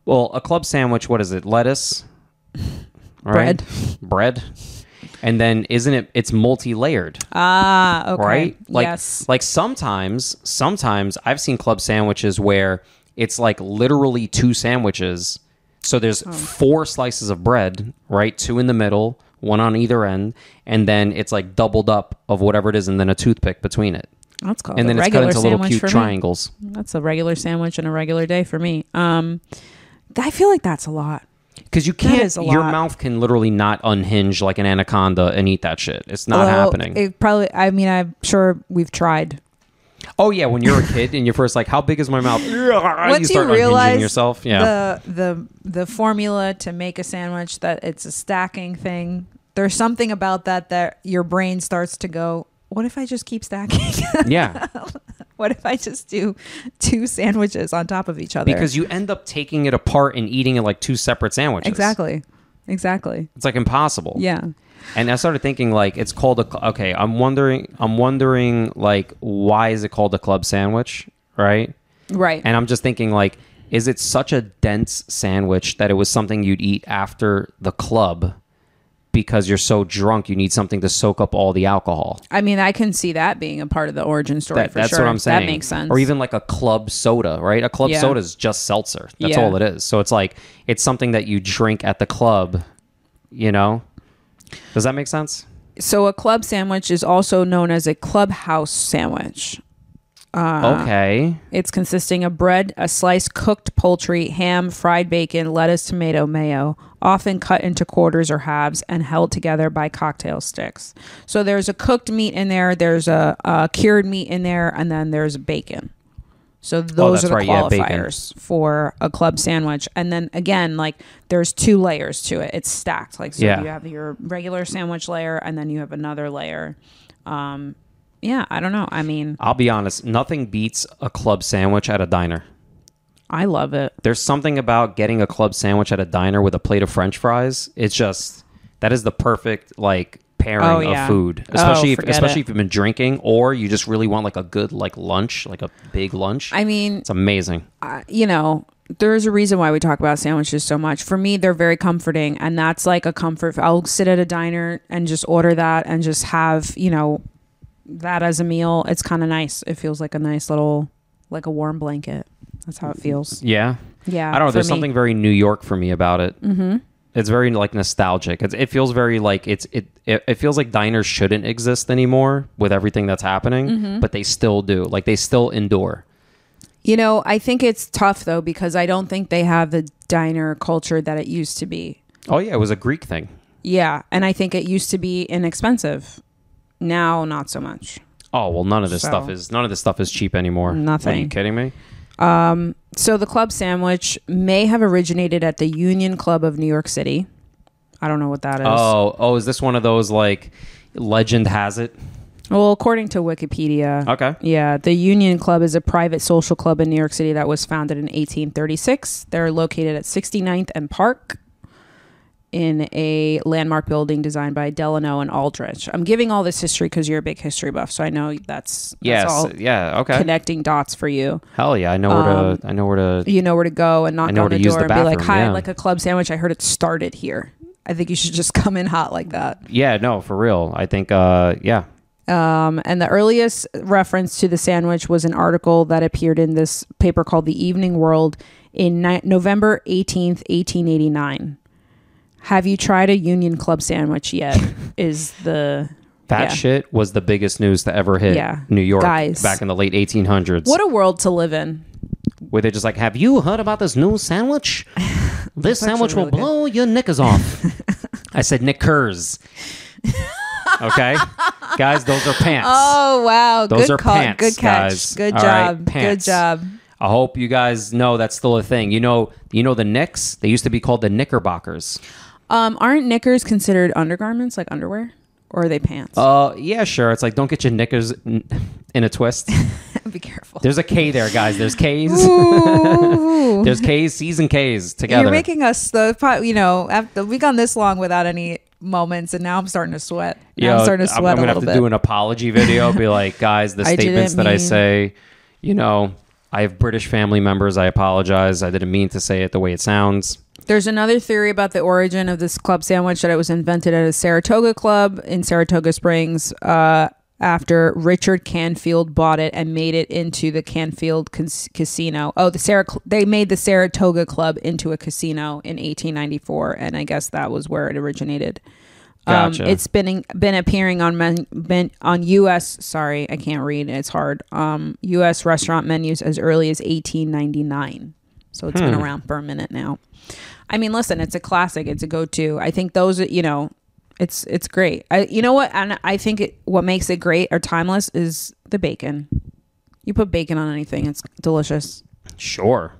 [SPEAKER 1] Well, a club sandwich, what is it? Lettuce, all
[SPEAKER 3] Bread.
[SPEAKER 1] bread, and then isn't it? It's multi-layered,
[SPEAKER 3] Ah, okay.
[SPEAKER 1] right? Like,
[SPEAKER 3] yes.
[SPEAKER 1] like sometimes, sometimes I've seen club sandwiches where it's like literally two sandwiches. So there's
[SPEAKER 3] Oh.
[SPEAKER 1] four slices of bread, right? Two in the middle, one on either end, and then it's like doubled up of whatever it is, and then a toothpick between it.
[SPEAKER 3] That's called
[SPEAKER 1] and
[SPEAKER 3] a
[SPEAKER 1] then it's cut
[SPEAKER 3] regular
[SPEAKER 1] into little
[SPEAKER 3] sandwich
[SPEAKER 1] cute
[SPEAKER 3] for me.
[SPEAKER 1] triangles.
[SPEAKER 3] That's a regular sandwich and a regular day for me. Um, I feel like that's a lot.
[SPEAKER 1] Because you can't,
[SPEAKER 3] is a
[SPEAKER 1] your
[SPEAKER 3] lot.
[SPEAKER 1] mouth can literally not unhinge like an anaconda and eat that shit. It's not
[SPEAKER 3] Although,
[SPEAKER 1] happening.
[SPEAKER 3] It probably. I mean, I'm sure we've tried.
[SPEAKER 1] oh yeah, when you're a kid and you're first like, how big is my mouth? Uh, you
[SPEAKER 3] Once you,
[SPEAKER 1] start
[SPEAKER 3] realize
[SPEAKER 1] unhinging yourself. Yeah,
[SPEAKER 3] the the the formula to make a sandwich that it's a stacking thing. There's something about that that your brain starts to go. What if I just keep stacking?
[SPEAKER 1] yeah.
[SPEAKER 3] what if I just do two sandwiches on top of each other?
[SPEAKER 1] Because you end up taking it apart and eating it like two separate sandwiches.
[SPEAKER 3] exactly, exactly,
[SPEAKER 1] It's like impossible.
[SPEAKER 3] yeah.
[SPEAKER 1] And I started thinking like it's called a cl- okay. I'm wondering. I'm wondering like why is it called a club sandwich, right?
[SPEAKER 3] Right.
[SPEAKER 1] And I'm just thinking, like, is it such a dense sandwich that it was something you'd eat after the club because you're so drunk, you need something to soak up all the alcohol?
[SPEAKER 3] I mean, I can see that being a part of the origin story
[SPEAKER 1] That,
[SPEAKER 3] for
[SPEAKER 1] that's
[SPEAKER 3] sure.
[SPEAKER 1] what I'm saying.
[SPEAKER 3] That makes sense.
[SPEAKER 1] Or even like a club soda, right? A club
[SPEAKER 3] Yeah.
[SPEAKER 1] soda is just seltzer. That's
[SPEAKER 3] Yeah.
[SPEAKER 1] all it is. So it's like, it's something that you drink at the club, you know? Does that make sense?
[SPEAKER 3] So a club sandwich is also known as a clubhouse sandwich. Uh-huh.
[SPEAKER 1] okay.
[SPEAKER 3] It's consisting of bread, a slice cooked poultry, ham, fried bacon, lettuce, tomato, mayo, often cut into quarters or halves and held together by cocktail sticks. So there's a cooked meat in there, there's a, a cured meat in there, and then there's bacon. So those
[SPEAKER 1] Oh, that's
[SPEAKER 3] are the
[SPEAKER 1] right, yeah, bacon.
[SPEAKER 3] qualifiers for a club sandwich. And then again, like there's two layers to it. It's stacked. Like so
[SPEAKER 1] Yeah.
[SPEAKER 3] you have your regular sandwich layer and then you have another layer. Um yeah, I don't know. I mean,
[SPEAKER 1] I'll be honest. Nothing beats a club sandwich at a diner.
[SPEAKER 3] I love it.
[SPEAKER 1] there's something about getting a club sandwich at a diner with a plate of french fries it's just that is the perfect like pairing
[SPEAKER 3] Oh, yeah.
[SPEAKER 1] of food
[SPEAKER 3] Oh,
[SPEAKER 1] especially if,
[SPEAKER 3] forget
[SPEAKER 1] especially
[SPEAKER 3] it.
[SPEAKER 1] if you've been drinking or you just really want like a good like lunch like a big lunch
[SPEAKER 3] I mean,
[SPEAKER 1] it's amazing
[SPEAKER 3] I- you know, there's a reason why we talk about sandwiches so much. For me, they're very comforting, and that's like a comfort. I'll sit at a diner and just order that and just have, you know, that as a meal. It's kind of nice. It feels like a nice little, like a warm blanket. That's how it feels.
[SPEAKER 1] Yeah.
[SPEAKER 3] Mm-hmm. Yeah.
[SPEAKER 1] I don't know.
[SPEAKER 3] for
[SPEAKER 1] There's
[SPEAKER 3] me.
[SPEAKER 1] something very New York for me about it. Mm-hmm. It's very like nostalgic. It's, it feels very like it's it, it. It feels like diners shouldn't exist anymore with everything that's happening,
[SPEAKER 3] Mm-hmm.
[SPEAKER 1] but they still do. Like they still endure.
[SPEAKER 3] You know, I think it's tough though because I don't think they have the diner culture that it used to be.
[SPEAKER 1] Oh yeah, it was a Greek thing.
[SPEAKER 3] Yeah, and I think it used to be inexpensive. Now, not so much.
[SPEAKER 1] Oh well, none of this
[SPEAKER 3] So-
[SPEAKER 1] stuff is none of this stuff is cheap anymore. Are you
[SPEAKER 3] Nothing.
[SPEAKER 1] kidding me?
[SPEAKER 3] So the club sandwich may have originated at the Union Club of New York City. I don't know what that is.
[SPEAKER 1] Oh oh, is this one of those like legend has it?
[SPEAKER 3] Well, according to Wikipedia.
[SPEAKER 1] Okay.
[SPEAKER 3] Yeah, the Union Club is a private social club in New York City that was founded in 1836. They're located at 69th and Park in a landmark building designed by Delano and Aldrich. I'm giving all this history because you're a big history buff, so I know that's, that's
[SPEAKER 1] Yes.
[SPEAKER 3] all Um,
[SPEAKER 1] Yeah. Okay.
[SPEAKER 3] connecting dots for you.
[SPEAKER 1] Hell yeah! I know where to. I know where to.
[SPEAKER 3] You know where to go and
[SPEAKER 1] I
[SPEAKER 3] knock
[SPEAKER 1] know
[SPEAKER 3] on
[SPEAKER 1] where to
[SPEAKER 3] the
[SPEAKER 1] use
[SPEAKER 3] door
[SPEAKER 1] the
[SPEAKER 3] and be like,
[SPEAKER 1] bathroom,
[SPEAKER 3] hi, I'd
[SPEAKER 1] yeah.
[SPEAKER 3] like a club sandwich. I heard it started here. I think you should just come in hot like that.
[SPEAKER 1] Yeah. No, for real. I think. Uh. Yeah.
[SPEAKER 3] Um, and the earliest reference to the sandwich was an article that appeared in this paper called The Evening World in ni- November 18th, 1889. Have you tried a Union Club sandwich yet? Is the.
[SPEAKER 1] That
[SPEAKER 3] Yeah.
[SPEAKER 1] shit was the biggest news to ever hit
[SPEAKER 3] Yeah.
[SPEAKER 1] New York
[SPEAKER 3] Guys.
[SPEAKER 1] back in the late 1800s.
[SPEAKER 3] What a world to live in.
[SPEAKER 1] where they're just like, "Have you heard about this new sandwich? This sandwich will blow your knickers off." I said knickers. okay, guys, those are pants.
[SPEAKER 3] Oh, wow.
[SPEAKER 1] Those
[SPEAKER 3] Good
[SPEAKER 1] are
[SPEAKER 3] call.
[SPEAKER 1] pants,
[SPEAKER 3] Good catch.
[SPEAKER 1] guys.
[SPEAKER 3] Good
[SPEAKER 1] All right,
[SPEAKER 3] job.
[SPEAKER 1] pants.
[SPEAKER 3] Good job.
[SPEAKER 1] I hope you guys know that's still a thing. You know, you know the Knicks. They used to be called the Knickerbockers.
[SPEAKER 3] Um, aren't knickers considered undergarments, like underwear? Or are they pants?
[SPEAKER 1] Uh, yeah, sure. It's like don't get your knickers in in a twist.
[SPEAKER 3] Be careful.
[SPEAKER 1] There's a K there, guys. There's K's. There's K's, C's, and K's together.
[SPEAKER 3] You're making us the po- you know after we gone this long without any moments, and now I'm starting to sweat. Now I'm
[SPEAKER 1] Yo,
[SPEAKER 3] starting to
[SPEAKER 1] I'm-
[SPEAKER 3] sweat
[SPEAKER 1] I'm
[SPEAKER 3] a
[SPEAKER 1] gonna
[SPEAKER 3] little
[SPEAKER 1] have to
[SPEAKER 3] bit.
[SPEAKER 1] do an apology video. Be like, guys, the
[SPEAKER 3] I didn't
[SPEAKER 1] statements that I
[SPEAKER 3] mean-
[SPEAKER 1] say, you know, I have British family members. I apologize. I didn't mean to say it the way it sounds.
[SPEAKER 3] There's another theory about the origin of this club sandwich that it was invented at a Saratoga club in Saratoga Springs. Uh, after Richard Canfield bought it and made it into the Canfield cas- Casino. Oh, the Sarah they made the Saratoga Club into a casino in 1894, and I guess that was where it originated.
[SPEAKER 1] Gotcha.
[SPEAKER 3] Um, it's been been appearing on men, been on U.S. Sorry, I can't read. It's hard. Um, U.S. restaurant menus as early as 1899. So it's been around for a minute now. I mean, listen, it's a classic. It's a go-to. I think those, you know, it's it's great. I, you know what? And I think it, what makes it great or timeless is the bacon. You put bacon on anything, it's delicious.
[SPEAKER 1] Sure.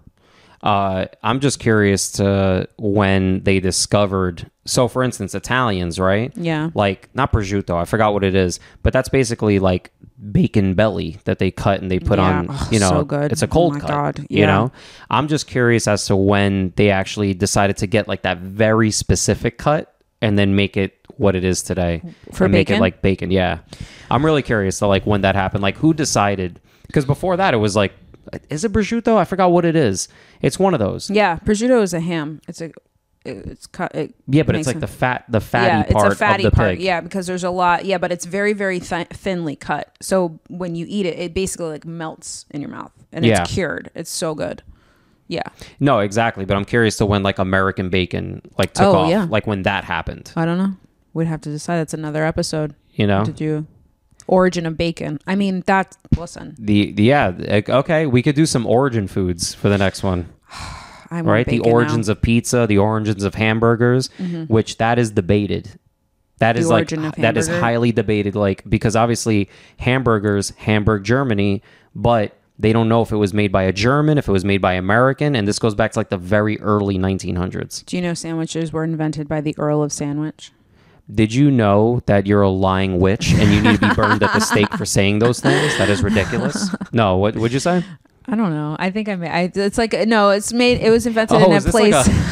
[SPEAKER 1] Uh, I'm just curious to when they discovered. So, for instance, Italians, right?
[SPEAKER 3] Yeah.
[SPEAKER 1] Like not prosciutto. I forgot what it is, but that's basically like bacon belly that they cut and they put
[SPEAKER 3] Yeah.
[SPEAKER 1] on.
[SPEAKER 3] Oh,
[SPEAKER 1] you know,
[SPEAKER 3] so good.
[SPEAKER 1] it's a
[SPEAKER 3] Oh
[SPEAKER 1] cold
[SPEAKER 3] my
[SPEAKER 1] cut.
[SPEAKER 3] God.
[SPEAKER 1] You
[SPEAKER 3] Yeah.
[SPEAKER 1] know, I'm just curious as to when they actually decided to get like that very specific cut and then make it what it is today
[SPEAKER 3] For
[SPEAKER 1] and make it
[SPEAKER 3] bacon?
[SPEAKER 1] like bacon. Yeah, I'm really curious to like when that happened. Like who decided? Because before that, it was like, is it prosciutto? I forgot what it is. It's one of those.
[SPEAKER 3] Yeah, prosciutto is a ham. It's a it's cut. It
[SPEAKER 1] Yeah, but it's
[SPEAKER 3] makes
[SPEAKER 1] like
[SPEAKER 3] sense.
[SPEAKER 1] the fat, the fatty part of the pig.
[SPEAKER 3] Yeah, because there's a lot. Yeah, but it's very, very th- thinly cut. So when you eat it, it basically like melts in your mouth, and
[SPEAKER 1] Yeah.
[SPEAKER 3] it's cured. It's so good. Yeah,
[SPEAKER 1] No, exactly. But I'm curious to when like American bacon like took
[SPEAKER 3] Oh,
[SPEAKER 1] off,
[SPEAKER 3] yeah.
[SPEAKER 1] like when that happened.
[SPEAKER 3] I don't know. We'd have to decide. That's another episode.
[SPEAKER 1] You know,
[SPEAKER 3] Did you origin of bacon? I mean, that listen.
[SPEAKER 1] the, the yeah. like, Okay, we could do some origin foods for the next one,
[SPEAKER 3] I'm
[SPEAKER 1] right? The origins of pizza, the origins of hamburgers, which that is debated. That is like
[SPEAKER 3] Mm-hmm. origin of
[SPEAKER 1] that is
[SPEAKER 3] hamburger?
[SPEAKER 1] highly debated, like because obviously hamburgers, Hamburg, Germany, but they don't know if it was made by a German, if it was made by American, and this goes back to like the very early 1900s.
[SPEAKER 3] Do you know sandwiches were invented by the Earl of Sandwich?
[SPEAKER 1] Did you know that you're a lying witch and you need to be burned at the stake for saying those things? That is ridiculous. No, what would you say?
[SPEAKER 3] I don't know. I think I made. I, it's like no. It's made. It was invented in a
[SPEAKER 1] Oh, is this
[SPEAKER 3] place.
[SPEAKER 1] like a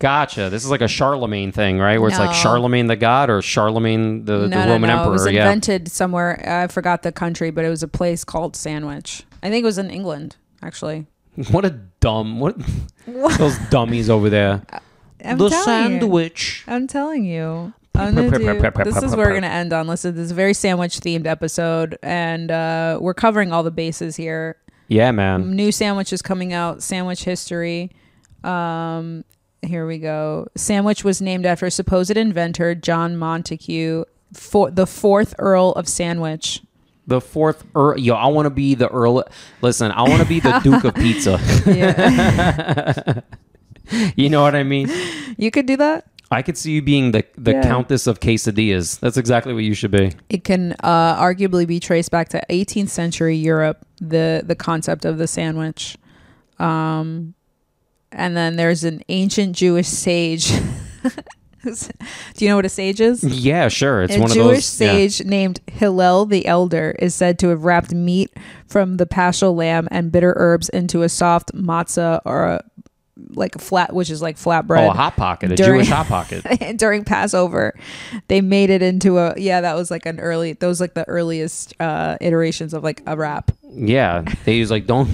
[SPEAKER 1] gotcha? This is like a Charlemagne thing, right? Where it's
[SPEAKER 3] No.
[SPEAKER 1] like Charlemagne the God or Charlemagne the, the Roman Emperor?
[SPEAKER 3] It was
[SPEAKER 1] yeah,
[SPEAKER 3] invented somewhere. I forgot the country, but it was a place called Sandwich. I think it was in England, actually.
[SPEAKER 1] What a dumb what those dummies over there.
[SPEAKER 3] I'm
[SPEAKER 1] the
[SPEAKER 3] telling you.
[SPEAKER 1] sandwich.
[SPEAKER 3] I'm telling you. I'm gonna do- this is where we're going to end on. Listen, this is a very sandwich themed episode, and uh, we're covering all the bases here.
[SPEAKER 1] Yeah, man.
[SPEAKER 3] New sandwiches coming out, sandwich history. Um, here we go. Sandwich was named after supposed inventor John Montague, for, the fourth Earl of Sandwich.
[SPEAKER 1] The fourth Earl. Yo, I want to be the Earl. Listen, I want to be the Duke of Pizza. you know what I mean?
[SPEAKER 3] You could do that.
[SPEAKER 1] I could see you being the, the
[SPEAKER 3] Yeah.
[SPEAKER 1] Countess of Quesadillas. That's exactly what you should be.
[SPEAKER 3] It can uh, arguably be traced back to 18th century Europe, the the concept of the sandwich. Um, and then there's an ancient Jewish sage. Do you know what a sage is?
[SPEAKER 1] Yeah, sure. Mm-hmm. It's
[SPEAKER 3] a
[SPEAKER 1] one
[SPEAKER 3] Jewish
[SPEAKER 1] of those. yeah.
[SPEAKER 3] sage named Hillel the Elder is said to have wrapped meat from the paschal lamb and bitter herbs into a soft matzah or a, like a flat, which is like flatbread
[SPEAKER 1] Oh, a hot pocket, a
[SPEAKER 3] during-
[SPEAKER 1] Jewish hot pocket.
[SPEAKER 3] during Passover. They made it into a yeah, that was like an early those like the earliest uh iterations of like a wrap.
[SPEAKER 1] Yeah, they was like, don't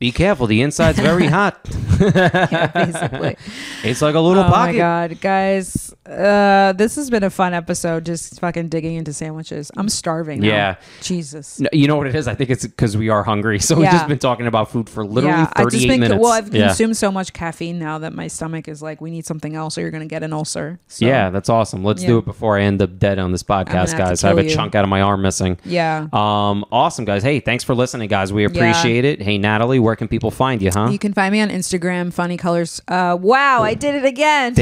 [SPEAKER 1] be careful. The inside's very hot.
[SPEAKER 3] Basically.
[SPEAKER 1] It's like a little
[SPEAKER 3] oh my
[SPEAKER 1] pocket.
[SPEAKER 3] god, guys. Uh this has been a fun episode just fucking digging into sandwiches. I'm starving. now.
[SPEAKER 1] Yeah.
[SPEAKER 3] Jesus.
[SPEAKER 1] No, you know what it is? I think it's because we are hungry. So we've
[SPEAKER 3] Yeah.
[SPEAKER 1] just been talking about food for literally
[SPEAKER 3] yeah, I've
[SPEAKER 1] 38
[SPEAKER 3] just been
[SPEAKER 1] minutes.
[SPEAKER 3] well. I've
[SPEAKER 1] yeah.
[SPEAKER 3] consumed so much caffeine now that my stomach is like, we need something else, or you're gonna get an ulcer. So,
[SPEAKER 1] Yeah, that's awesome. Let's do
[SPEAKER 3] Yeah.
[SPEAKER 1] it before I end up dead on this
[SPEAKER 3] have
[SPEAKER 1] podcast,
[SPEAKER 3] to
[SPEAKER 1] guys. I have a
[SPEAKER 3] kill you.
[SPEAKER 1] chunk out of my arm missing.
[SPEAKER 3] yeah.
[SPEAKER 1] Um, awesome, guys. Hey, thanks for listening, guys. We appreciate it. Hey, Natalie, where can people find you, huh?
[SPEAKER 3] You can find me on Instagram, Funny Colors. Uh, wow, I did it again.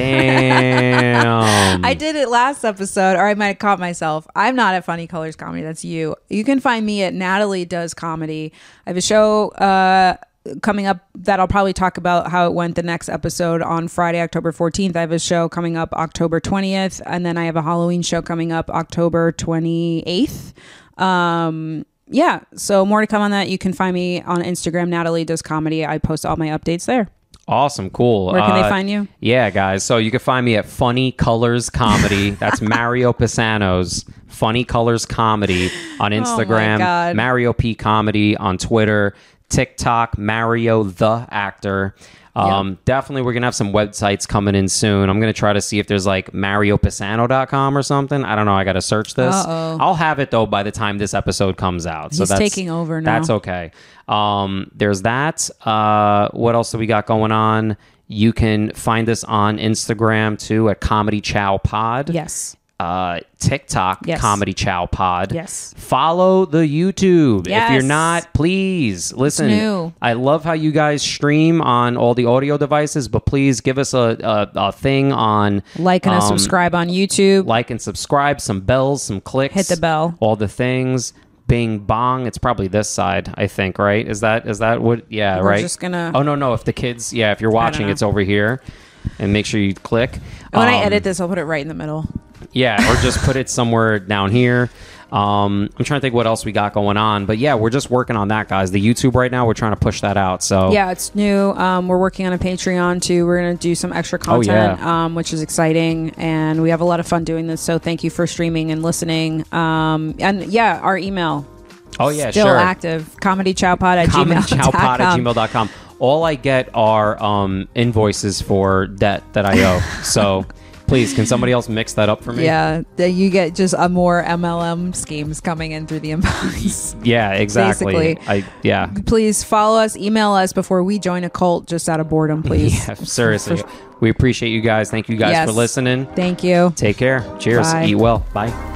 [SPEAKER 1] Damn.
[SPEAKER 3] I did it last episode, or I might have caught myself. I'm not at Funny Colors Comedy. That's you. You can find me at Natalie Does Comedy. I have a show uh, coming up that I'll probably talk about how it went the next episode on Friday, October 14th. I have a show coming up October 20th, and then I have a Halloween show coming up October 28th. Um, yeah, so more to come on that. You can find me on Instagram, Natalie Does Comedy. I post all my updates there.
[SPEAKER 1] Awesome, cool. Uh,
[SPEAKER 3] Where can they find you?
[SPEAKER 1] Yeah, guys. So you can find me at Funny Colors Comedy. That's Mario Pisano's Funny Colors Comedy on Instagram.
[SPEAKER 3] Oh God.
[SPEAKER 1] Mario P Comedy on Twitter. TikTok Mario the actor. Um, Definitely, we're gonna have some websites coming in soon. I'm gonna try to see if there's like MarioPisano.com or something. I don't know. I gotta search this.
[SPEAKER 3] Uh-oh.
[SPEAKER 1] I'll have it though by the time this episode comes out. So
[SPEAKER 3] He's
[SPEAKER 1] that's
[SPEAKER 3] taking over now.
[SPEAKER 1] That's okay. Um, there's that. Uh, what else do we got going on? You can find us on Instagram too at Comedy Chow Pod.
[SPEAKER 3] Yes.
[SPEAKER 1] Uh, TikTok
[SPEAKER 3] Yes.
[SPEAKER 1] Comedy Chow Pod.
[SPEAKER 3] Yes.
[SPEAKER 1] Follow the YouTube. If
[SPEAKER 3] Yes.
[SPEAKER 1] you're not, please listen.
[SPEAKER 3] new.
[SPEAKER 1] I love how you guys stream on all the audio devices, but please give us a a, a thing on
[SPEAKER 3] Like and
[SPEAKER 1] um,
[SPEAKER 3] subscribe on YouTube.
[SPEAKER 1] like and subscribe, some bells, some clicks.
[SPEAKER 3] Hit the bell.
[SPEAKER 1] All the things. Bing bong. It's probably this side, I think, right? Is that is that what yeah,
[SPEAKER 3] We're
[SPEAKER 1] right?
[SPEAKER 3] just gonna-
[SPEAKER 1] Oh no, no, if the kids yeah, if you're watching,
[SPEAKER 3] know.
[SPEAKER 1] it's over here. And make sure you click.
[SPEAKER 3] When I
[SPEAKER 1] Um,
[SPEAKER 3] edit this, I'll put it right in the middle.
[SPEAKER 1] Yeah, or just put it somewhere down here. Um, I'm trying to think what else we got going on. But yeah, we're just working on that, guys. The YouTube right now, we're trying to push that out. So
[SPEAKER 3] Yeah, it's new. Um, we're working on a Patreon too. We're gonna do some extra
[SPEAKER 1] Oh,
[SPEAKER 3] content, um, which is exciting, and we have a lot of fun doing this. So thank you for streaming and listening. Um, and yeah, our email
[SPEAKER 1] oh yeah,
[SPEAKER 3] still
[SPEAKER 1] sure.
[SPEAKER 3] active comedychowpod at
[SPEAKER 1] comedychowpod at
[SPEAKER 3] gmail.com.
[SPEAKER 1] gmail.com. All I get are um, invoices for debt that I owe. so please, can somebody else mix that up for me?
[SPEAKER 3] Yeah, that you get just a more MLM schemes coming in through the inbox.
[SPEAKER 1] Yeah, exactly.
[SPEAKER 3] Basically.
[SPEAKER 1] I yeah.
[SPEAKER 3] Please follow us, email us before we join a cult, just out of boredom, please.
[SPEAKER 1] Yeah, seriously. We appreciate you guys. Thank you guys
[SPEAKER 3] Yes.
[SPEAKER 1] for listening.
[SPEAKER 3] Thank you.
[SPEAKER 1] Take care. Cheers.
[SPEAKER 3] Bye.
[SPEAKER 1] Eat well. Bye.